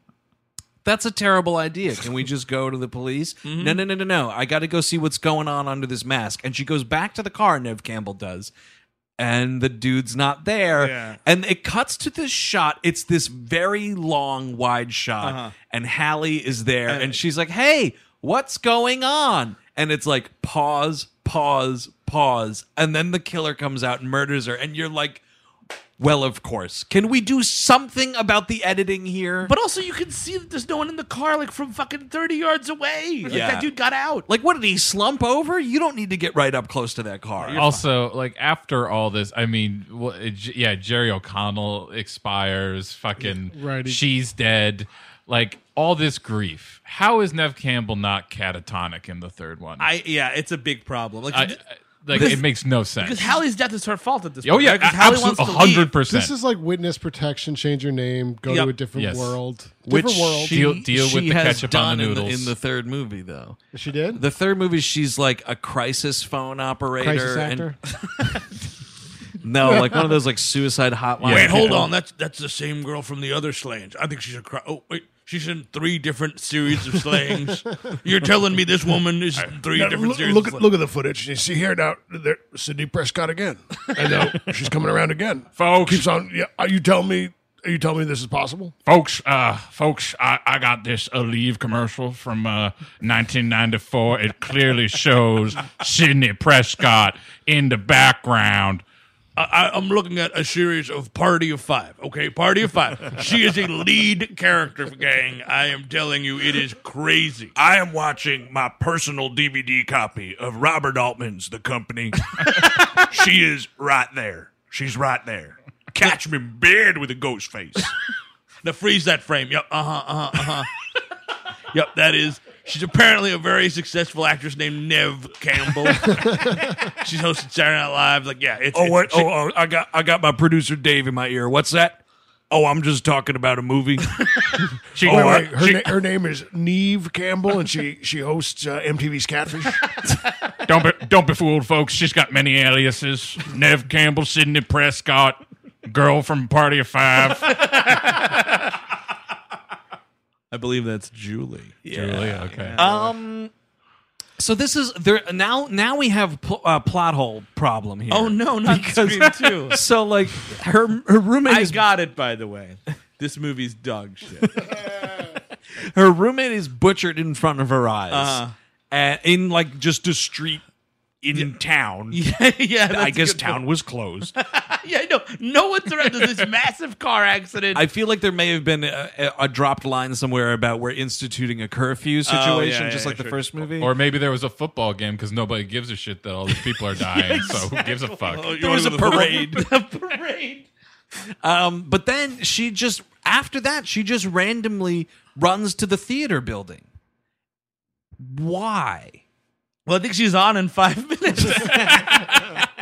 Speaker 13: That's a terrible idea. Can we just go to the *laughs* police? No, no, no, no, no. I got to go see what's going on under this mask. And she goes back to the car, Nev Campbell does, and the dude's not there.
Speaker 6: Yeah.
Speaker 13: And it cuts to this shot. It's this very long, wide shot. And Hallie is there Uh-huh. and she's like, hey, what's going on? And it's like, pause, pause, pause. And then the killer comes out and murders her. And you're like, well, of course. Can we do something about the editing here?
Speaker 6: But also, you can see that there's no one in the car, like from fucking thirty yards away. Like
Speaker 13: Yeah.
Speaker 6: that dude got out.
Speaker 13: like, what did he slump over? You don't need to get right up close to that car.
Speaker 7: also, like after all this, I mean, wha- J- yeah, Jerry O'Connell expires. Fucking,
Speaker 2: right.
Speaker 7: she's dead. Like all this grief. How is Nev Campbell not catatonic in the third one?
Speaker 6: I yeah, it's a big problem. Like
Speaker 7: I- I- like it makes no sense.
Speaker 6: because Hallie's death is her fault at this
Speaker 7: oh
Speaker 6: point.
Speaker 7: yeah,
Speaker 6: right? 'Cause Hallie wants to
Speaker 7: absolutely,
Speaker 6: leave.
Speaker 7: hundred percent.
Speaker 2: This is like witness protection. Change your name. Go
Speaker 6: Yep.
Speaker 2: to a different
Speaker 7: Yes.
Speaker 2: world.
Speaker 13: Which
Speaker 2: Different world.
Speaker 13: she,
Speaker 7: Deal- deal with
Speaker 13: she
Speaker 7: the
Speaker 13: has
Speaker 7: ketchup on the
Speaker 13: done in
Speaker 7: noodles.
Speaker 13: in the third movie, though.
Speaker 2: she did.
Speaker 13: The third movie, she's like a crisis phone operator.
Speaker 2: crisis actor.
Speaker 13: and-
Speaker 5: No, like one of those like suicide hotline.
Speaker 6: Wait, hold
Speaker 5: people.
Speaker 6: on. That's that's the same girl from the other slangs. I think she's a cry. Oh wait, she's in three different series of
Speaker 7: *laughs*
Speaker 6: slangs. You're telling me this woman is in three
Speaker 2: Now,
Speaker 6: different
Speaker 2: look,
Speaker 6: series?
Speaker 2: Look
Speaker 6: of
Speaker 2: at look at the footage. You see here now, there, Sydney Prescott again, and now she's coming around again. Folks, keeps on. Yeah, are you telling me? Are you telling me this is possible?
Speaker 7: Folks, uh, folks, I, I got this Aleve commercial from uh, 1994. It clearly shows Sidney Prescott in the background.
Speaker 6: I, I- I'm looking at a series of Party of Five. Okay, Party of Five. she is a lead character, gang. I am telling you, it is crazy.
Speaker 13: I am watching my personal DVD copy of Robert Altman's The Company.
Speaker 6: *laughs*
Speaker 13: she is right there. She's right there. Catch me in bed with a ghost face.
Speaker 6: now freeze that frame. Yep. Uh huh. Uh huh. Uh huh. yep. That is. She's apparently a very successful actress named Nev
Speaker 13: *laughs*
Speaker 6: Campbell. she's hosted Saturday Night Live. Like, yeah. It's,
Speaker 13: Oh
Speaker 6: it's-
Speaker 13: what?
Speaker 6: she-
Speaker 13: oh, oh, I got I got my producer Dave in my ear. What's that? Oh, I'm just talking about
Speaker 6: *laughs*
Speaker 13: a movie. she,
Speaker 2: oh,
Speaker 13: oh,
Speaker 2: wait, her,
Speaker 13: she-
Speaker 2: na- her name is Neve Campbell, and she she hosts uh, MTV's Catfish.
Speaker 7: Don't be, don't be fooled, folks. She's got many aliases: Nev Campbell, Sidney Prescott, girl from Party of Five.
Speaker 6: I believe that's Julie.
Speaker 7: Julie, okay.
Speaker 5: Um. So this is there now. Now we have pl- uh, plot hole problem here.
Speaker 6: Oh
Speaker 5: *laughs*
Speaker 6: no, not Scream Two.
Speaker 5: So like her her roommate
Speaker 6: I
Speaker 5: is
Speaker 6: got it. By the way, this movie's dog shit.
Speaker 5: her roommate is butchered in front of her eyes,
Speaker 6: Uh-huh.
Speaker 5: and in like just a street
Speaker 13: in *laughs* town.
Speaker 6: yeah, *laughs* yeah.
Speaker 13: I
Speaker 6: that's a
Speaker 13: guess
Speaker 6: good
Speaker 13: town
Speaker 6: point.
Speaker 13: was closed.
Speaker 6: yeah, no, no one's around. There's *laughs* this massive car accident.
Speaker 5: I feel like there may have been a, a, a dropped line somewhere about we're instituting a
Speaker 15: Oh,
Speaker 5: curfew situation, just like the first movie.
Speaker 7: Or maybe there was a football game because nobody gives a shit that all these people are dying. *laughs* So who gives a fuck?
Speaker 6: Oh,
Speaker 5: there was a parade. *laughs*
Speaker 6: a parade.
Speaker 5: Um, but then she just after that she just randomly runs to the theater building. Why?
Speaker 6: Well, I think she's on in five
Speaker 5: *laughs*
Speaker 6: *laughs* minutes.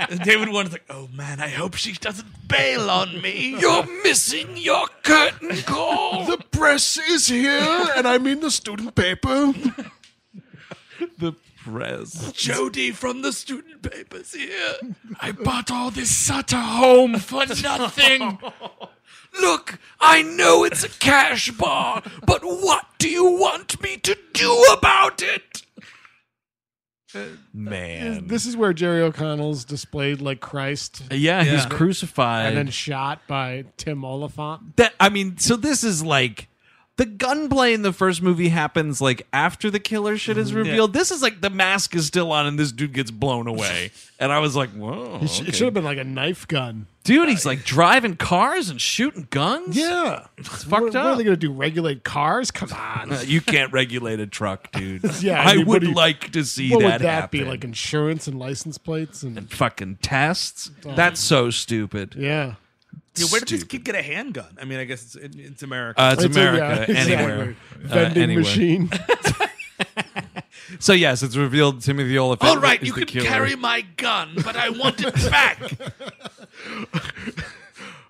Speaker 6: And David Warner's like, oh man, I hope she doesn't bail on me. You're missing your curtain call.
Speaker 2: the press is here, and I mean the student paper.
Speaker 5: *laughs* The press.
Speaker 6: Jody from the student papers here.
Speaker 13: I bought all this sutter home for
Speaker 5: *laughs*
Speaker 13: nothing. Look, I know it's a cash bar, but what do you want me to do about it?
Speaker 15: Uh, *laughs*
Speaker 5: Man.
Speaker 15: This is where Jerry O'Connell's displayed like Christ
Speaker 5: Yeah, he's
Speaker 15: Yeah.
Speaker 5: crucified.
Speaker 15: and then shot by Tim Oliphant.
Speaker 5: that I mean, so this is like the gunplay in the first movie happens like after the killer shit
Speaker 15: Mm-hmm.
Speaker 5: is revealed. This is like the mask is still on and this dude gets
Speaker 15: *laughs*
Speaker 5: blown away. and I was like, whoa.
Speaker 15: It, sh-
Speaker 5: Oh, okay.
Speaker 15: it should have been like a knife gun.
Speaker 5: Dude, he's like driving cars and shooting guns.
Speaker 15: Yeah.
Speaker 5: it's
Speaker 15: What,
Speaker 5: fucked
Speaker 15: what are
Speaker 5: up.
Speaker 15: they going to do? Regulate cars? Come on.
Speaker 5: Uh, you can't regulate a truck, dude.
Speaker 15: *laughs* Yeah,
Speaker 5: I
Speaker 15: I mean, what
Speaker 5: would
Speaker 15: do you-
Speaker 5: like to see
Speaker 15: what
Speaker 5: that,
Speaker 15: would that
Speaker 5: happen.
Speaker 15: be? Like insurance and license plates and
Speaker 5: fucking tests. That's so stupid.
Speaker 15: yeah.
Speaker 6: Yeah, where did this kid get a handgun? I mean, I guess it's, it, it's America.
Speaker 5: Uh, it's,
Speaker 15: It's a- yeah, *laughs*
Speaker 5: America
Speaker 15: exactly.
Speaker 5: anywhere. Uh,
Speaker 15: Vending
Speaker 5: anywhere.
Speaker 15: machine.
Speaker 5: So yes, it's revealed Timothy Oliphant.
Speaker 6: All right,
Speaker 5: is
Speaker 6: you
Speaker 5: the
Speaker 6: can
Speaker 5: killer.
Speaker 6: carry my gun, but I want it *laughs* back.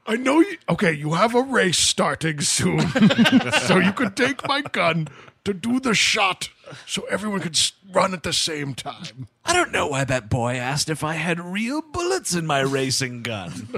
Speaker 2: I know you. Okay, you have a race starting soon, *laughs* so you could take my gun to do the shot, so everyone could s- run at the same time.
Speaker 5: I don't know why that boy asked if I had real bullets in my racing gun.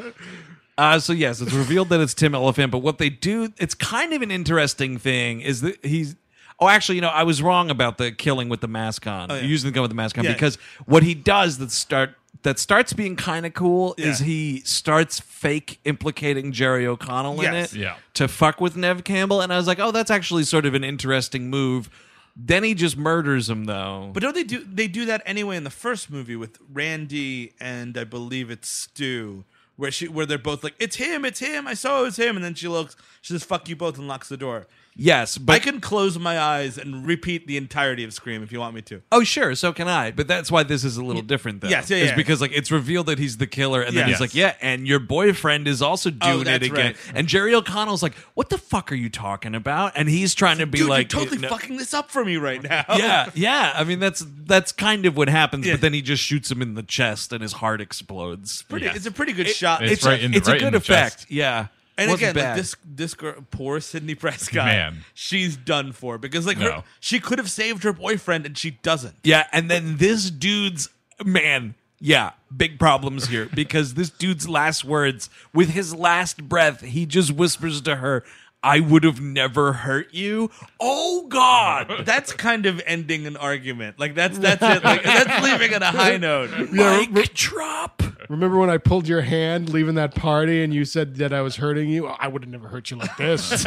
Speaker 5: *laughs* uh, so yes, it's revealed that it's Tim Elephant, but what they do, it's kind of an interesting thing is that he's Oh, actually, you know, I was wrong about the killing with the mask on, using the gun with the mask on,
Speaker 6: Yeah.
Speaker 5: because what he does that start that starts being kind of cool is
Speaker 6: Yeah.
Speaker 5: he starts fake implicating Jerry O'Connell in
Speaker 6: Yes.
Speaker 5: it
Speaker 7: Yeah.
Speaker 5: to fuck with Nev Campbell, and I was like, oh, that's actually sort of an interesting move. Then he just murders him though.
Speaker 6: But don't they do they do that anyway in the first movie with Randy and I believe it's Stu, where she where they're both like, It's him, it's him, I saw it was him, and then she looks, she says, Fuck you both and locks the door.
Speaker 5: yes, but
Speaker 6: I can close my eyes and repeat the entirety of Scream if you want me to.
Speaker 5: Oh, sure. So can I. But that's why this is a little different, though.
Speaker 6: Yes, yeah,
Speaker 5: It's
Speaker 6: yeah.
Speaker 5: because like it's revealed that he's the killer, and then
Speaker 6: Yeah.
Speaker 5: he's like,
Speaker 6: Yes. Oh,
Speaker 5: "Yeah," and your boyfriend is also doing it
Speaker 6: that's
Speaker 5: again.
Speaker 6: right.
Speaker 5: And Jerry O'Connell's like, "What the fuck are you talking about?" And he's trying to be
Speaker 6: Dude,
Speaker 5: like,
Speaker 6: you're totally
Speaker 5: no-
Speaker 6: fucking this up for me right *laughs* now.
Speaker 5: Yeah, yeah. I mean, that's that's kind of what happens.
Speaker 6: Yeah.
Speaker 5: But then he just shoots him in the chest, and his heart explodes.
Speaker 6: Pretty,
Speaker 7: Yeah.
Speaker 6: It's a pretty good shot.
Speaker 7: It's right
Speaker 5: a,
Speaker 7: in the-
Speaker 5: it's
Speaker 7: right
Speaker 5: a
Speaker 7: in
Speaker 5: good
Speaker 7: the
Speaker 5: effect.
Speaker 7: chest.
Speaker 5: Yeah.
Speaker 6: And
Speaker 5: Wasn't
Speaker 6: again, like
Speaker 5: bad.
Speaker 6: this this girl, poor Sydney Prescott,
Speaker 7: Man.
Speaker 6: she's done for because like her,
Speaker 7: No.
Speaker 6: she could have saved her boyfriend and she doesn't.
Speaker 5: Yeah, and then this dude's man.
Speaker 13: yeah, big problems here *laughs* because this dude's last words, with his last breath, he just whispers to her, I would have never hurt you. Oh
Speaker 7: *laughs*
Speaker 13: God,
Speaker 6: that's kind of ending an argument. Like that's that's
Speaker 13: *laughs*
Speaker 6: it. Like that's leaving on a high note.
Speaker 2: Yeah, re-
Speaker 13: drop.
Speaker 2: Remember when I pulled your hand leaving that party and you said that I was hurting you? I would have never hurt you like *laughs* this.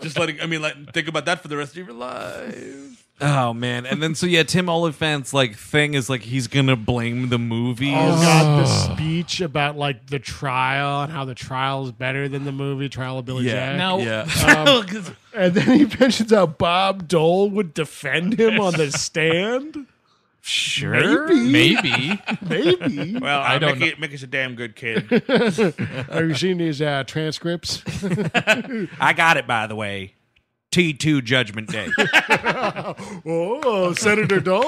Speaker 6: Just letting. I mean, like think about that for the rest of your life.
Speaker 13: Oh man. And then so yeah, Tim Oliphant's like thing is like he's gonna blame the movies.
Speaker 2: Oh god, the speech about like the trial and how the trial is better than the movie Trial of Billy
Speaker 13: Yeah.
Speaker 2: Jack.
Speaker 13: No. Yeah. *laughs*
Speaker 2: Um, and then he *laughs* mentions how Bob Dole would defend him on the stand.
Speaker 13: Sure.
Speaker 7: *laughs* Maybe.
Speaker 2: Maybe.
Speaker 6: Well,
Speaker 7: I
Speaker 6: I don't
Speaker 7: don't
Speaker 6: Mickey, Mickey's a damn good kid.
Speaker 2: Have you seen these uh, transcripts?
Speaker 13: I got it by the way. T two Judgment
Speaker 6: *laughs*
Speaker 13: Day.
Speaker 2: oh, Senator *laughs* Dole.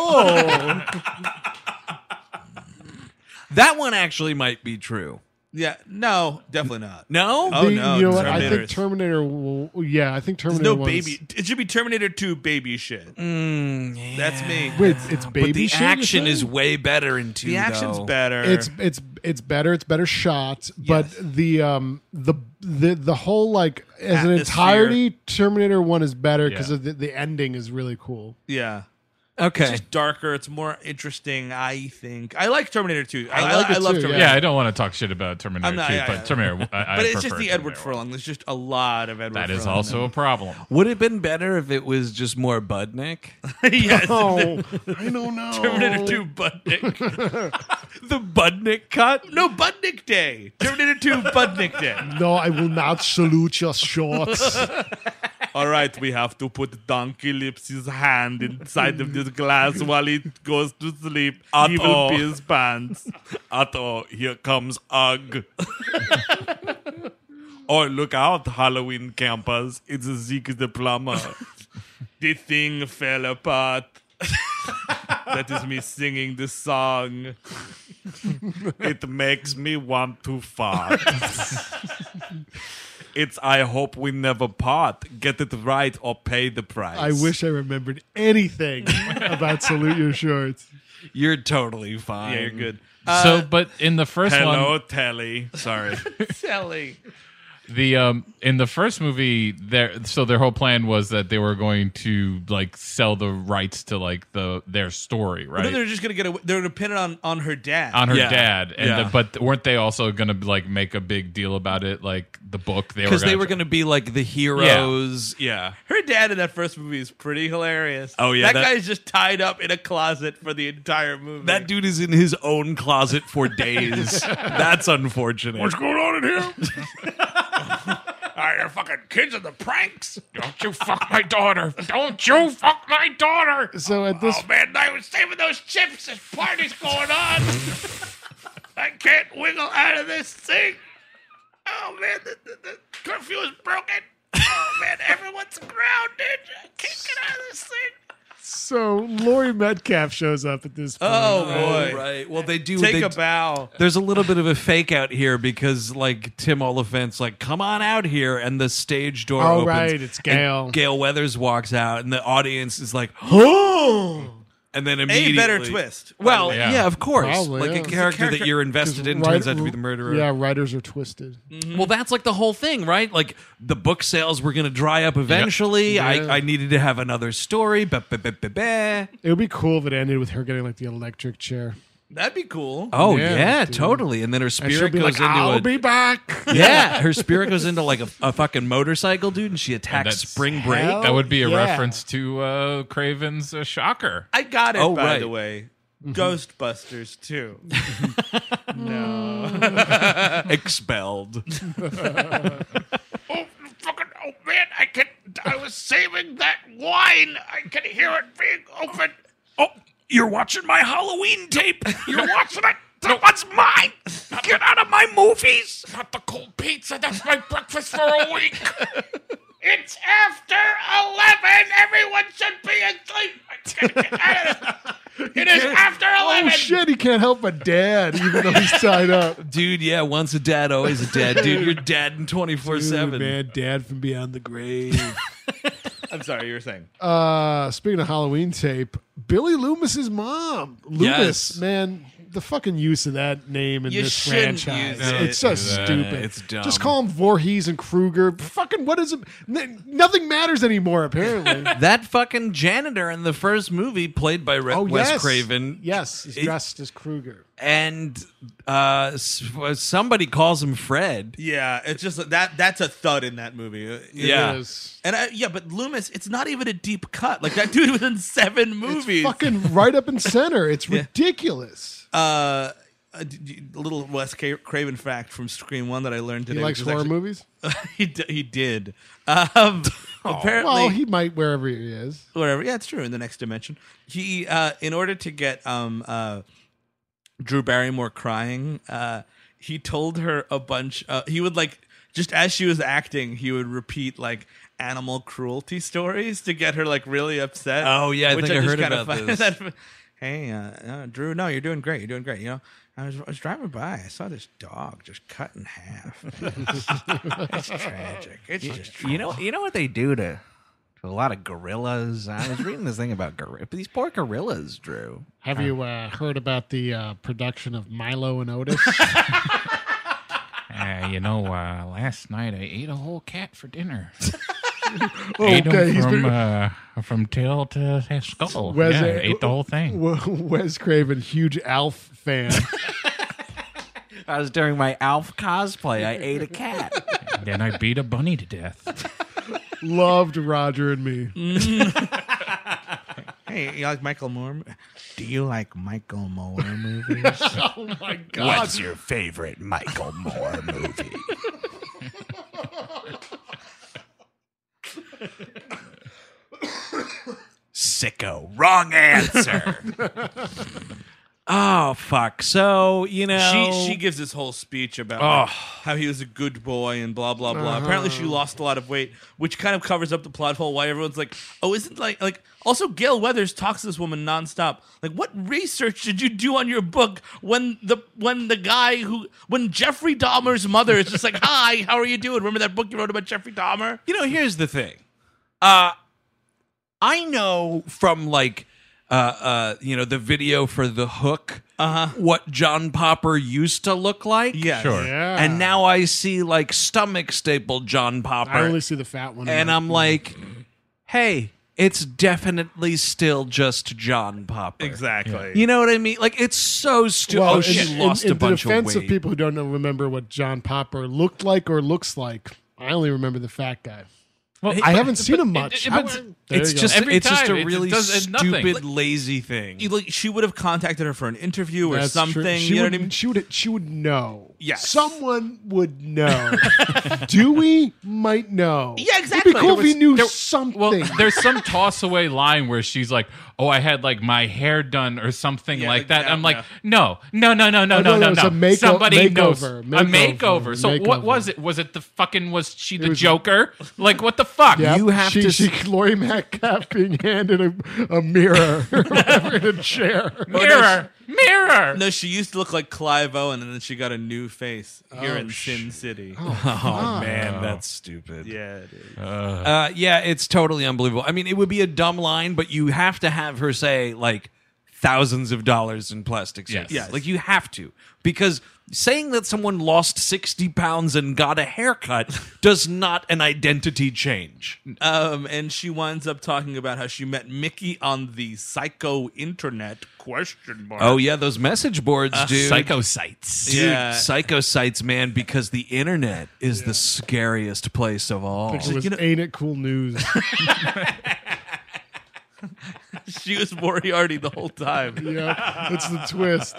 Speaker 13: that one actually might be true.
Speaker 6: yeah, no, definitely not.
Speaker 13: No?
Speaker 6: Oh
Speaker 2: The-
Speaker 6: no,
Speaker 2: you know what? I
Speaker 6: Terminator
Speaker 2: think
Speaker 6: is-
Speaker 2: Terminator. Will, yeah, I think
Speaker 6: There's
Speaker 2: Terminator.
Speaker 6: no
Speaker 2: one's- Mm,
Speaker 6: baby. It should be Terminator 2 baby shit. That's me.
Speaker 2: Wait, it's baby.
Speaker 13: but the
Speaker 2: shit, you're
Speaker 13: action
Speaker 2: saying?
Speaker 13: is way better in two.
Speaker 6: The action's
Speaker 13: though.
Speaker 6: better.
Speaker 2: It's it's it's better. It's better shots. But the um the the the whole like as an
Speaker 6: Atmosphere.
Speaker 2: entirety, Terminator One is better because
Speaker 6: Yeah.
Speaker 2: the, the ending is really cool.
Speaker 6: yeah.
Speaker 13: Okay.
Speaker 6: It's just darker. It's more interesting. I think I like Terminator 2. I,
Speaker 2: I
Speaker 6: I,
Speaker 2: like
Speaker 6: I,
Speaker 2: it
Speaker 6: love
Speaker 2: too,
Speaker 6: Terminator.
Speaker 7: Yeah, I don't want to talk shit about Terminator
Speaker 6: I'm not-
Speaker 7: 2,
Speaker 6: yeah,
Speaker 7: but
Speaker 6: yeah.
Speaker 7: Terminator. I, I
Speaker 6: But it's just
Speaker 7: prefer
Speaker 6: the
Speaker 7: Terminator
Speaker 6: Edward Furlong. There's just a lot of Edward.
Speaker 7: That is
Speaker 6: Furlong.
Speaker 7: also a problem.
Speaker 13: Would it have been better if it was just more Budnick?
Speaker 6: yes.
Speaker 2: *laughs* Oh, I don't know.
Speaker 6: *laughs* Terminator 2
Speaker 2: *laughs*
Speaker 6: Budnick. *laughs*
Speaker 13: the Budnick cut?
Speaker 6: No Budnick Day. Terminator 2 Budnick Day.
Speaker 2: No, I will not salute your shorts.
Speaker 6: All right, we have to put Donkey Lips's hand inside of this glass while it goes to sleep.
Speaker 13: At
Speaker 6: he will
Speaker 13: all.
Speaker 6: pee his pants.
Speaker 13: Otto, here comes Ugg. or Oh, look out, Halloween campers. It's Zeke the plumber.
Speaker 6: The thing fell apart. that is me singing the song.
Speaker 13: it makes me want to fart. it's I hope we never part. Get it right or pay the price.
Speaker 2: I wish I remembered anything about salute your shorts.
Speaker 13: You're totally fine.
Speaker 6: Yeah, you're good.
Speaker 7: so, but in the first
Speaker 13: Hello,
Speaker 7: one,
Speaker 13: Telly. *laughs* Sorry.
Speaker 6: Telly.
Speaker 7: the um, in the first movie, their so their whole plan was that they were going to like sell the rights to like the their story, right?
Speaker 6: No, they're just gonna get. A, they're gonna pin it on on her dad.
Speaker 7: on her
Speaker 13: Yeah.
Speaker 7: dad, and
Speaker 13: Yeah.
Speaker 7: the, but weren't they also gonna like make a big deal about it, like the book? They were
Speaker 13: Because
Speaker 7: gonna
Speaker 13: they were going to be like the heroes. Yeah.
Speaker 6: her dad in that first movie is pretty hilarious.
Speaker 13: Oh, yeah,
Speaker 6: that,
Speaker 13: that-
Speaker 6: guy is just tied up in a closet for the entire movie.
Speaker 13: That dude is in his own closet
Speaker 5: *laughs*
Speaker 13: for days. That's unfortunate.
Speaker 16: What's going on in
Speaker 13: *laughs*
Speaker 16: here? Are your fucking kids in the pranks?
Speaker 5: Don't you fuck my daughter. Don't you fuck my daughter.
Speaker 2: So at this,
Speaker 5: Oh man, I was saving those chips. This party's going on. I can't wiggle out of this thing. Oh man, the, the, the curfew is *laughs* broken. Oh man, everyone's grounded. I can't get out of this thing.
Speaker 2: so Lori Metcalf shows up at this. Point.
Speaker 6: Oh
Speaker 13: Oh,
Speaker 6: boy!
Speaker 13: right. Well, they do.
Speaker 6: Take
Speaker 13: they
Speaker 6: a bow.
Speaker 13: There's a little bit of a fake out here because, like, Tim Oliphant's like, "Come on out here," and the stage door.
Speaker 2: Oh,
Speaker 13: opens,
Speaker 2: right, it's Gail.
Speaker 13: and Gail Weathers walks out, and the audience is
Speaker 2: *gasps*
Speaker 13: like,
Speaker 2: Oh.
Speaker 13: and then
Speaker 6: A
Speaker 13: immediately
Speaker 6: better twist.
Speaker 13: Well,
Speaker 7: Yeah.
Speaker 13: yeah, of course.
Speaker 2: Probably,
Speaker 13: like
Speaker 2: yeah.
Speaker 13: a
Speaker 2: It's a
Speaker 13: character,
Speaker 6: character-
Speaker 13: that you're invested in turns out to be the murderer.
Speaker 2: Yeah, writers are twisted.
Speaker 13: Well, that's like the whole thing, right? Like the book sales were going to dry up eventually.
Speaker 2: Yeah.
Speaker 13: I, I needed to have another story. Ba, ba, ba, ba, ba.
Speaker 2: It would be cool if it ended with her getting like the electric chair.
Speaker 6: That'd be cool.
Speaker 13: Oh
Speaker 2: Yeah,
Speaker 13: yeah,
Speaker 2: dude.
Speaker 13: totally. And then her
Speaker 2: And she'll
Speaker 13: spirit
Speaker 2: be
Speaker 13: goes
Speaker 2: like,
Speaker 13: into
Speaker 2: "I'll
Speaker 13: a
Speaker 2: be back."
Speaker 13: yeah, *laughs* her spirit goes into like a, a fucking motorcycle, dude, and she attacks
Speaker 7: that's-
Speaker 13: Spring Break.
Speaker 2: Hell
Speaker 7: That would be a
Speaker 2: Oh, Yeah.
Speaker 7: reference to uh, Craven's uh, Shocker.
Speaker 6: I got it.
Speaker 13: Oh,
Speaker 6: by
Speaker 13: right. Mm-hmm.
Speaker 6: the way, Ghostbusters too.
Speaker 13: Expelled.
Speaker 5: Oh fucking! Oh man, I can. I was saving that wine. I can hear it being opened.
Speaker 13: oh, you're watching my Halloween tape.
Speaker 5: You're watching it. That one's mine. Get out of my movies. Not the cold pizza. That's my breakfast for a week. it's after eleven. Everyone should be asleep. I gotta get out of this. It is after
Speaker 2: Oh
Speaker 5: eleven.
Speaker 2: shit! He can't help but dad, even though he's tied
Speaker 13: *laughs*
Speaker 2: up.
Speaker 13: dude, yeah, once a dad, always a dad.
Speaker 6: *laughs*
Speaker 13: Dude, you're dead in 24
Speaker 2: Dude,
Speaker 13: 7.
Speaker 2: man, dad from beyond the grave.
Speaker 6: I'm sorry, you were saying.
Speaker 2: uh, speaking of Halloween tape, Billy Loomis's mom, Loomis,
Speaker 13: Yes.
Speaker 2: man, the fucking use of that name in
Speaker 6: You
Speaker 2: this
Speaker 6: shouldn't
Speaker 2: franchise.
Speaker 6: use it.
Speaker 2: It's so
Speaker 6: Yeah,
Speaker 2: stupid.
Speaker 6: it's dumb.
Speaker 2: Just call them Voorhees and Kruger. Fucking what is it? n- Nothing matters
Speaker 6: *laughs*
Speaker 2: anymore. Apparently.
Speaker 13: that fucking janitor in the first movie, played by Re-
Speaker 2: Oh,
Speaker 13: Wes
Speaker 2: yes.
Speaker 13: Craven,
Speaker 2: Yes, he's
Speaker 13: It-
Speaker 2: dressed as Kruger.
Speaker 13: and uh, s- somebody calls him Fred.
Speaker 6: Yeah, it's just that that's a thud in that movie. It
Speaker 13: Yeah.
Speaker 2: is.
Speaker 6: And I, yeah, but Loomis, it's not even a deep cut. Like that dude was in seven movies.
Speaker 2: Fucking right up and center. It's ridiculous.
Speaker 6: uh, a d- d- a little Wes Ca- Craven fact from Scream One that I learned today.
Speaker 2: he likes
Speaker 6: which is
Speaker 2: horror
Speaker 6: actually- *laughs*
Speaker 2: movies. Oh.
Speaker 6: he d- he did.
Speaker 2: *laughs*
Speaker 6: Um, apparently,
Speaker 2: well, he might wherever he is.
Speaker 6: whatever. Yeah, it's true. In the next dimension, he uh, in order to get um, uh, Drew Barrymore crying, uh, he told her a bunch. Uh, he would like just as she was acting, he would repeat like animal cruelty stories to get her like really upset.
Speaker 13: Oh, yeah, I think I
Speaker 6: just
Speaker 13: heard
Speaker 6: kinda
Speaker 13: about
Speaker 6: find
Speaker 13: this.
Speaker 6: that- *laughs* hey, uh, uh, Drew, no, you're doing great. You're doing great. You know. I was, I was driving by. I saw this dog just cut in half. It's tragic. It's
Speaker 5: you,
Speaker 6: just
Speaker 5: you know, you know what they do to to a lot of gorillas. I was reading this thing about gorillas. These poor gorillas, Drew.
Speaker 2: Have
Speaker 5: Uh,
Speaker 2: you uh, heard about the uh, production of Milo and *laughs* Otis?
Speaker 7: Uh, you know, uh, last night I ate a whole cat for
Speaker 2: *laughs*
Speaker 7: dinner. Ate 'em
Speaker 2: Oh, okay, he's
Speaker 7: from
Speaker 2: been-
Speaker 7: uh, from tail to skull. yeah, I ate the whole thing.
Speaker 2: W- *laughs* Wes Craven, huge Alf *laughs* fan.
Speaker 5: *laughs* I was during my Alf cosplay. I ate a cat.
Speaker 7: then I beat a bunny to death.
Speaker 2: Loved Roger and me.
Speaker 6: Hey, you like Michael Moore? Do you like Michael Moore *laughs* movies?
Speaker 2: Oh, my God. What's your
Speaker 6: favorite Michael Moore movie?
Speaker 13: Sicko. Wrong answer. oh fuck. So you know
Speaker 6: She she gives this whole speech about
Speaker 13: Oh.
Speaker 6: how he was a good boy and blah blah blah. Apparently she
Speaker 13: Uh-huh.
Speaker 6: lost a lot of weight, which kind of covers up the plot hole why everyone's like, "Oh, isn't like like also Gail Weathers talks to this woman nonstop. Like what research did you do on your book when the when the guy who when Jeffrey Dahmer's mother is just like, *laughs* "Hi, how are you doing? Remember that book you wrote about Jeffrey Dahmer?"
Speaker 13: You know, here's the thing. Uh I know from like uh uh you know the video for the hook uh-huh. what John Popper used to look like.
Speaker 6: Yes. Sure. Yeah.
Speaker 13: And now I see like stomach staple John Popper.
Speaker 2: I only see the fat one.
Speaker 13: and I'm like, hey, it's definitely still just John Popper.
Speaker 6: Exactly.
Speaker 13: You know what I mean? Like it's so stupid.
Speaker 2: Well,
Speaker 13: oh,
Speaker 2: in-
Speaker 13: she
Speaker 2: in-
Speaker 13: lost
Speaker 2: in
Speaker 13: a bunch
Speaker 2: the defense
Speaker 13: of weight.
Speaker 2: people who don't know, remember what John Popper looked like or looks like, I only remember the fat guy.
Speaker 13: Well,
Speaker 2: I
Speaker 13: but-
Speaker 2: haven't seen him
Speaker 13: but it-
Speaker 2: much.
Speaker 13: it-
Speaker 2: How-
Speaker 13: but
Speaker 2: There
Speaker 13: it's
Speaker 2: you go.
Speaker 13: just
Speaker 6: Every
Speaker 13: it's just a
Speaker 6: time, it
Speaker 13: really
Speaker 6: does- it's nothing.
Speaker 13: stupid
Speaker 6: Like-
Speaker 13: lazy thing.
Speaker 6: You- like she would have contacted her for an interview or
Speaker 2: That's true.
Speaker 6: something.
Speaker 2: She
Speaker 6: you know
Speaker 2: would,
Speaker 6: what I mean?
Speaker 2: She would, she would know.
Speaker 6: Yes.
Speaker 2: Someone would
Speaker 13: *laughs*
Speaker 2: know. Dewey might know.
Speaker 6: Yeah,
Speaker 2: exactly. It'd be cool if he knew something.
Speaker 7: There's some toss away line where she's like, "Oh, I had like my hair done or something like, that." I'm like, "No, no, no, no, no,
Speaker 2: Oh,
Speaker 7: no,
Speaker 2: no,
Speaker 7: no,
Speaker 2: it was
Speaker 7: no."
Speaker 2: a make-
Speaker 7: Somebody knows
Speaker 2: makeover,
Speaker 7: a makeover.
Speaker 2: makeover,
Speaker 7: So what
Speaker 2: makeover.
Speaker 7: was it? Was it the fucking? Was she the Joker? Like what the fuck?
Speaker 2: Yep. she, She, *laughs* Lori Metcalf being handed a, a mirror or whatever, in a chair.
Speaker 6: Mirror,
Speaker 7: mirror.
Speaker 6: No, she used to look like Clive Owen, and then she got a new face here
Speaker 13: Oh,
Speaker 6: in Sin City. *laughs*
Speaker 13: Oh, man, that's stupid.
Speaker 6: Yeah, it is.
Speaker 13: Uh, yeah, it's totally unbelievable. I mean, it would be a dumb line, but you have to have her say like thousands of dollars in plastic surgery.
Speaker 6: Yes. Yes.
Speaker 13: Like you have to because saying that someone lost 60 pounds and got a haircut does not an identity change.
Speaker 6: um, and she winds up talking about how she met Mickey on the psycho internet question mark.
Speaker 13: Oh yeah, those message boards,
Speaker 6: Uh,
Speaker 13: dude.
Speaker 6: psychosites.
Speaker 13: dude.
Speaker 6: Yeah.
Speaker 13: Psychosites, man, because the internet is the scariest place of all.
Speaker 2: It was, ain't it cool news?
Speaker 6: she was Moriarty the whole time.
Speaker 13: *laughs*
Speaker 2: yeah, it's the twist.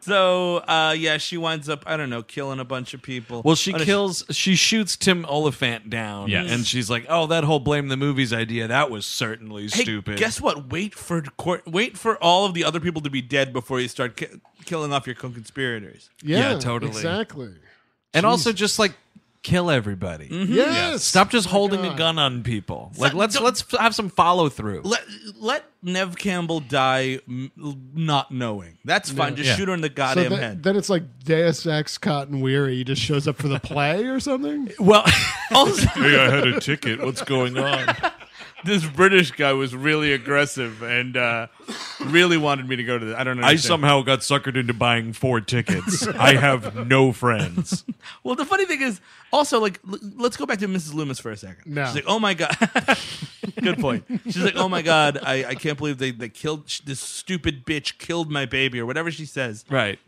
Speaker 6: So uh, yeah, she winds up I don't know killing a bunch of people.
Speaker 13: Well, she
Speaker 6: Oh, no,
Speaker 13: kills. She shoots Tim Oliphant down,
Speaker 6: Yes.
Speaker 13: and she's like, "Oh, that whole blame the movies idea that was certainly
Speaker 6: Hey,
Speaker 13: stupid."
Speaker 6: guess what? Wait for court. Wait for all of the other people to be dead before you start ki- killing off your co-conspirators.
Speaker 13: Yeah, Yeah, totally.
Speaker 2: Exactly.
Speaker 13: And also, just like kill everybody.
Speaker 5: Mm-hmm.
Speaker 2: Yes. Oh Yeah.
Speaker 13: Stop
Speaker 5: Oh
Speaker 13: just
Speaker 6: My
Speaker 13: holding a
Speaker 6: God.
Speaker 13: gun on people. Like
Speaker 6: So-
Speaker 13: let's
Speaker 6: don't-
Speaker 13: let's have some follow through.
Speaker 6: Let let Nev Campbell die m- not knowing. That's fine. Just
Speaker 13: Yeah.
Speaker 6: shoot her in the
Speaker 2: So
Speaker 6: goddamn
Speaker 2: then-
Speaker 6: head.
Speaker 2: Then it's like Deus Ex Cotton Weary. He just shows up for the play or something.
Speaker 13: Well,
Speaker 6: *laughs* also,
Speaker 1: Hey, I had a ticket. What's going on?
Speaker 6: this British guy was really aggressive and uh, really wanted me to go to the. I don't know.
Speaker 1: I somehow got suckered into buying four tickets. I have no friends.
Speaker 6: Well, the funny thing is, also like, l- let's go back to Mrs. Loomis for a second.
Speaker 1: No.
Speaker 6: She's like, oh my god. *laughs* Good point. She's like, oh my god, I, I can't believe they they killed sh- this stupid bitch killed my baby or whatever she says.
Speaker 5: Right.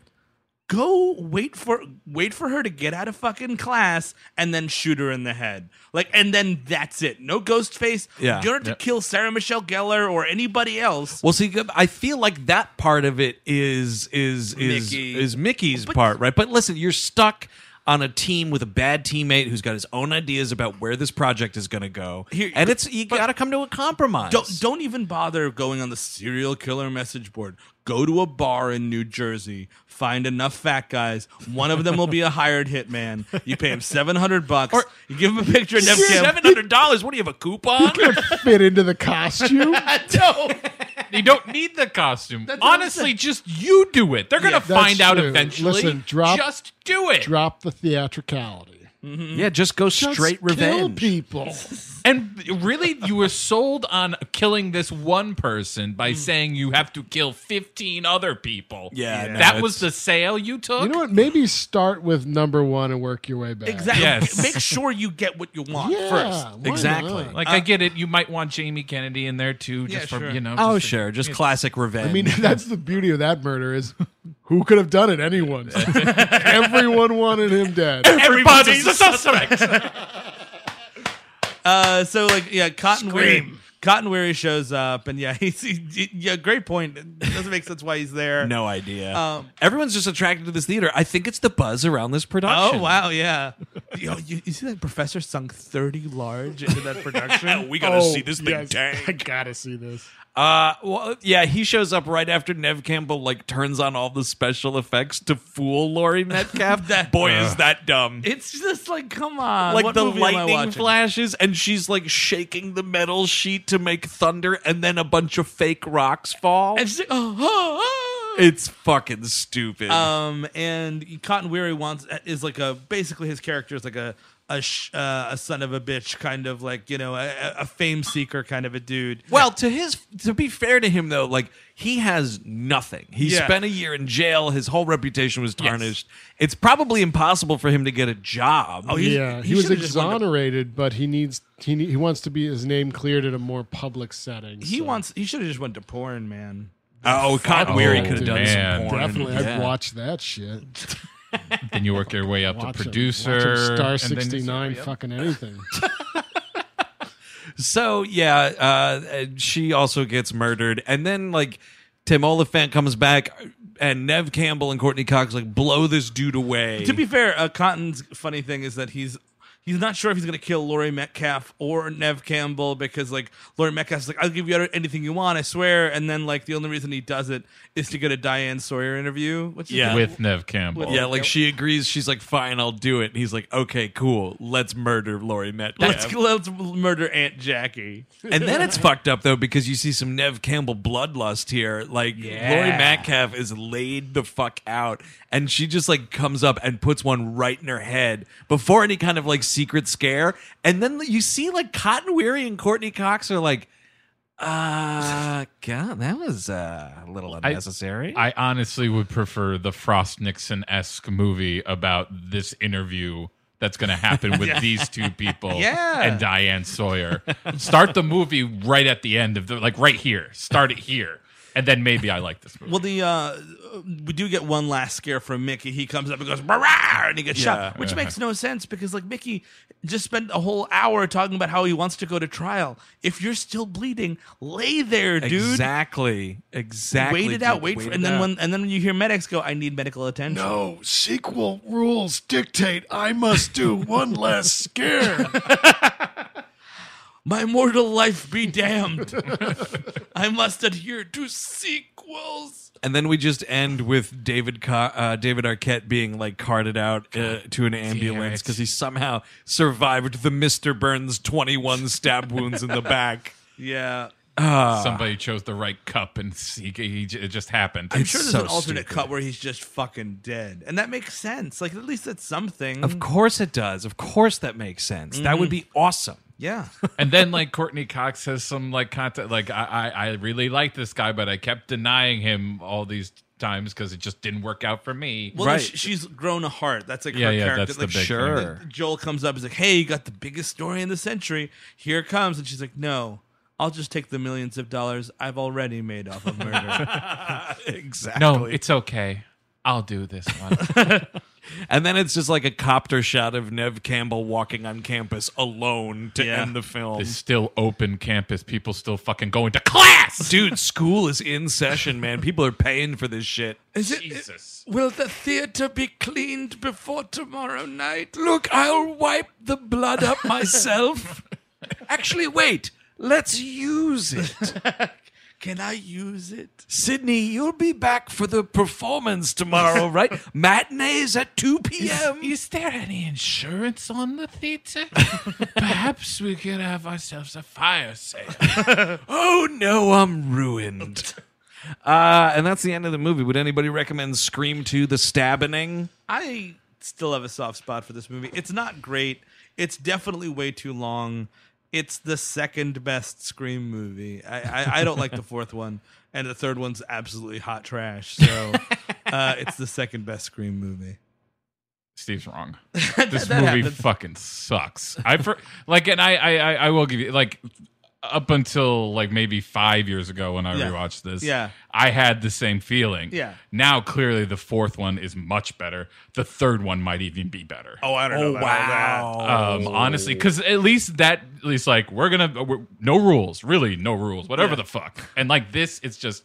Speaker 6: Go wait for wait for her to get out of fucking class and then shoot her in the head. Like and then that's it. No ghost face.
Speaker 5: Yeah.
Speaker 6: You don't have to
Speaker 5: Yeah.
Speaker 6: kill Sarah Michelle Gellar or anybody else.
Speaker 5: Well, see, I feel like that part of it is is is
Speaker 6: Mickey.
Speaker 5: is Mickey's part, right? But listen, you're stuck on a team with a bad teammate who's got his own ideas about where this project is going to go,
Speaker 6: Here-
Speaker 5: and it's you got to come to a compromise.
Speaker 6: Don't don't even bother going on the serial killer message board. Go to a bar in New Jersey, find enough fat guys. One of them will be a hired hitman. You pay him seven hundred bucks. you give him a picture of Nev
Speaker 5: Seven hundred dollars. What do you have a
Speaker 13: *laughs*
Speaker 5: coupon?
Speaker 2: Fit into the *laughs* costume.
Speaker 7: no. You don't need the costume.
Speaker 2: That's what I'm
Speaker 7: Honestly,
Speaker 2: saying.
Speaker 7: just you do it. They're going to
Speaker 2: That's
Speaker 7: find out
Speaker 2: true.
Speaker 7: eventually.
Speaker 2: Listen, drop,
Speaker 7: just do it.
Speaker 2: Drop the theatricality.
Speaker 5: Yeah, just go straight
Speaker 2: kill
Speaker 7: revenge.
Speaker 2: people.
Speaker 7: And really, you were sold on killing this one person
Speaker 2: Hmm.
Speaker 7: by saying you have to kill 15 other people.
Speaker 5: Yeah, no,
Speaker 7: that was the sale you took?
Speaker 2: You know what? Maybe start with number one and work your way back.
Speaker 6: Exactly. Make sure you get what you want
Speaker 2: Yeah,
Speaker 6: first.
Speaker 2: why Exactly. not?
Speaker 7: Like,
Speaker 5: Uh,
Speaker 7: I get it. You might want Jamie Kennedy in there too, just for, you know.
Speaker 5: oh
Speaker 7: just to-
Speaker 5: sure, just classic revenge.
Speaker 2: I mean, *laughs* that's the beauty of that murder is who could have done it? Anyone. *laughs* Everyone wanted him dead.
Speaker 6: Everybody's a suspect. *laughs* uh, so like yeah, Cotton Weary. Cotton Weary shows up, and yeah, *laughs* he's, he, yeah, great point. It doesn't make sense why he's there.
Speaker 5: no idea.
Speaker 6: Um,
Speaker 5: Everyone's just attracted to this theater. I think it's the buzz around this production.
Speaker 6: Oh wow, yeah. *laughs* Yo, you, you see that Professor sunk thirty large into
Speaker 5: *laughs*
Speaker 6: that production.
Speaker 5: We gotta see this thing
Speaker 2: tank. Oh, *laughs* I gotta see this.
Speaker 5: Uh, well, yeah, he shows up right after Nev Campbell like turns on all the special effects to fool Laurie Metcalf. Boy, is that dumb!
Speaker 6: It's just like, come on,
Speaker 5: like
Speaker 6: what
Speaker 5: the
Speaker 6: movie am I
Speaker 5: lightning
Speaker 6: watching?
Speaker 5: flashes, and she's like shaking the metal sheet to make thunder, and then a bunch of fake rocks fall.
Speaker 6: And she's like, oh, oh, oh.
Speaker 5: It's fucking stupid.
Speaker 6: Um, and Cotton Weary wants is like a basically his character is like a a sh- uh, a son of a bitch kind of like you know a, a fame seeker kind of a dude.
Speaker 5: Well, to his to be fair to him though, like he has nothing. He
Speaker 6: Yeah.
Speaker 5: spent a year in jail. His whole reputation was tarnished. It's probably impossible for him to get a job.
Speaker 6: Oh,
Speaker 2: yeah, he, was exonerated, but he needs he ne- he wants to be his name cleared in a more public setting.
Speaker 6: He
Speaker 2: so.
Speaker 6: wants he should have just went to porn, man.
Speaker 5: Oh, Cotton
Speaker 7: Oh,
Speaker 5: Weary could have done
Speaker 7: man.
Speaker 5: some porn.
Speaker 2: Definitely,
Speaker 5: Yeah.
Speaker 2: I'd watch that shit.
Speaker 7: Then you work your way up to
Speaker 2: Watch him-
Speaker 7: producer.
Speaker 2: watch him Star
Speaker 7: and then just-
Speaker 2: sixty nine, fucking anything.
Speaker 5: So yeah, uh, and she also gets murdered, and then like Tim Oliphant comes back, and Nev Campbell and Courtney Cox like blow this dude away.
Speaker 6: To be fair, uh, Cotton's funny thing is that he's he's not sure if he's going to kill Laurie Metcalf or Nev Campbell because like Laurie Metcalf's like I'll give you anything you want, I swear, and then like the only reason he does it is to get a Diane Sawyer interview, which is
Speaker 5: Yeah.
Speaker 7: With Nev Campbell.
Speaker 5: yeah, like she agrees. She's like, "Fine, I'll do it." And he's like, "Okay, cool. Let's murder Laurie Metcalf."
Speaker 6: Let's, let's murder Aunt Jackie.
Speaker 5: And then it's fucked up though because you see some Nev Campbell bloodlust here. Like Lori Metcalf is laid the fuck out, and she just like comes up and puts one right in her head before any kind of like secret scare. And then you see like Cotton Weary and Courtney Cox are like, "Uh, God, that was uh, a little
Speaker 7: I-
Speaker 5: unnecessary."
Speaker 7: I honestly would prefer the Frost Nixon esque movie about this interview that's going to happen with these two people
Speaker 6: Yeah.
Speaker 7: and Diane Sawyer. Start the movie right at the end of the, like right here. Start it here. And then maybe I like this movie.
Speaker 6: Well, the uh, we do get one last scare from Mickey. He comes up and goes "Barrar!" and he gets shot,
Speaker 5: Yeah.
Speaker 6: which makes no sense because like Mickey just spent a whole hour talking about how he wants to go to trial. If you're still bleeding, lay there, dude.
Speaker 5: exactly, exactly.
Speaker 6: wait it
Speaker 5: dude,
Speaker 6: out, wait, for,
Speaker 5: it
Speaker 6: and then
Speaker 5: out.
Speaker 6: when and then when you hear medics go, I need medical attention.
Speaker 17: No, sequel rules dictate I must do one last scare.
Speaker 6: My mortal life be damned. *laughs* I must adhere to sequels.
Speaker 5: And then we just end with David Ca- uh, David Arquette being like carted out uh, to an ambulance because he somehow survived the Mister Burns twenty one stab wounds in the back.
Speaker 6: Yeah.
Speaker 7: Somebody chose the right cup and *laughs* he, he, it just happened.
Speaker 6: I'm sure there's
Speaker 5: so
Speaker 6: an alternate
Speaker 5: stupid.
Speaker 6: cut where he's just fucking dead. And that makes sense. Like at least that's something.
Speaker 5: Mm-hmm. Of course it does. Of course that makes sense. That would be awesome.
Speaker 6: Yeah.
Speaker 7: and then like Courtney Cox has some like content like I I, I really like this guy, but I kept denying him all these times because it just didn't work out for me.
Speaker 6: Well, no, sh- she's grown a heart. That's like
Speaker 7: Yeah,
Speaker 6: her
Speaker 7: yeah,
Speaker 6: character.
Speaker 7: that's the
Speaker 6: like,
Speaker 7: big thing. Sure.
Speaker 6: like, Joel comes up. He's like, "Hey, you got the biggest story in the century. Here it comes." And she's like, "No, I'll just take the millions of dollars I've already made off of *laughs* murder."
Speaker 7: No, it's okay. I'll do this one.
Speaker 13: and then it's just like a copter shot of Nev Campbell walking on campus alone to end the film.
Speaker 7: It's still open campus. People still fucking going to
Speaker 13: *laughs*
Speaker 7: class.
Speaker 13: Dude, school is in session, man. People are paying for this shit.
Speaker 7: Is it, Jesus.
Speaker 12: Will the theater be cleaned before tomorrow night?
Speaker 13: Look, I'll wipe the blood
Speaker 6: *laughs*
Speaker 13: up myself. Actually, wait. Let's use it.
Speaker 6: *laughs* Can I use it?
Speaker 13: Sydney, you'll be back for the
Speaker 6: *laughs*
Speaker 13: performance tomorrow, right? Matinees at 2 p.m.
Speaker 12: Is there any insurance on the
Speaker 6: *laughs*
Speaker 12: theater? Perhaps we could have ourselves a fire sale.
Speaker 13: oh no, I'm
Speaker 6: *laughs*
Speaker 13: ruined. Uh, and that's the end of the movie. Would anybody recommend Scream 2 The Stabbening?
Speaker 6: I still have a soft spot for this movie. It's not great. It's definitely way too long. It's the second best Scream movie. I, I, I don't like the fourth one, and the third one's absolutely hot trash. *laughs* So uh, it's the second best Scream movie.
Speaker 7: Steve's wrong.
Speaker 6: *laughs* That
Speaker 7: This movie
Speaker 6: happens.
Speaker 7: fucking sucks. I for, like, and I, I, I- I will give you like, up until like maybe five years ago when I
Speaker 6: Yeah.
Speaker 7: rewatched this,
Speaker 6: Yeah.
Speaker 7: I had the same feeling.
Speaker 6: Yeah.
Speaker 7: Now clearly the fourth one is much better. The third one might even be better.
Speaker 6: Oh, I don't know. about all that.
Speaker 7: Um, honestly, because at least that, at least like we're gonna uh, we're, no rules, really no rules, whatever
Speaker 6: Yeah.
Speaker 7: the fuck. And like this, it's just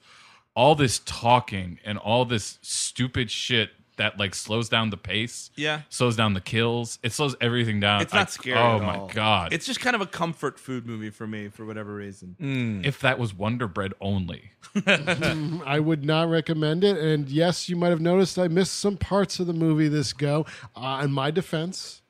Speaker 7: all this talking and all this stupid shit that like slows down the pace.
Speaker 6: Yeah.
Speaker 7: slows down the kills. It slows everything down.
Speaker 6: It's not
Speaker 7: I-
Speaker 6: scary.
Speaker 7: Oh
Speaker 6: at
Speaker 7: my
Speaker 6: all.
Speaker 7: god!
Speaker 6: It's just kind of a comfort food movie for me, for whatever reason.
Speaker 13: Mm.
Speaker 7: If that was Wonder Bread only,
Speaker 2: Mm, I would not recommend it. And yes, you might have noticed I missed some parts of the movie this go. Uh, in my defense,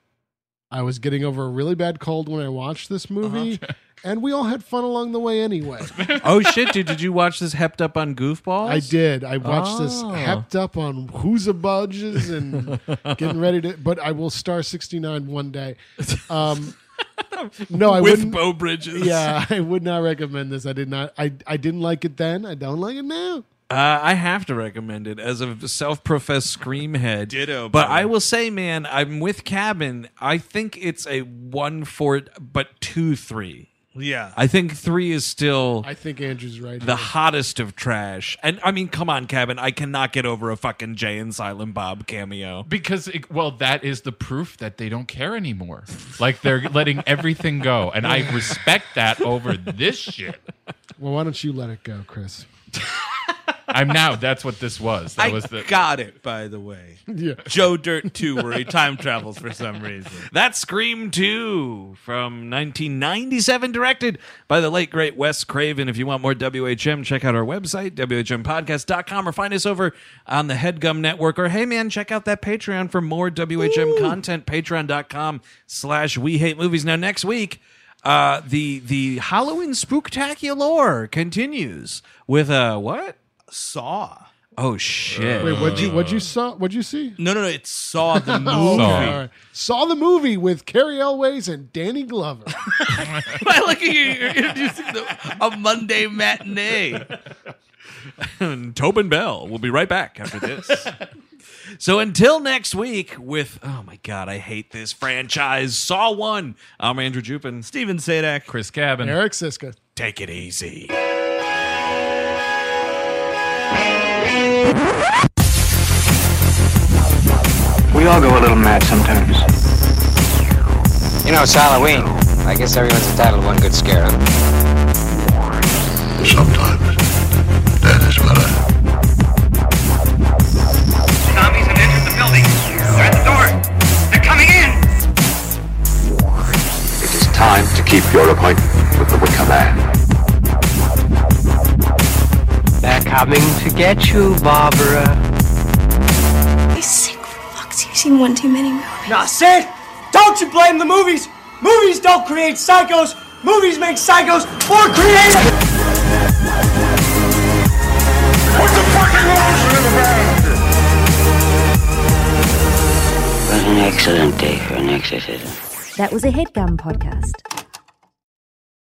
Speaker 2: I was getting over a really bad cold when I watched this movie,
Speaker 13: *laughs*
Speaker 2: and we all had fun along the way anyway.
Speaker 13: oh shit, dude! Did you watch this hepped up on goofballs?
Speaker 2: I did. I watched this
Speaker 13: Oh.
Speaker 2: hepped up on who's a budges
Speaker 13: *laughs*
Speaker 2: and getting ready to. But I will star sixty nine one day. Um, no, I
Speaker 6: *laughs*
Speaker 13: With
Speaker 2: wouldn't-
Speaker 13: Beau Bridges.
Speaker 2: Yeah, *laughs* I would not recommend this. I did not. I I didn't like it then. I don't like it now.
Speaker 13: Uh, I have to recommend it as a self-professed scream head.
Speaker 6: Ditto,
Speaker 13: But
Speaker 6: brother.
Speaker 13: I will say, man, I'm with Cabin. I think it's a one four, but two three.
Speaker 6: Yeah.
Speaker 13: I think three is still
Speaker 2: I think Andrew's right.
Speaker 13: the hottest of trash. And I mean, come on, Cabin, I cannot get over a fucking Jay and Silent Bob cameo.
Speaker 7: because it, well, that is the proof that they don't care anymore. Like they're letting everything go, and I respect that over this shit.
Speaker 2: Well, why don't you let it go, Chris?
Speaker 7: I'm now. That's what this was. That
Speaker 6: I
Speaker 7: was the
Speaker 6: got it. By the way,
Speaker 2: Yeah.
Speaker 6: Joe Dirt Two, where he time travels for some reason.
Speaker 13: That's Scream 2 from 1997, directed by the late, great Wes Craven. If you want more WHM, check out our website, WHMPodcast.com, or find us over on the HeadGum Network. Or, hey, man, check out that Patreon for more WHM content, patreon.com slash We Hate Movies. Now, next week, uh, the the Halloween spooktacular continues with a what?
Speaker 6: Saw.
Speaker 13: Oh, shit.
Speaker 2: Wait, what'd you what'd you saw? What'd you see?
Speaker 6: No, no, no. It saw the movie.
Speaker 2: Oh, okay, all right. Saw the movie with Carrie Elways and Danny Glover.
Speaker 6: *laughs* I like you. You're introducing the, a Monday matinee.
Speaker 13: *laughs* and Tobin Bell. We'll be right back after this. *laughs* so until next week, with oh my god, I hate this franchise. Saw one. I'm Andrew Jupin.
Speaker 6: Steven Sadak.
Speaker 7: Chris Cabin.
Speaker 2: Eric Siska.
Speaker 13: Take it easy.
Speaker 8: We all go a little mad sometimes.
Speaker 9: You know, it's Halloween. I guess everyone's entitled to one good scare, Sometimes.
Speaker 10: Zombies have entered the building. They're at the door. They're coming in.
Speaker 9: It is time to keep your appointment with the Wicker Man.
Speaker 8: They're coming to get you, Barbara.
Speaker 18: These sick fucks, you've seen one too many movies.
Speaker 11: Now, Sid, don't you blame the movies? Movies don't create psychos. Movies make psychos more creative.
Speaker 8: An excellent day for an exorcism.
Speaker 19: That was a headgum podcast.